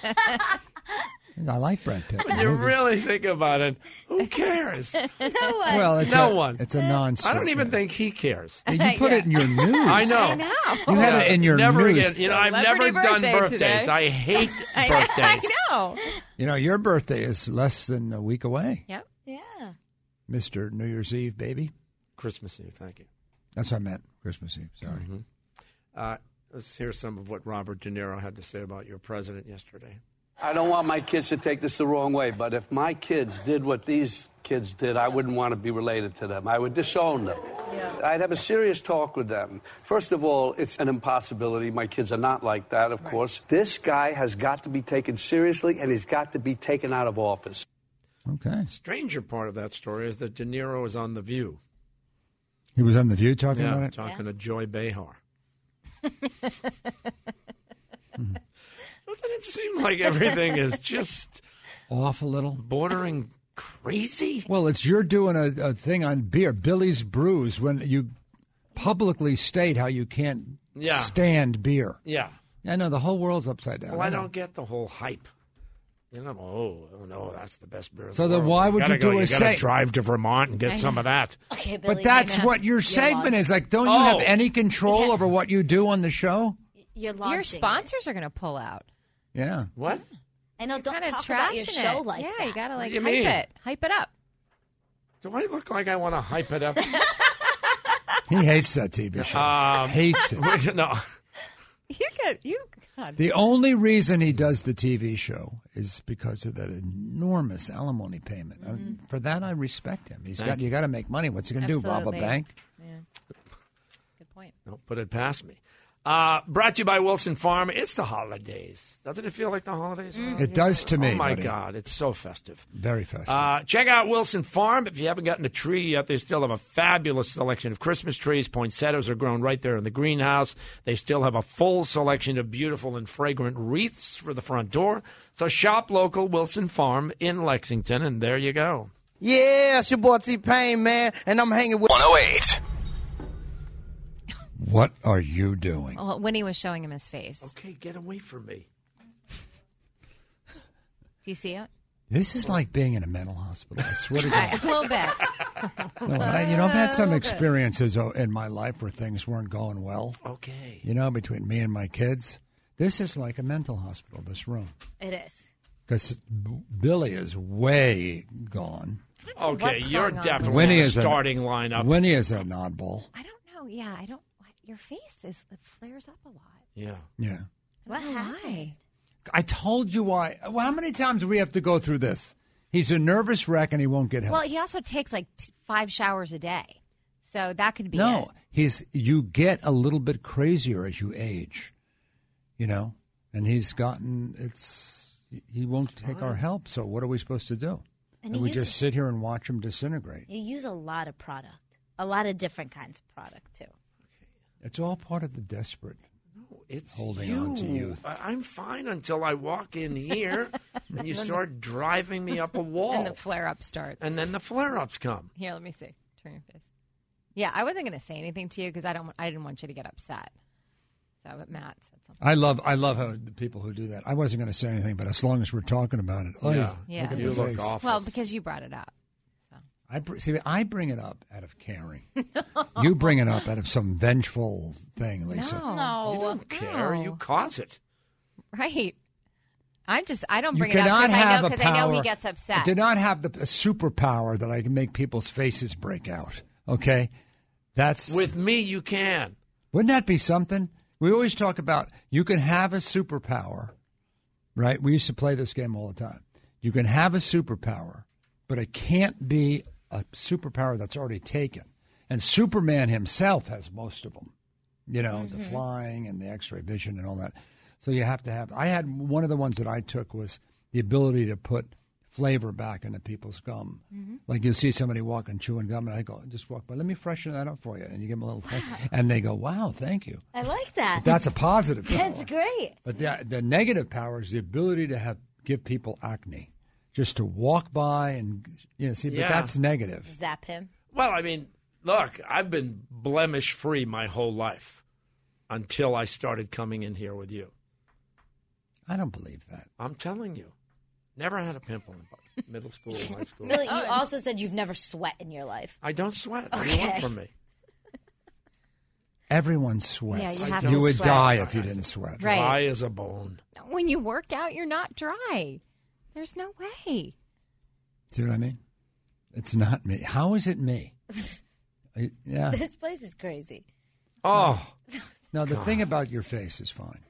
S1: I like Brad Pitt.
S3: When you
S1: Movies.
S3: really think about it, who cares? no one.
S1: Well, it's
S3: no
S1: a-
S3: one.
S1: it's a non-story.
S3: I don't even think he cares.
S1: You put it in your news.
S3: I know.
S1: I know. You had it in your
S3: never
S1: news.
S3: Again, you know, I've never
S4: Celebrity
S3: done
S4: birthday
S3: birthdays.
S4: today. <laughs>
S3: I hate
S4: I,
S3: birthdays.
S4: I know.
S1: You know, your birthday is less than a week away,
S4: Yep.
S2: Yeah.
S1: Mr. New Year's Eve, baby.
S3: Christmas Eve, thank you. Mm-hmm.
S1: That's what I meant. Christmas Eve. Sorry.
S3: Uh, let's hear some of what Robert De Niro had to say about your president yesterday.
S11: I don't want my kids to take this the wrong way, but if my kids did what these kids did, I wouldn't want to be related to them. I would disown them. I'd have a serious talk with them. First of all, it's an impossibility. My kids are not like that, of course. This guy has got to be taken seriously and he's got to be taken out of office.
S1: Okay.
S3: Stranger part of that story is that De Niro is on The View.
S1: He was on The View talking
S3: yeah,
S1: about it?
S3: talking to Joy Behar. <laughs> Doesn't it seem like everything is just
S1: Off a little.
S3: bordering crazy?
S1: Well, it's you're doing a, a thing on beer, Billy's Brews, when you publicly state how you can't
S3: Yeah.
S1: stand beer.
S3: Yeah.
S1: I know the whole world's upside down.
S3: Well, I
S1: know.
S3: don't get the whole hype. You know, oh, oh no, that's the best beer. in
S1: So
S3: the
S1: then
S3: world.
S1: why would
S3: gotta
S1: you
S3: go,
S1: do a
S3: you gotta
S1: say-
S3: drive to Vermont and
S1: I
S3: get some
S1: know.
S3: of that.
S2: Okay,
S1: But that's what your segment is. Like, don't you
S3: Oh.
S1: have any control over what you do on the show?
S2: You're
S4: Your sponsors are going to pull out.
S1: Yeah.
S3: What?
S2: I know. Don't
S4: Kinda
S2: talk about your
S4: trashing
S2: show
S4: it.
S2: like
S4: yeah,
S2: that.
S4: you gotta like
S3: do you
S4: hype
S3: mean?
S4: it, hype it up. <laughs>
S3: Do I look like I want to hype it up?
S1: He hates that TV show.
S3: Um, <laughs>
S1: hates
S3: it. no.
S4: You get you. God.
S1: The only reason he does the TV show is because of that enormous alimony payment. And For that, I respect him. He's
S3: Thank
S1: got you. Got to make money. What's he going to do? Rob a
S4: Absolutely.
S1: bank?
S4: Yeah. Good point.
S3: Don't put it past me. Uh, brought to you by Wilson Farm. It's the holidays. Doesn't it feel like the holidays? around
S1: It
S3: here?
S1: does to me,
S3: Oh my
S1: buddy.
S3: God, it's so festive.
S1: Very fast.
S3: Uh, check out Wilson Farm. If you haven't gotten a tree yet, they still have a fabulous selection of Christmas trees. Poinsettias are grown right there in the greenhouse. They still have a full selection of beautiful and fragrant wreaths for the front door. So shop local Wilson Farm in Lexington, and there you go.
S14: Yeah, it's your boy T Pain, man, and I'm hanging with
S3: <laughs>
S28: 108.
S1: What are you doing?
S4: Well, when he was showing him his face,
S3: Okay, get away from me.
S4: do you see it?
S1: This is like being in a mental hospital. I swear
S4: <laughs>
S1: to God.
S4: a little bit.
S3: Mm-hmm.
S1: No, and I- you know, I've had some
S4: Okay.
S1: experiences uh, in my life where things weren't going well.
S3: Okay.
S1: You know, between me and my kids. This is like a mental hospital, this room.
S2: It is.
S1: Because Billy is way gone.
S3: Okay,
S4: what's
S3: you're
S4: going on.
S3: definitely
S1: Winnie
S3: in the
S1: is an-
S3: starting lineup.
S1: Winnie is an oddball.
S4: I don't know. Yeah, I don't. What, your face is it flares up a lot.
S3: Yeah.
S1: Yeah.
S4: I don't know Why?
S1: I told you why. Well, how many times do we have to go through this? He's a nervous wreck and he won't get help.
S4: Well, he also takes like t- five showers a day, so that could be
S1: no,
S4: it.
S1: he's you get a little bit crazier as you age, you know. And he's gotten it's he won't take our help. So what are we supposed to do?
S2: And
S1: And,
S2: he
S1: we
S2: used
S1: just
S2: to-
S1: sit here and watch him disintegrate.
S2: You use a lot of product, a lot of different kinds of product too.
S1: It's all part of the desperate.
S3: It's
S1: Holding
S3: you.
S1: on to youth.
S3: I- I'm fine until I walk in
S4: <laughs>
S3: here and you start driving me up a wall.
S4: And the flare up starts.
S3: And then the flare ups come.
S4: Here, let me see. Turn your face. Yeah, I wasn't going to say anything to you because I don't. I didn't want you to get upset. So, but Matt said something.
S1: I love I love how the people who do that. I wasn't going to say anything, but as long as we're talking about it, oh, yeah,
S4: Yeah.
S1: Look at
S4: You
S1: the
S4: look
S1: face.
S4: Well, because you brought it up.
S1: I br- see. I bring it up out of caring. you bring it up out of some vengeful thing, Lisa.
S4: No.
S3: You don't care.
S4: Oh.
S3: You cause it.
S4: Right. I'm just. I don't
S1: You
S4: bring it up
S1: cannot
S4: because I
S1: have
S4: know
S1: a
S4: because I
S1: power.
S4: know he gets upset.
S1: Do not have the a superpower that I can make people's faces break out. Okay, that's
S3: With me, you can.
S1: Wouldn't that be something? We always talk about you can have a superpower, right? We used to play this game all the time. You can have a superpower, but it can't be a superpower that's already taken. And Superman himself has most of them, you know, the
S4: Mm-hmm.
S29: Mhm.
S1: flying and the x ray vision and all that. So you have to have. I had one of the ones that I took was the ability to put flavor back into people's gum.
S29: Mhm.
S1: Like you see somebody walking chewing gum, and I go, just walk by, let me freshen that up for you. And you give them a little thing, and they go, wow, thank you.
S2: I like that.
S1: That's
S4: <laughs>
S1: a positive power.
S2: <laughs> That's great.
S1: But the, the negative power is the ability to have give people acne, just to walk by and you know see.
S3: Yeah.
S1: But that's negative.
S2: Zap him.
S3: Well, I mean, look, I've been blemish free my whole life until I started coming in here with you.
S1: I don't believe that.
S3: I'm telling you, never had a pimple in middle school,
S2: <laughs>
S3: high school.
S2: Really, you
S4: Oh,
S2: also said you've never sweat in your life.
S3: I don't sweat. What do you
S2: Okay.
S3: want from me?
S1: Everyone sweats.
S4: Yeah, you have to
S1: would
S4: sweat.
S1: die if you didn't sweat.
S4: Right. Dry
S3: as a bone.
S4: When you work out, you're not dry. There's no way.
S1: See what I mean? It's not me. How is it me? I- yeah.
S2: <laughs> This place is crazy.
S3: Oh.
S1: Now the
S2: God.
S1: thing about your face is fine.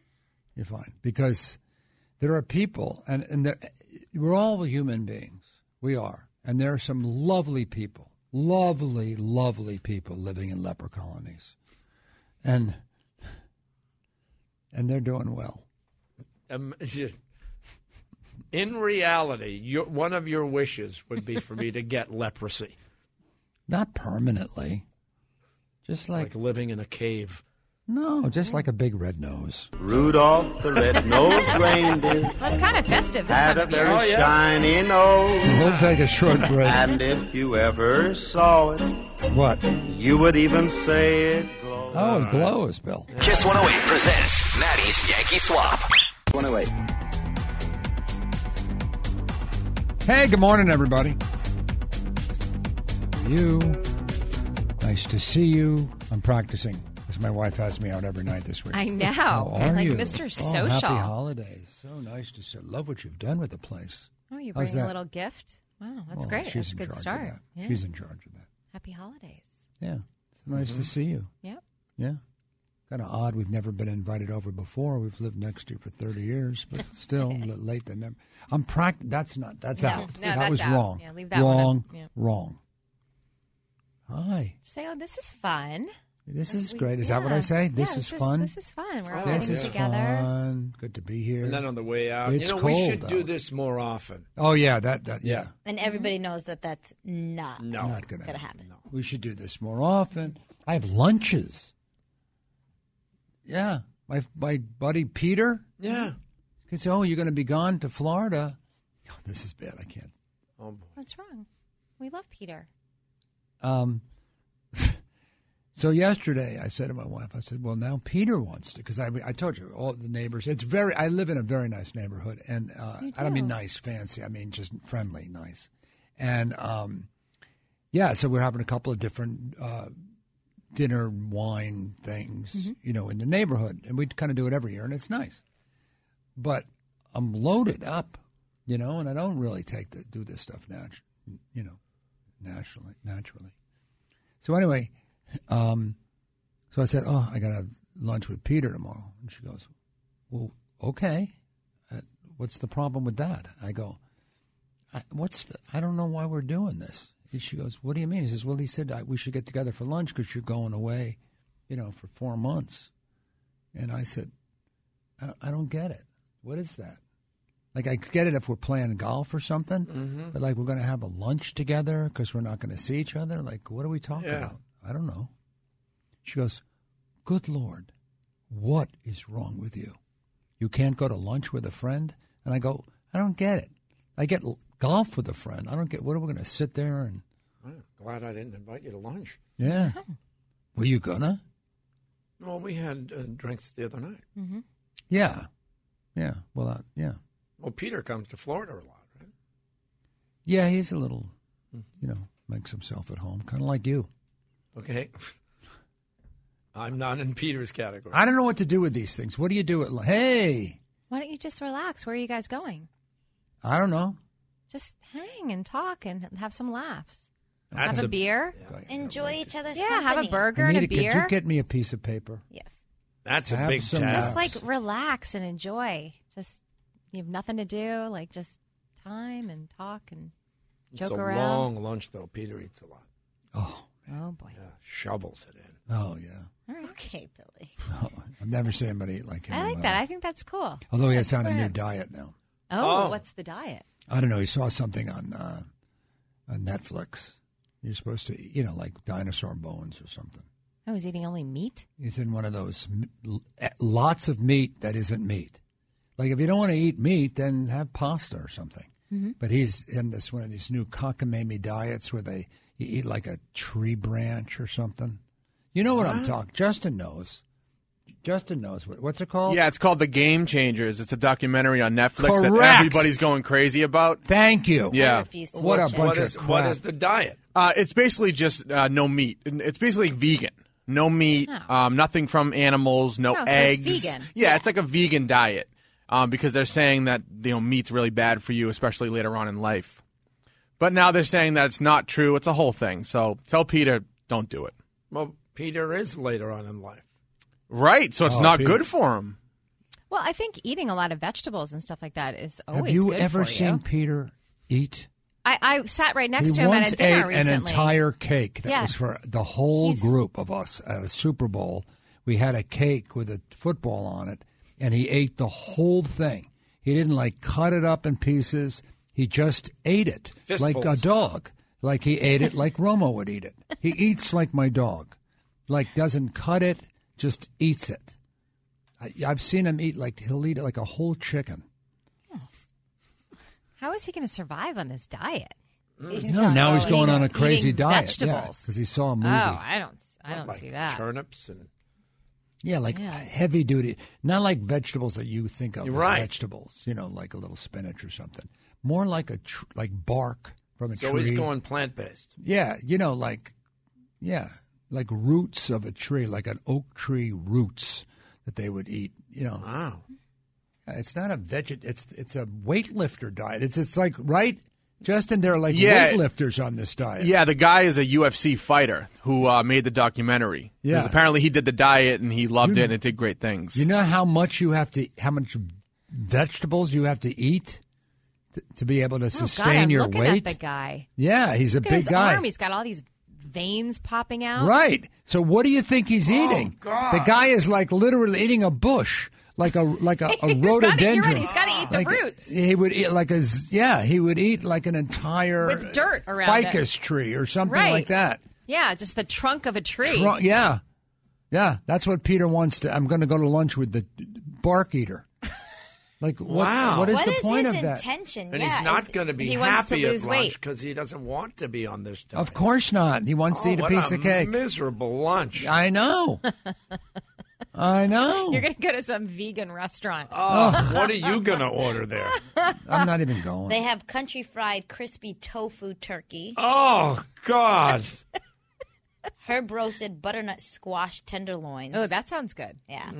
S1: You're fine because there are people, and and there- we're all human beings. We are, and there are some lovely people, lovely, lovely people living in leper colonies, and and they're doing well.
S3: Um, <laughs> in reality, your, one of your wishes would be for me to get leprosy,
S1: Not permanently. Just
S3: like living in a cave.
S1: No, Oh, just like a big red nose.
S14: Rudolph the red-nosed reindeer
S4: That's kind of festive this
S14: had
S4: time
S14: a
S4: of year.
S1: Oh,
S14: very shiny nose.
S1: We'll take a short break.
S14: And if you ever saw it,
S1: what?
S14: You would even say it glowed.
S1: Oh, it glows, Bill.
S30: Kiss 108 presents Maddie's Yankee Swap. 108.
S1: Hey, good morning, everybody. You. Nice to see you. I'm practicing because my wife has me out every night this week.
S4: I know.
S1: How
S4: You're
S1: are
S4: like
S1: you?
S4: Mr.
S1: Oh, happy
S4: Social.
S1: holidays. So nice to see. Love what you've done with the place.
S4: Oh, you
S1: How's
S4: bring a
S1: that?
S4: little gift. Wow, that's
S1: Well,
S4: great. That's a
S1: she's in
S4: good
S1: charge of
S4: start.
S1: that.
S4: Yeah.
S1: She's in charge of that.
S4: Happy holidays.
S1: Yeah. It's nice
S3: mm-hmm.
S1: to see you.
S4: Yep.
S1: Yeah. Kind of odd. We've never been invited over before. We've lived next to you for 30 years,
S4: <laughs>
S1: but still l- late than never. I'm pract. That's not. That's
S4: No.
S1: out.
S4: No,
S1: that
S4: that's
S1: was
S4: out.
S1: wrong.
S4: Yeah, leave that one
S1: wrong.
S4: up. Yeah.
S1: Wrong. Hi.
S4: Say, oh, this is fun.
S1: This
S4: Uh,
S1: is
S4: we-
S1: great. Is that what I
S4: yeah.
S1: say?
S4: Yeah,
S1: This is fun?
S4: This is fun. We're all
S1: this
S4: getting
S1: is
S4: together.
S1: fun. Good to be here.
S3: And then on the way out,
S1: It's
S3: you know, we
S1: cold
S3: should do
S1: out.
S3: this more often.
S1: Oh yeah, that that yeah.
S2: And
S4: Mm-hmm.
S2: everybody knows that that's not,
S3: No.
S1: Not gonna
S2: gonna
S1: happen.
S2: happen.
S1: We should do this more often. I have lunches. Yeah, my my buddy Peter.
S3: Yeah.
S1: He said, "Oh, you're going to be gone to Florida." <laughs> Oh, this is bad. I can't.
S3: Oh, boy.
S4: What's wrong? We love Peter.
S1: Um, <laughs> so yesterday, I said to my wife, I said, "Well, now Peter wants to," because I, I told you all the neighbors. It's very. I live in a very nice neighborhood, and uh,
S29: You
S1: I don't mean
S29: do.
S1: nice, fancy. I mean just friendly, nice, and um, yeah. So we're having a couple of different uh, dinner wine things,
S29: Mhm.
S1: you know, in the neighborhood, and we kind of do it every year, and it's nice. But I'm loaded up, you know, and I don't really take the do this stuff natu- you know, naturally, naturally. So anyway, um, so I said, "Oh, I got to have lunch with Peter tomorrow," and she goes, "Well, okay. Uh, what's the problem with that?" I go, I, "What's the? I don't know why we're doing this." And she goes, "What do you mean?" He says, "Well, he said I, we should get together for lunch because you're going away, you know, for four months." And I said, I, "I don't get it. What is that?" Like I get it if we're playing golf or something,
S3: Mm-hmm.
S29: Mhm.
S1: but like we're going to have a lunch together because we're not going to see each other. Like, what are we talking
S29: Yeah.
S1: about? I don't know. She goes, Good Lord, what is wrong with you? You can't go to lunch with a friend? And I go, I don't get it. I get l- golf with a friend. I don't get what are we going to sit there and
S3: Glad I didn't invite you to lunch.
S1: Yeah. <laughs> Were you gonna?
S3: Well, we had uh, drinks the other night.
S1: Yeah. Yeah. Well, I, yeah.
S3: Well, Peter comes to Florida a lot.
S1: Yeah, he's a little, you know, makes himself at home, kind of like you.
S3: Okay. <laughs> I'm not in Peter's category.
S1: I don't know what to do with these things. What do you do at? li- Hey,
S4: Why don't you just relax? Where are you guys going?
S1: I don't know.
S4: Just hang and talk and have some laughs.
S1: That's
S4: have a,
S1: a-
S4: beer.
S2: Enjoy each other's
S4: Yeah, have a
S2: company.
S4: burger and a
S1: Anita, Could
S4: beer.
S1: you get me a piece of paper?
S2: Yes.
S3: That's a
S1: Have
S3: big
S1: some
S3: task.
S4: just like relax and enjoy. Just you have nothing to do. Like just time and talk and
S3: It's
S4: joke
S3: a
S4: around.
S3: long lunch, though. Peter eats a lot.
S4: Oh boy.
S3: Shovels it in.
S1: Oh yeah.
S2: Okay, Billy.
S1: Oh, I've never seen anybody eat like him.
S4: I
S1: in
S4: like
S1: my
S4: that. I
S1: life.
S4: think that's cool.
S1: Although he
S4: That's
S1: has on a new
S4: different.
S1: diet now.
S4: Oh,
S1: Oh.
S4: what's the diet?
S1: I don't know. He saw something on uh, on Netflix. You're supposed to, you know, like dinosaur bones or something.
S4: I was Oh, eating only meat.
S1: He's in one of those m- l- eh, lots of meat that isn't meat. Like if you don't want to eat meat, then have pasta or something.
S4: Mhm.
S1: But he's in this one of these new cockamamie diets where they you eat like a tree branch or something. You know what I'm
S17: What?
S1: talking? Justin knows. Justin knows what, what's it called?
S17: Yeah, it's called The Game Changers. It's a documentary on Netflix
S1: Correct.
S17: that everybody's going crazy about.
S1: Thank you.
S17: Yeah.
S1: What a bunch
S3: What
S1: of
S3: is,
S1: crap.
S3: what is the diet?
S17: Uh, it's basically just uh, no meat. It's basically vegan. No meat, um, nothing from animals, no,
S4: No, Oh. so it's
S17: eggs.
S4: vegan.
S17: Yeah, it's like a vegan diet um, because they're saying that you know meat's really bad for you, especially later on in life. But now they're saying that it's not true. It's a whole thing. So tell Peter, don't do it.
S3: Well, Peter is later on in life.
S17: Right. So it's
S3: Oh,
S17: not
S3: Peter.
S17: good for him.
S4: Well, I think eating a lot of vegetables and stuff like that is always
S1: Have you
S4: good
S1: ever
S4: for
S1: seen
S4: You.
S1: Peter eat?
S4: I, I sat right next
S1: he
S4: to him
S1: once
S4: at a dinner
S1: ate
S4: recently.
S1: an entire cake that
S4: Yeah.
S1: was for the whole group of us at a Super Bowl. We had a cake with a football on it, and he ate the whole thing. He didn't like cut it up in pieces. He just ate it like a
S17: Fistfuls.
S1: dog. Like he ate
S4: <laughs>
S1: it like Romo would eat it. He eats like my dog. Like doesn't cut it, just eats it. I, I've seen him eat like he'll eat it like a whole chicken.
S4: How is he going to survive on this diet?
S1: Mm. no, now he's going on a crazy
S4: Eating
S1: diet. Yeah,
S4: Vegetables.
S1: because he saw a movie.
S4: Oh, I don't. I don't
S3: like
S4: see that.
S3: Turnips and
S1: Yeah, like heavy duty, not like vegetables that you think of
S3: You're
S1: as
S3: right.
S1: vegetables. You know, like a little spinach or something. More like a tr- like bark from a
S3: so
S1: tree.
S3: he's going plant based.
S1: Yeah, you know, like yeah, like roots of a tree, like an oak tree roots that they would eat. You know,
S3: wow.
S1: It's not a veget. It's it's a weightlifter diet. It's it's like right, Justin. There are like
S17: Yeah.
S1: weightlifters on this diet.
S17: Yeah, the guy is a UFC fighter who uh, made the documentary. 'Cause
S1: Yeah.
S17: apparently he did the diet and he loved
S1: You-
S17: it and it did great things.
S1: You know how much you have to, how much vegetables you have to eat to, to be able to
S4: Oh, God,
S1: sustain
S4: I'm
S1: your
S4: looking
S1: weight.
S4: at the guy.
S1: Yeah, he's a
S4: Look at
S1: big
S4: his
S1: guy.
S4: Arm. He's got all these veins popping out.
S1: Right. So what do you think he's
S4: Oh,
S1: eating?
S4: God.
S1: The guy is like literally eating a bush, like a
S4: <laughs>
S1: like a, a
S4: He's gotta- you're right,
S1: rhododendron.
S4: he's gotta eat the
S1: Like,
S4: roots.
S1: He would eat like a z- yeah. He would eat like an entire
S4: With dirt around it.
S1: ficus tree or something
S4: Right.
S1: like that.
S4: Yeah, just the trunk of a tree.
S1: Tru- yeah, yeah. That's what Peter wants to. I'm going to go to lunch with the bark
S3: <laughs>
S1: eater. Like what?
S3: Wow.
S1: What is
S3: What
S1: the
S3: is
S1: point
S3: his
S1: of that?
S2: Intention.
S3: And
S2: yeah,
S3: he's not
S2: is-
S3: going to be
S2: he wants to
S3: happy at
S2: lose
S3: lunch
S2: weight.
S3: because he doesn't want to be on this diet.
S1: Of course not. He wants to
S3: Oh,
S1: eat a
S3: what
S1: piece of cake.
S3: Miserable lunch.
S1: I
S3: <laughs>
S1: know. I know.
S4: <laughs> You're going to go to some vegan restaurant.
S31: <laughs>
S3: Oh, what are
S2: <laughs>
S3: you going to order there?
S1: I'm not even going.
S2: They have country fried crispy tofu turkey,
S3: Oh God!
S2: herb roasted butternut squash tenderloins.
S4: Oh, that sounds good. Mm.
S2: Yeah.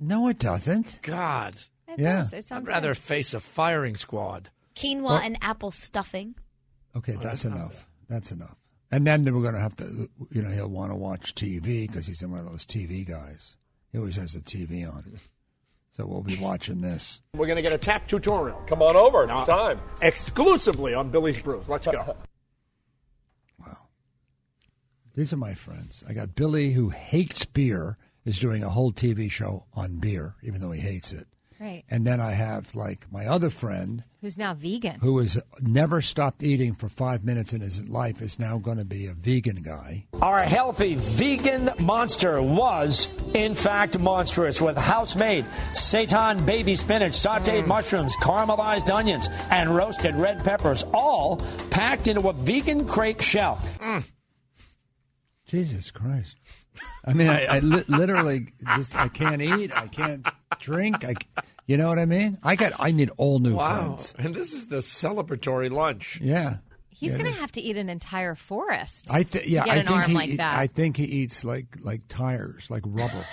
S1: No, it doesn't.
S3: God.
S4: It Yeah. does. It sounds
S3: I'd rather
S4: good.
S3: face a firing squad.
S2: Quinoa
S1: Well-
S2: and apple stuffing.
S1: Okay, that's enough. That's enough. And then we're going to have to, you know, he'll want to watch TV because he's one of those TV guys. He always has the TV on. So we'll be watching this.
S18: We're going to get a tap tutorial. Come on over. It's time. Exclusively on Billy's Brews. Let's go.
S1: These are my friends. I got Billy, who hates beer, is doing a whole TV show on beer, even though he hates it.
S4: Right.
S1: And then I have like my other friend
S4: Who's now vegan?
S1: who has never stopped eating for five minutes in his life is now going to be a vegan guy.
S31: <laughs> Our healthy vegan monster was, in fact, monstrous with house made seitan baby spinach,
S1: Mm.
S31: sauteed mushrooms, caramelized onions, and roasted red peppers, all packed into a vegan crepe shell.
S1: Mm. Jesus Christ. I mean, I, I li- literally just I can't eat, I can't drink, I, c- you know what I mean? I got I need all new
S3: wow.
S1: friends.
S3: And this is the celebratory lunch.
S1: Yeah,
S4: He's
S1: Yeah, it
S4: going
S1: is.
S4: to have to eat an entire forest.
S1: I think yeah,
S4: to get
S1: I
S4: an
S1: think
S4: arm
S1: he, e,
S4: like that.
S1: I think he eats like like tires, like
S4: <laughs>
S1: rubber.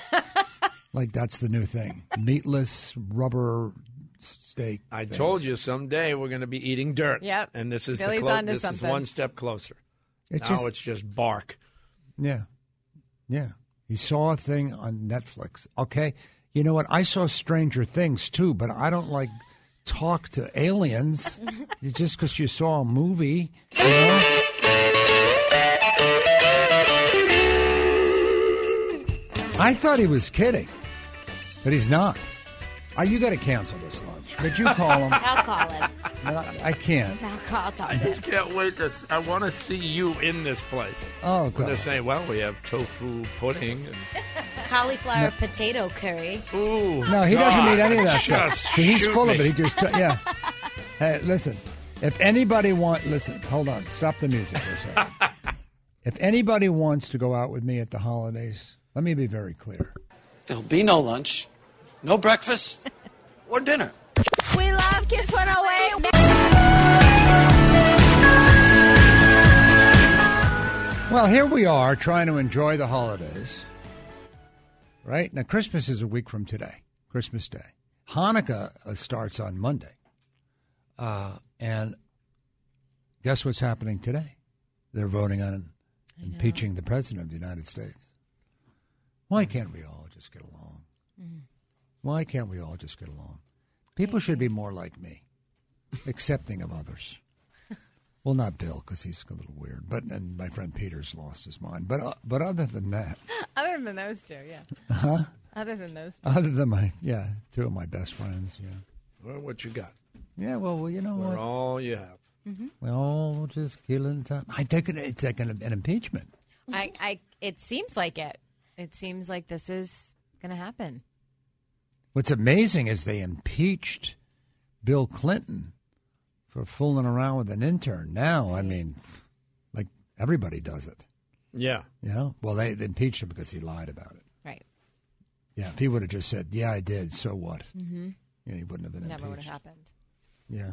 S1: like that's the new thing: meatless rubber steak.
S3: I
S1: things.
S3: told you someday we're going to be eating dirt.
S4: Yep.
S3: And this is
S4: Billy's
S3: the clo-
S4: onto
S3: this
S4: something.
S3: is one step closer.
S1: It's
S3: now
S1: just-
S3: it's
S1: <laughs>
S3: just bark.
S1: Yeah. Yeah. He saw a thing on Netflix. Okay. You know what? I saw Stranger Things too, but I don't like talk to
S2: <laughs>
S1: aliens It's just because you saw a movie. you know? I thought he was kidding, but he's not. Uh, you got to cancel this lunch. Could you call him?
S2: <laughs> I'll call him.
S1: No, I can't.
S2: I'll call. I'll talk
S3: I
S2: to him.
S3: just can't wait to. s- I want to see you in this place.
S1: Oh,
S3: When They're
S1: God.
S3: saying, "Well, we have tofu pudding." And,
S2: Cauliflower potato curry.
S3: Ooh.
S1: No, he doesn't
S3: God,
S1: need any of that stuff.
S3: just
S1: See, he's
S3: shoot
S1: full of
S3: me.
S1: it. He just t- yeah. Hey, listen. If anybody want listen, hold on. Stop the music for a second.
S3: <laughs>
S1: if anybody wants to go out with me at the holidays, let me be very clear.
S11: There'll be no lunch, no breakfast, or dinner.
S14: We love Kiss 108.
S1: Well, here we are trying to enjoy the holidays. Right? Now Christmas is a week from today. Christmas Day. Hanukkah uh, starts on Monday. Uh, and guess what's happening today? They're voting on impeaching the president of the United States. Why can't we all just get along? Why can't we all just get along? People should be more like me, accepting of others. Well, not Bill because he's a little weird, but and my friend Peter's lost his mind. But uh, but other than that,
S4: <laughs>
S1: <laughs>
S4: Other than those two, yeah.
S1: huh?
S4: Other than those two.
S1: Other than my yeah, two of my best friends. Yeah,
S3: Well, what you got?
S1: yeah. Oh, Well, well you know
S3: We're
S1: what?
S3: all you have.
S1: We're all just killing time. I think it, it's like an, an impeachment.
S4: I, I, it seems like it. It seems like this is going to happen.
S1: What's amazing is they impeached Bill Clinton for fooling around with an intern. Now, I mean, like everybody does it,
S4: <laughs>
S3: Yeah.
S1: you know. Well, they, they impeached him because he lied about it.
S4: Right.
S1: Yeah, if he would have just said, "Yeah, I did," so what?
S4: Mm-hmm.
S1: You know, he wouldn't have been
S4: Never would
S1: impeached.
S4: have happened.
S1: Yeah.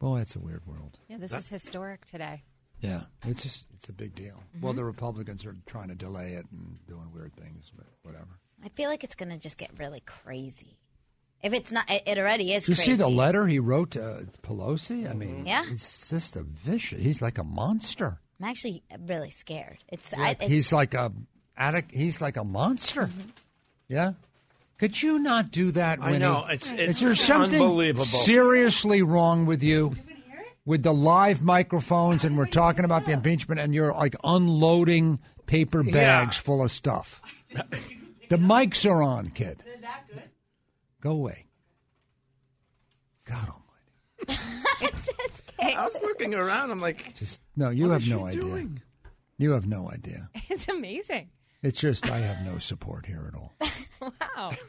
S1: Boy, it's a weird world.
S4: Yeah, this
S1: is
S4: is historic today. <laughs>
S1: Yeah, it's just it's a big deal. Well,
S4: Mhm.
S1: the Republicans are trying to delay it and doing weird things, but whatever.
S2: I feel like it's gonna just get really crazy. If it's not, it, it already is.
S1: Did you
S2: crazy.
S1: see the letter he wrote to uh, Pelosi? I mean,
S2: Yeah.
S1: it's just a vicious. He's like a monster.
S2: I'm actually really scared. It's, I,
S1: Like,
S2: it's Mm-hmm.
S1: he's
S2: <laughs>
S1: like a addict. He's like a monster. Yeah. Could you not do that?
S3: I
S1: Winnie?
S3: know, it's- it's
S1: Is there something
S3: unbelievable.
S1: seriously wrong with you? With the live microphones, and we're talking about the impeachment, and you're like unloading paper
S3: Yeah.
S1: bags full of stuff. the mics are on, kid. Go away. God, oh,
S3: I was looking around. I'm like,
S1: just no. You
S3: What
S1: have
S3: is
S1: no
S3: she
S1: idea.
S3: doing?
S1: You have no idea.
S4: It's amazing.
S1: It's just I have no support here at all.
S4: Wow.
S1: <laughs>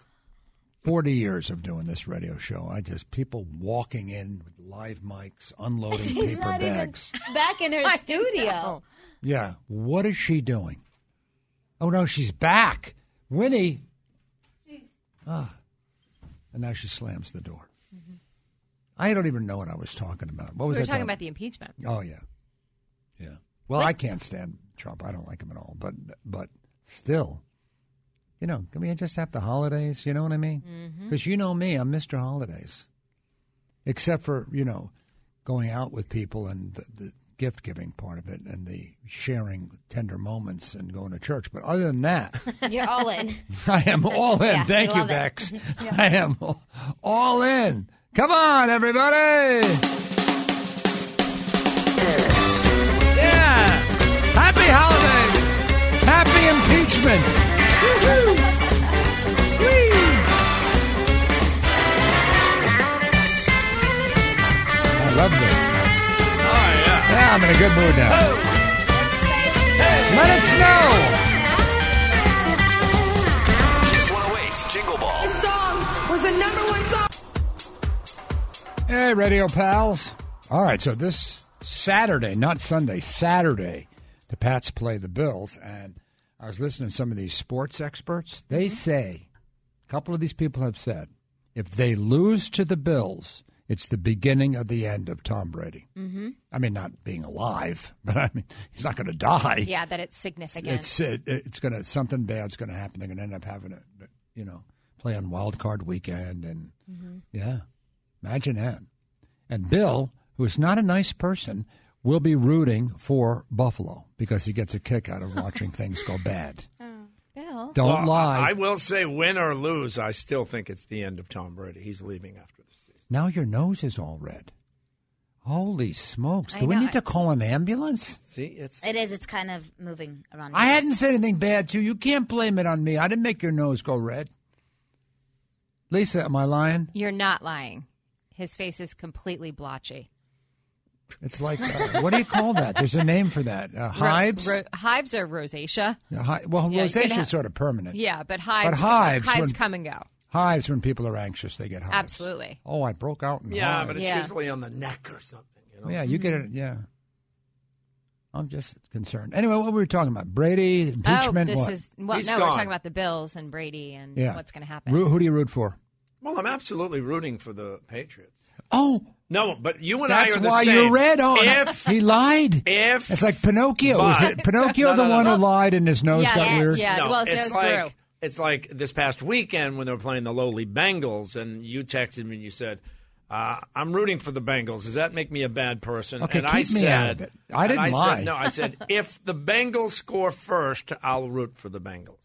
S1: 40 years of doing this radio show. I just, people walking in with live mics, unloading
S2: <laughs> she's
S1: paper
S2: not
S1: bags.
S2: even back
S4: <laughs>
S2: in her studio.
S1: Yeah. What is she doing? Oh, no, she's back. Winnie. Ah. And now she slams the door. I don't even know what I was talking about. What
S4: We
S1: was
S4: were
S1: I
S4: talking about the impeachment.
S1: Oh, yeah. Yeah. Well, I can't stand Trump. I don't like him at all. But, but still, you know, can we just have the holidays? You know what I mean?
S4: Mm-hmm.
S32: Mhm.
S1: Because you know me, I'm Mr. Holidays. Except for, you know, going out with people and the, the gift giving part of it and the sharing tender moments and going to church. But other than that,
S2: You're all in.
S1: <laughs> I am all in.
S2: Yeah,
S1: Thank you,
S2: we love it.
S1: Bex.
S2: <laughs> Yeah.
S1: I am all, all in. Come on, everybody. Yeah. Happy holidays. Happy impeachment. Woo-hoo. Whee. I'm in a good mood now.
S33: Let it snow.
S34: Kiss 108's Jingle Ball.
S14: This song was the number one song.
S1: Hey, radio pals. All right, so this Saturday, not Sunday, Saturday, the Pats play the Bills. And I was listening to some of these sports experts.
S2: Mm-hmm.
S1: They say, a couple of these people have said, if they lose to the Bills, it's the beginning of the end of Tom Brady.
S4: Mm-hmm.
S1: I mean, not being alive, <laughs> but I mean, he's not going to die.
S4: Yeah, that it's significant.
S1: It's it, it's going to something bad's going to happen. They're going to end up having to, you know, play on wild card weekend, and
S14: Mhm.
S1: yeah, imagine that. And Bill, who is not a nice person, will be rooting for Buffalo because he gets a kick out of
S2: <laughs>
S1: watching things go bad.
S4: Bill.
S1: Don't
S3: Well,
S1: lie.
S3: I, I will say, win or lose, I still think it's the end of Tom Brady. He's leaving after this.
S1: Now your nose is all red. Holy smokes!
S2: I
S1: Do we
S2: know,
S1: need
S2: I-
S1: to call an ambulance?
S3: See, it's
S2: It is. It's kind of moving around.
S1: I hadn't said anything bad to you. You can't blame it on me. I didn't make your nose go red. Lisa, am I lying?
S4: You're not lying. His face is completely blotchy.
S1: It's
S4: <laughs>
S1: like uh, what do you call that? There's a name for that. Uh,
S4: Ro-
S1: hives.
S4: ro- hives are rosacea.
S1: Yeah, hi- well,
S4: Yeah, you can
S1: rosacea
S4: have-
S1: is sort of permanent.
S4: Yeah, but hives.
S1: hives when-
S4: come and go.
S1: Hives when people are anxious, they get hives.
S4: Absolutely.
S1: Oh, I broke out. In
S3: Yeah,
S1: hives.
S3: but it's
S4: Yeah.
S3: usually on the neck or something. You know?
S1: yeah, you get it. Yeah. I'm just concerned. Anyway, what were we talking about? Brady impeachment.
S4: oh, this
S1: what?
S4: is well. no, we're talking about the Bills and Brady and
S1: yeah.
S4: what's going to happen.
S1: Ru- who do you root for?
S3: Well, I'm absolutely rooting for the Patriots.
S1: Oh,
S3: No, but you and
S1: That's
S3: I are the
S1: why
S3: same.
S1: you're red on.
S3: If
S1: he lied.
S3: If
S1: it's like Pinocchio. Is
S3: but- <laughs>
S1: it Pinocchio
S3: No, no,
S1: the
S3: no,
S1: one
S3: no.
S1: who lied and his nose got weird?
S3: No,
S4: well, his
S3: it's
S4: nose
S3: like,
S4: grew.
S3: It's like this past weekend when they were playing the lowly Bengals, and you texted me and you said, uh, "I'm rooting for the Bengals." Does that make me a bad person?
S1: Okay,
S3: and
S1: keep
S3: I
S1: me
S3: said,
S1: out of it. I
S3: and
S1: didn't
S3: said-
S1: lie.
S3: no, I said if the Bengals score first, I'll root for the Bengals.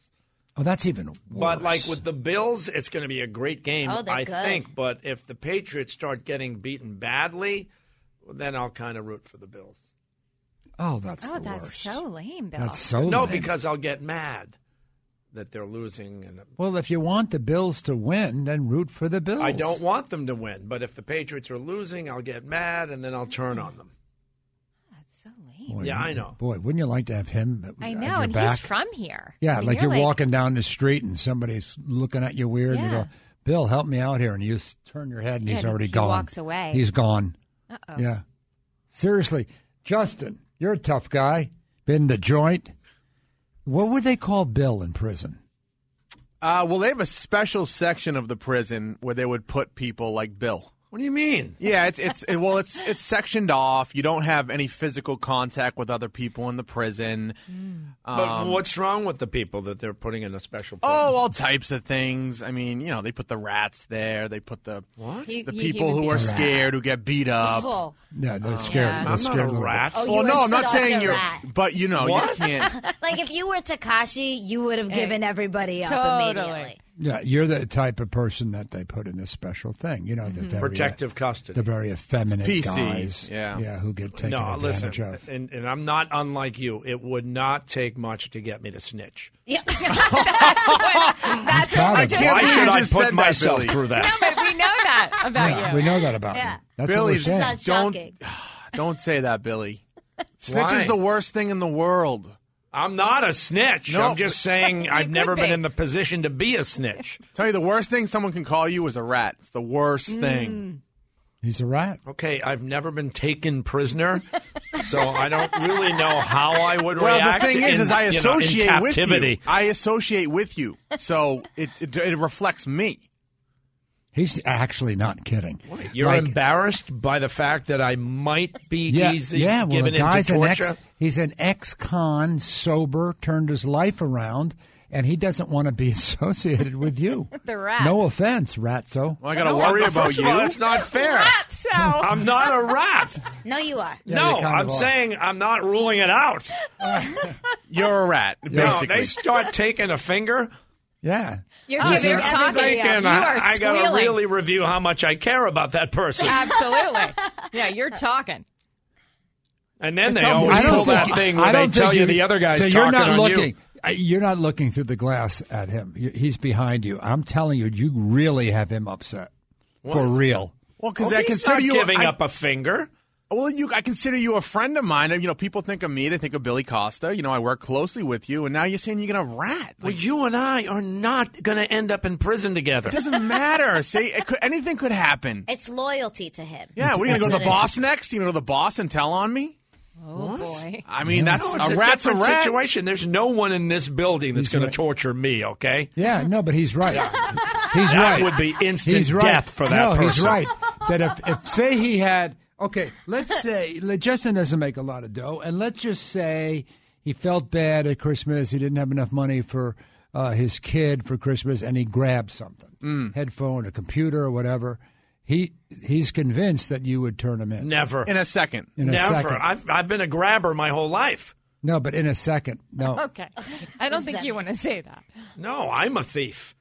S1: Oh, that's even worse.
S3: But like with the Bills, it's going to be a great game,
S2: Oh, they're
S3: I
S2: good.
S3: think. But if the Patriots start getting beaten badly, then I'll kind of root for the Bills.
S1: oh, that's
S4: oh,
S1: the
S4: that's
S1: worst.
S4: so lame, Bill.
S1: That's so
S3: no,
S1: lame.
S3: because I'll get mad that they're losing, and
S1: Well, if you want the Bills to win, then root for the Bills.
S3: I don't want them to win. But if the Patriots are losing, I'll get mad, and then I'll turn on them.
S1: Boy,
S3: yeah, I
S1: wouldn't-
S3: know.
S1: Boy, wouldn't you like to have him?
S4: I
S1: at
S4: know,
S1: your
S4: and
S1: uh, back?
S4: he's from here.
S1: Yeah,
S4: And
S1: like
S4: you're
S1: you're walking down the street and somebody's looking at you weird, and you
S4: Yeah.
S1: go, "Bill, help me out here," and you s- turn your head, and
S4: Yeah,
S1: he's
S4: and
S1: already
S4: he
S1: gone.
S4: walks away. Oh.
S1: He's gone.
S4: Uh-oh.
S1: Yeah, seriously, Justin, you're a tough guy. Been the joint. What would they call Bill in prison?
S17: Uh, well, they have a special section of the prison where they would put people like Bill.
S3: What do you mean?
S17: Yeah, it's it's it, well, it's it's sectioned off. You don't have any physical contact with other people in the prison.
S3: Hmm. but
S17: Um,
S3: what's wrong with the people that they're putting in a special? place?
S17: Oh, all types of things. I mean, you know, they put the rats there. They put the
S3: What?
S17: the
S3: You- you
S17: people
S3: human
S17: who are
S3: beings.
S17: scared who get beat up.
S2: Oh.
S1: Yeah, they're
S17: Um,
S1: scared.
S17: I'm
S1: They're
S17: not
S1: scared
S17: a
S1: little bit.
S17: rat.
S2: Oh, you
S17: well,
S2: are
S17: no, I'm not
S2: such a
S17: saying you're,
S2: rat.
S17: but you know,
S2: What?
S17: you can't.
S2: <laughs> like if you were Takashi, you would have given everybody up
S4: Totally.
S2: immediately.
S1: Yeah, you're the type of person that they put in this special thing. You know,
S4: Mm-hmm.
S1: the
S3: Mhm.
S1: very uh,
S3: Protective custody.
S1: the very effeminate
S17: It's PC,
S1: guys.
S17: yeah.
S1: yeah, who get taken
S3: no,
S1: advantage
S3: listen,
S1: of.
S3: and, and I'm not unlike you. It would not take much to get me to snitch.
S2: Yeah. that's what, that's what
S1: proud
S2: I
S1: of
S2: just
S1: you.
S3: Why
S1: you
S3: should I
S1: just
S3: put
S1: said that,
S3: myself
S1: Billy.
S3: through that?
S4: No, but we know that about
S1: Yeah,
S4: you.
S1: we know that about
S2: Yeah.
S1: him. That's
S17: Billy,
S1: what we're saying.
S2: That's
S17: Don't-
S2: shocking.
S17: Don't say that, Billy. <laughs> Snitch
S3: Why?
S17: is the worst thing in the world.
S3: I'm not a snitch.
S17: No,
S3: I'm just
S17: <laughs>
S3: saying I've
S17: could
S3: never
S17: be.
S3: been in the position to be a snitch.
S17: <laughs> Tell you the worst thing someone can call you is a rat. It's the worst
S4: Mm.
S17: thing.
S1: He's a rat.
S3: Okay, I've never been
S17: <laughs>
S3: taken prisoner, so I don't really know how I would
S17: Well,
S3: react.
S17: the thing is,
S3: in,
S17: is I
S3: you know, in
S17: associate with you.
S3: captivity.
S17: I associate with you, so it it, it reflects me.
S1: He's actually not kidding.
S3: You're
S1: Like-
S3: embarrassed by the fact that I might be
S1: yeah,
S3: easy
S1: yeah. Well, the
S3: given
S1: guy's
S3: into
S1: an
S3: torture.
S1: ex. He's an ex-con, sober, turned his life around, and he doesn't want to be <laughs> associated with you.
S4: <laughs> The rat.
S1: No offense, Ratso.
S17: Well, I got to worry about
S3: First
S17: you.
S3: of all, that's not fair.
S4: That's how-
S3: I'm not a rat.
S2: No, you are.
S3: no,
S1: you kind
S3: I'm
S1: of are.
S3: saying I'm not ruling it out.
S17: <laughs> You're a rat,
S3: No,
S17: basically.
S3: they start taking a finger.
S1: Yeah.
S4: You're
S3: I'm
S4: giving everybody
S3: thinking,
S4: up. You
S3: I,
S4: are
S3: I gotta
S4: squealing.
S3: really review how much I care about that person,
S4: Absolutely. Yeah, you're
S1: <laughs>
S4: talking.
S3: and then
S1: It's
S3: they
S1: unbelievable.
S3: always
S1: I don't
S3: pull that
S1: think-
S3: thing where
S1: I
S3: they
S1: don't
S3: tell
S1: think
S3: you the other guy's
S1: So you're
S3: talking
S1: not
S3: on
S1: looking.
S3: you.
S1: uh, You're not looking through the glass at him. You- He's behind you. I'm telling you, you really have him upset for real.
S17: well, because
S3: Oh,
S17: I
S3: he's
S17: consider
S3: not
S17: you
S3: giving
S17: I-
S3: up a finger.
S17: Well, you, I consider you a friend of mine. You know, people think of me, they think of Billy Costa. You know, I work closely with you, and now you're saying you're going to rat.
S3: Well, you and I are not going to end up in prison together.
S17: It doesn't
S3: <laughs>
S17: matter. See, it could, anything could happen.
S2: It's loyalty to him.
S17: Yeah, what are you going to go to the
S2: That's what it
S17: boss next? You going to go to the boss and tell on me?
S2: Oh boy.
S17: I mean, that's
S3: No, it's
S17: a rat's a
S3: different
S17: rat.
S3: situation. There's no one in this building that's going to torture me. Okay,
S1: Yeah, no, but he's right. He's
S3: That
S1: right.
S3: would be instant
S1: He's right.
S3: death for that
S1: No, he's
S3: person.
S1: right. That if, if say he had okay, let's say let- Justin doesn't make a lot of dough, and let's just say he felt bad at Christmas. He didn't have enough money for uh, his kid for Christmas, and he grabbed something,
S3: Hmm.
S1: headphone, a computer, or whatever. He he's convinced that you would turn him in.
S3: Never
S17: in a second.
S1: In a
S3: Never.
S1: second.
S3: I've I've been a grabber my whole life.
S1: No, but in a second. No,
S4: Okay. I don't think you want to say that.
S3: No, I'm
S1: <laughs>
S3: a thief.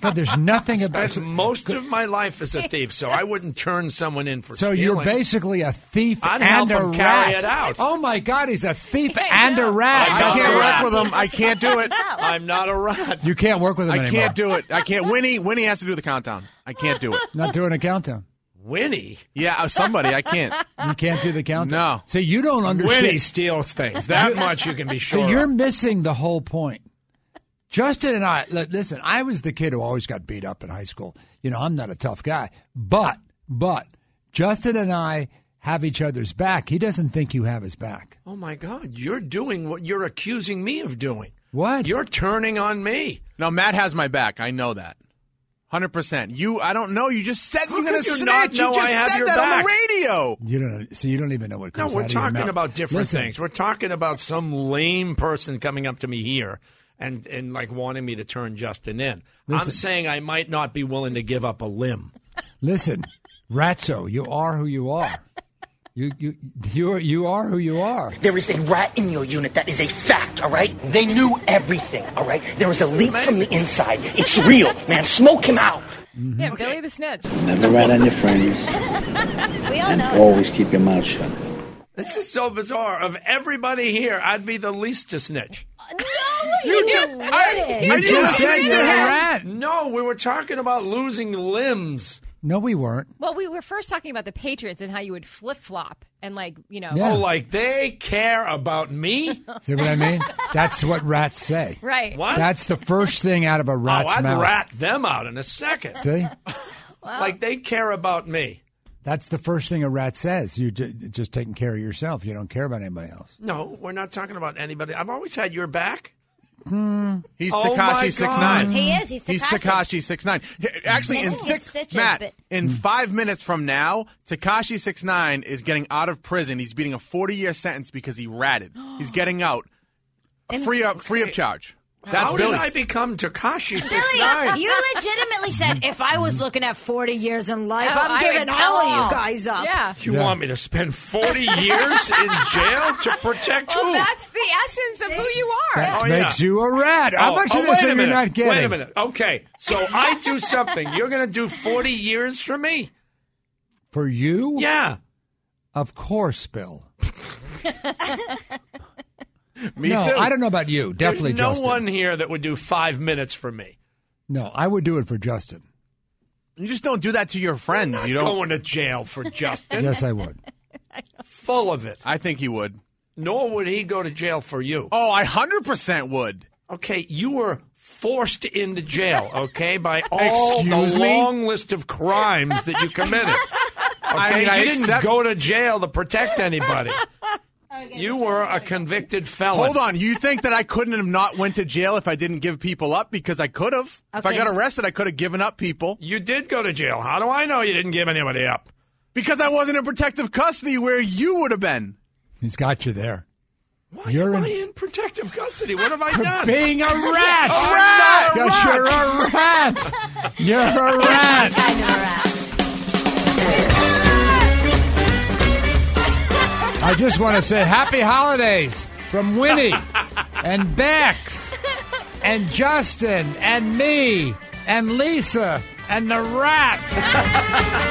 S1: God, there's nothing about.
S3: That's most of my life as a thief, so I wouldn't turn someone in for
S1: So
S3: stealing.
S1: you're basically a thief
S3: I'd
S1: and
S3: help
S1: a
S3: him carry
S1: rat.
S3: it out.
S1: Oh my God, he's a thief and a rat.
S17: I can't work with him. I can't do it.
S3: <laughs> I'm not a rat.
S1: You can't work with him
S17: I
S1: anymore.
S17: can't do it. I can't. Winnie, Winnie has to do the countdown. I can't do it.
S1: Not doing a countdown.
S3: <laughs> Winnie.
S17: Yeah, uh, somebody. I can't.
S1: You can't do the
S3: <laughs>
S1: countdown. No. So you don't understand.
S3: Winnie steals things. That much you can <laughs> be
S1: <laughs>
S3: sure.
S1: So you're
S3: of.
S1: missing the whole point. Justin and I, li- listen, I was the kid who always got beat up in high school. You know, I'm not a tough guy. But, but, Justin and I have each other's back. He doesn't think you have his back.
S3: Oh my God! You're doing what you're accusing me of doing.
S1: What?
S3: You're turning on me.
S17: No, Matt has my back. I know that. Hundred percent. You, I don't know. You just said you're going to
S3: could you
S17: snitch.
S3: not know
S17: you just
S3: I have
S17: said
S3: your
S17: that on
S3: back?
S17: the radio.
S1: You don't. So you don't even know what
S3: No,
S1: comes
S3: we're
S1: out of your
S3: talking
S1: mouth.
S3: about different
S1: Listen,
S3: things. We're talking about some lame person coming up to me here and, and like wanting me to turn Justin in. I'm
S1: Listen.
S3: saying I might not be willing to give up a limb.
S1: Listen, Ratso, you are who you are. You you you are, you are who you are.
S14: There is a rat in your unit. That is a fact, all right? They knew everything, all right? There was a leak from the inside. It's real, man. Smoke him out.
S4: Yeah, Billy the
S2: <laughs>
S4: Snitch.
S11: Never rat on your friends.
S2: we all
S11: And
S2: know.
S11: always keep your mouth shut.
S3: This is so bizarre. Of everybody here, I'd be the least to snitch.
S2: You, do-
S17: I,
S1: You
S17: are
S1: just said
S17: listening to
S1: you're a
S17: him?
S1: rat.
S3: No, we were talking about losing limbs.
S1: No, we weren't.
S4: Well, we were first talking about the Patriots and how you would flip flop and like you know.
S1: Yeah.
S3: Oh, like they care about me?
S1: See what I mean? That's what rats say.
S4: Right.
S3: What?
S1: That's the first thing out of a
S3: oh,
S1: rat's
S3: I'd
S1: mouth.
S3: rat them out in a second.
S1: See?
S3: Like they care about me.
S1: That's the first thing a rat says. You're ju- just taking care of yourself. You don't care about anybody else.
S3: No, we're not talking about anybody. I've always had your back.
S1: Hmm.
S17: He's
S3: Oh my
S17: Takashi
S3: God.
S17: six nine.
S2: He is. He's
S17: He's
S2: Tekashi.
S17: Takashi six nine. Actually, in
S2: Snitching
S17: six
S2: and stitching,
S17: Matt,
S2: but-
S17: in five minutes from now, Takashi six nine is getting out of prison. He's beating a forty year sentence because he ratted.
S2: <gasps>
S17: He's getting out, free up, free of charge. That's
S3: How
S17: Billy.
S3: did I become Takashi six
S18: Billy,
S3: nine?
S18: you legitimately said if I was looking at 40 years in life,
S4: Oh,
S18: I'm
S4: I
S18: giving
S4: would
S18: all,
S4: tell
S18: of
S4: all.
S18: you guys up.
S4: Yeah.
S3: You want me to spend 40 years in jail to protect
S4: Well,
S3: who?
S4: that's the essence of who you are.
S1: That
S3: Oh,
S1: makes
S3: yeah.
S1: you a rat. How
S3: Oh,
S1: much
S3: oh,
S1: of this
S3: wait
S1: are
S3: a
S1: you
S3: minute.
S1: not getting?
S3: Wait a minute. Okay, so I do something. You're going to do 40 years for me?
S1: For you?
S3: Yeah.
S1: Of course, Bill.
S17: Me
S1: no,
S17: too.
S1: I don't know about you. Definitely
S3: There's no
S1: Justin.
S3: one here that would do five minutes for me.
S1: No, I would do it for Justin.
S17: you just don't do that to your friends. you don't.
S3: Going to jail
S2: <laughs>
S3: for Justin.
S1: Yes, I would.
S3: Full of it.
S17: I think he would.
S3: Nor would he go to jail for you.
S17: Oh, I hundred percent would.
S3: Okay, you were forced into jail,
S17: <laughs>
S3: okay, by all
S17: Excuse
S3: the
S17: me?
S3: long list of crimes that
S17: <laughs>
S3: you committed. Okay,
S17: I mean,
S3: you
S17: I
S3: didn't
S17: accept-
S3: go to jail to
S17: <laughs>
S3: protect anybody. You were a convicted felon.
S17: Hold on. You think that I couldn't have not went to jail if I didn't give people up? Because I could have. If I
S3: Okay.
S17: got arrested, I could have given up people.
S3: You did go to jail. How do I know you didn't give anybody up?
S17: Because I wasn't in protective custody where you would have been.
S1: He's got you there.
S3: Why
S1: You're
S3: am
S1: in-
S3: I in protective custody? What have I done? <laughs>
S1: being a rat.
S3: Oh, I'm not a
S1: Yes,
S3: rat.
S1: you're a rat. You're a rat. I just want to say happy holidays from Winnie and Bex and Justin and me and Lisa and the rat.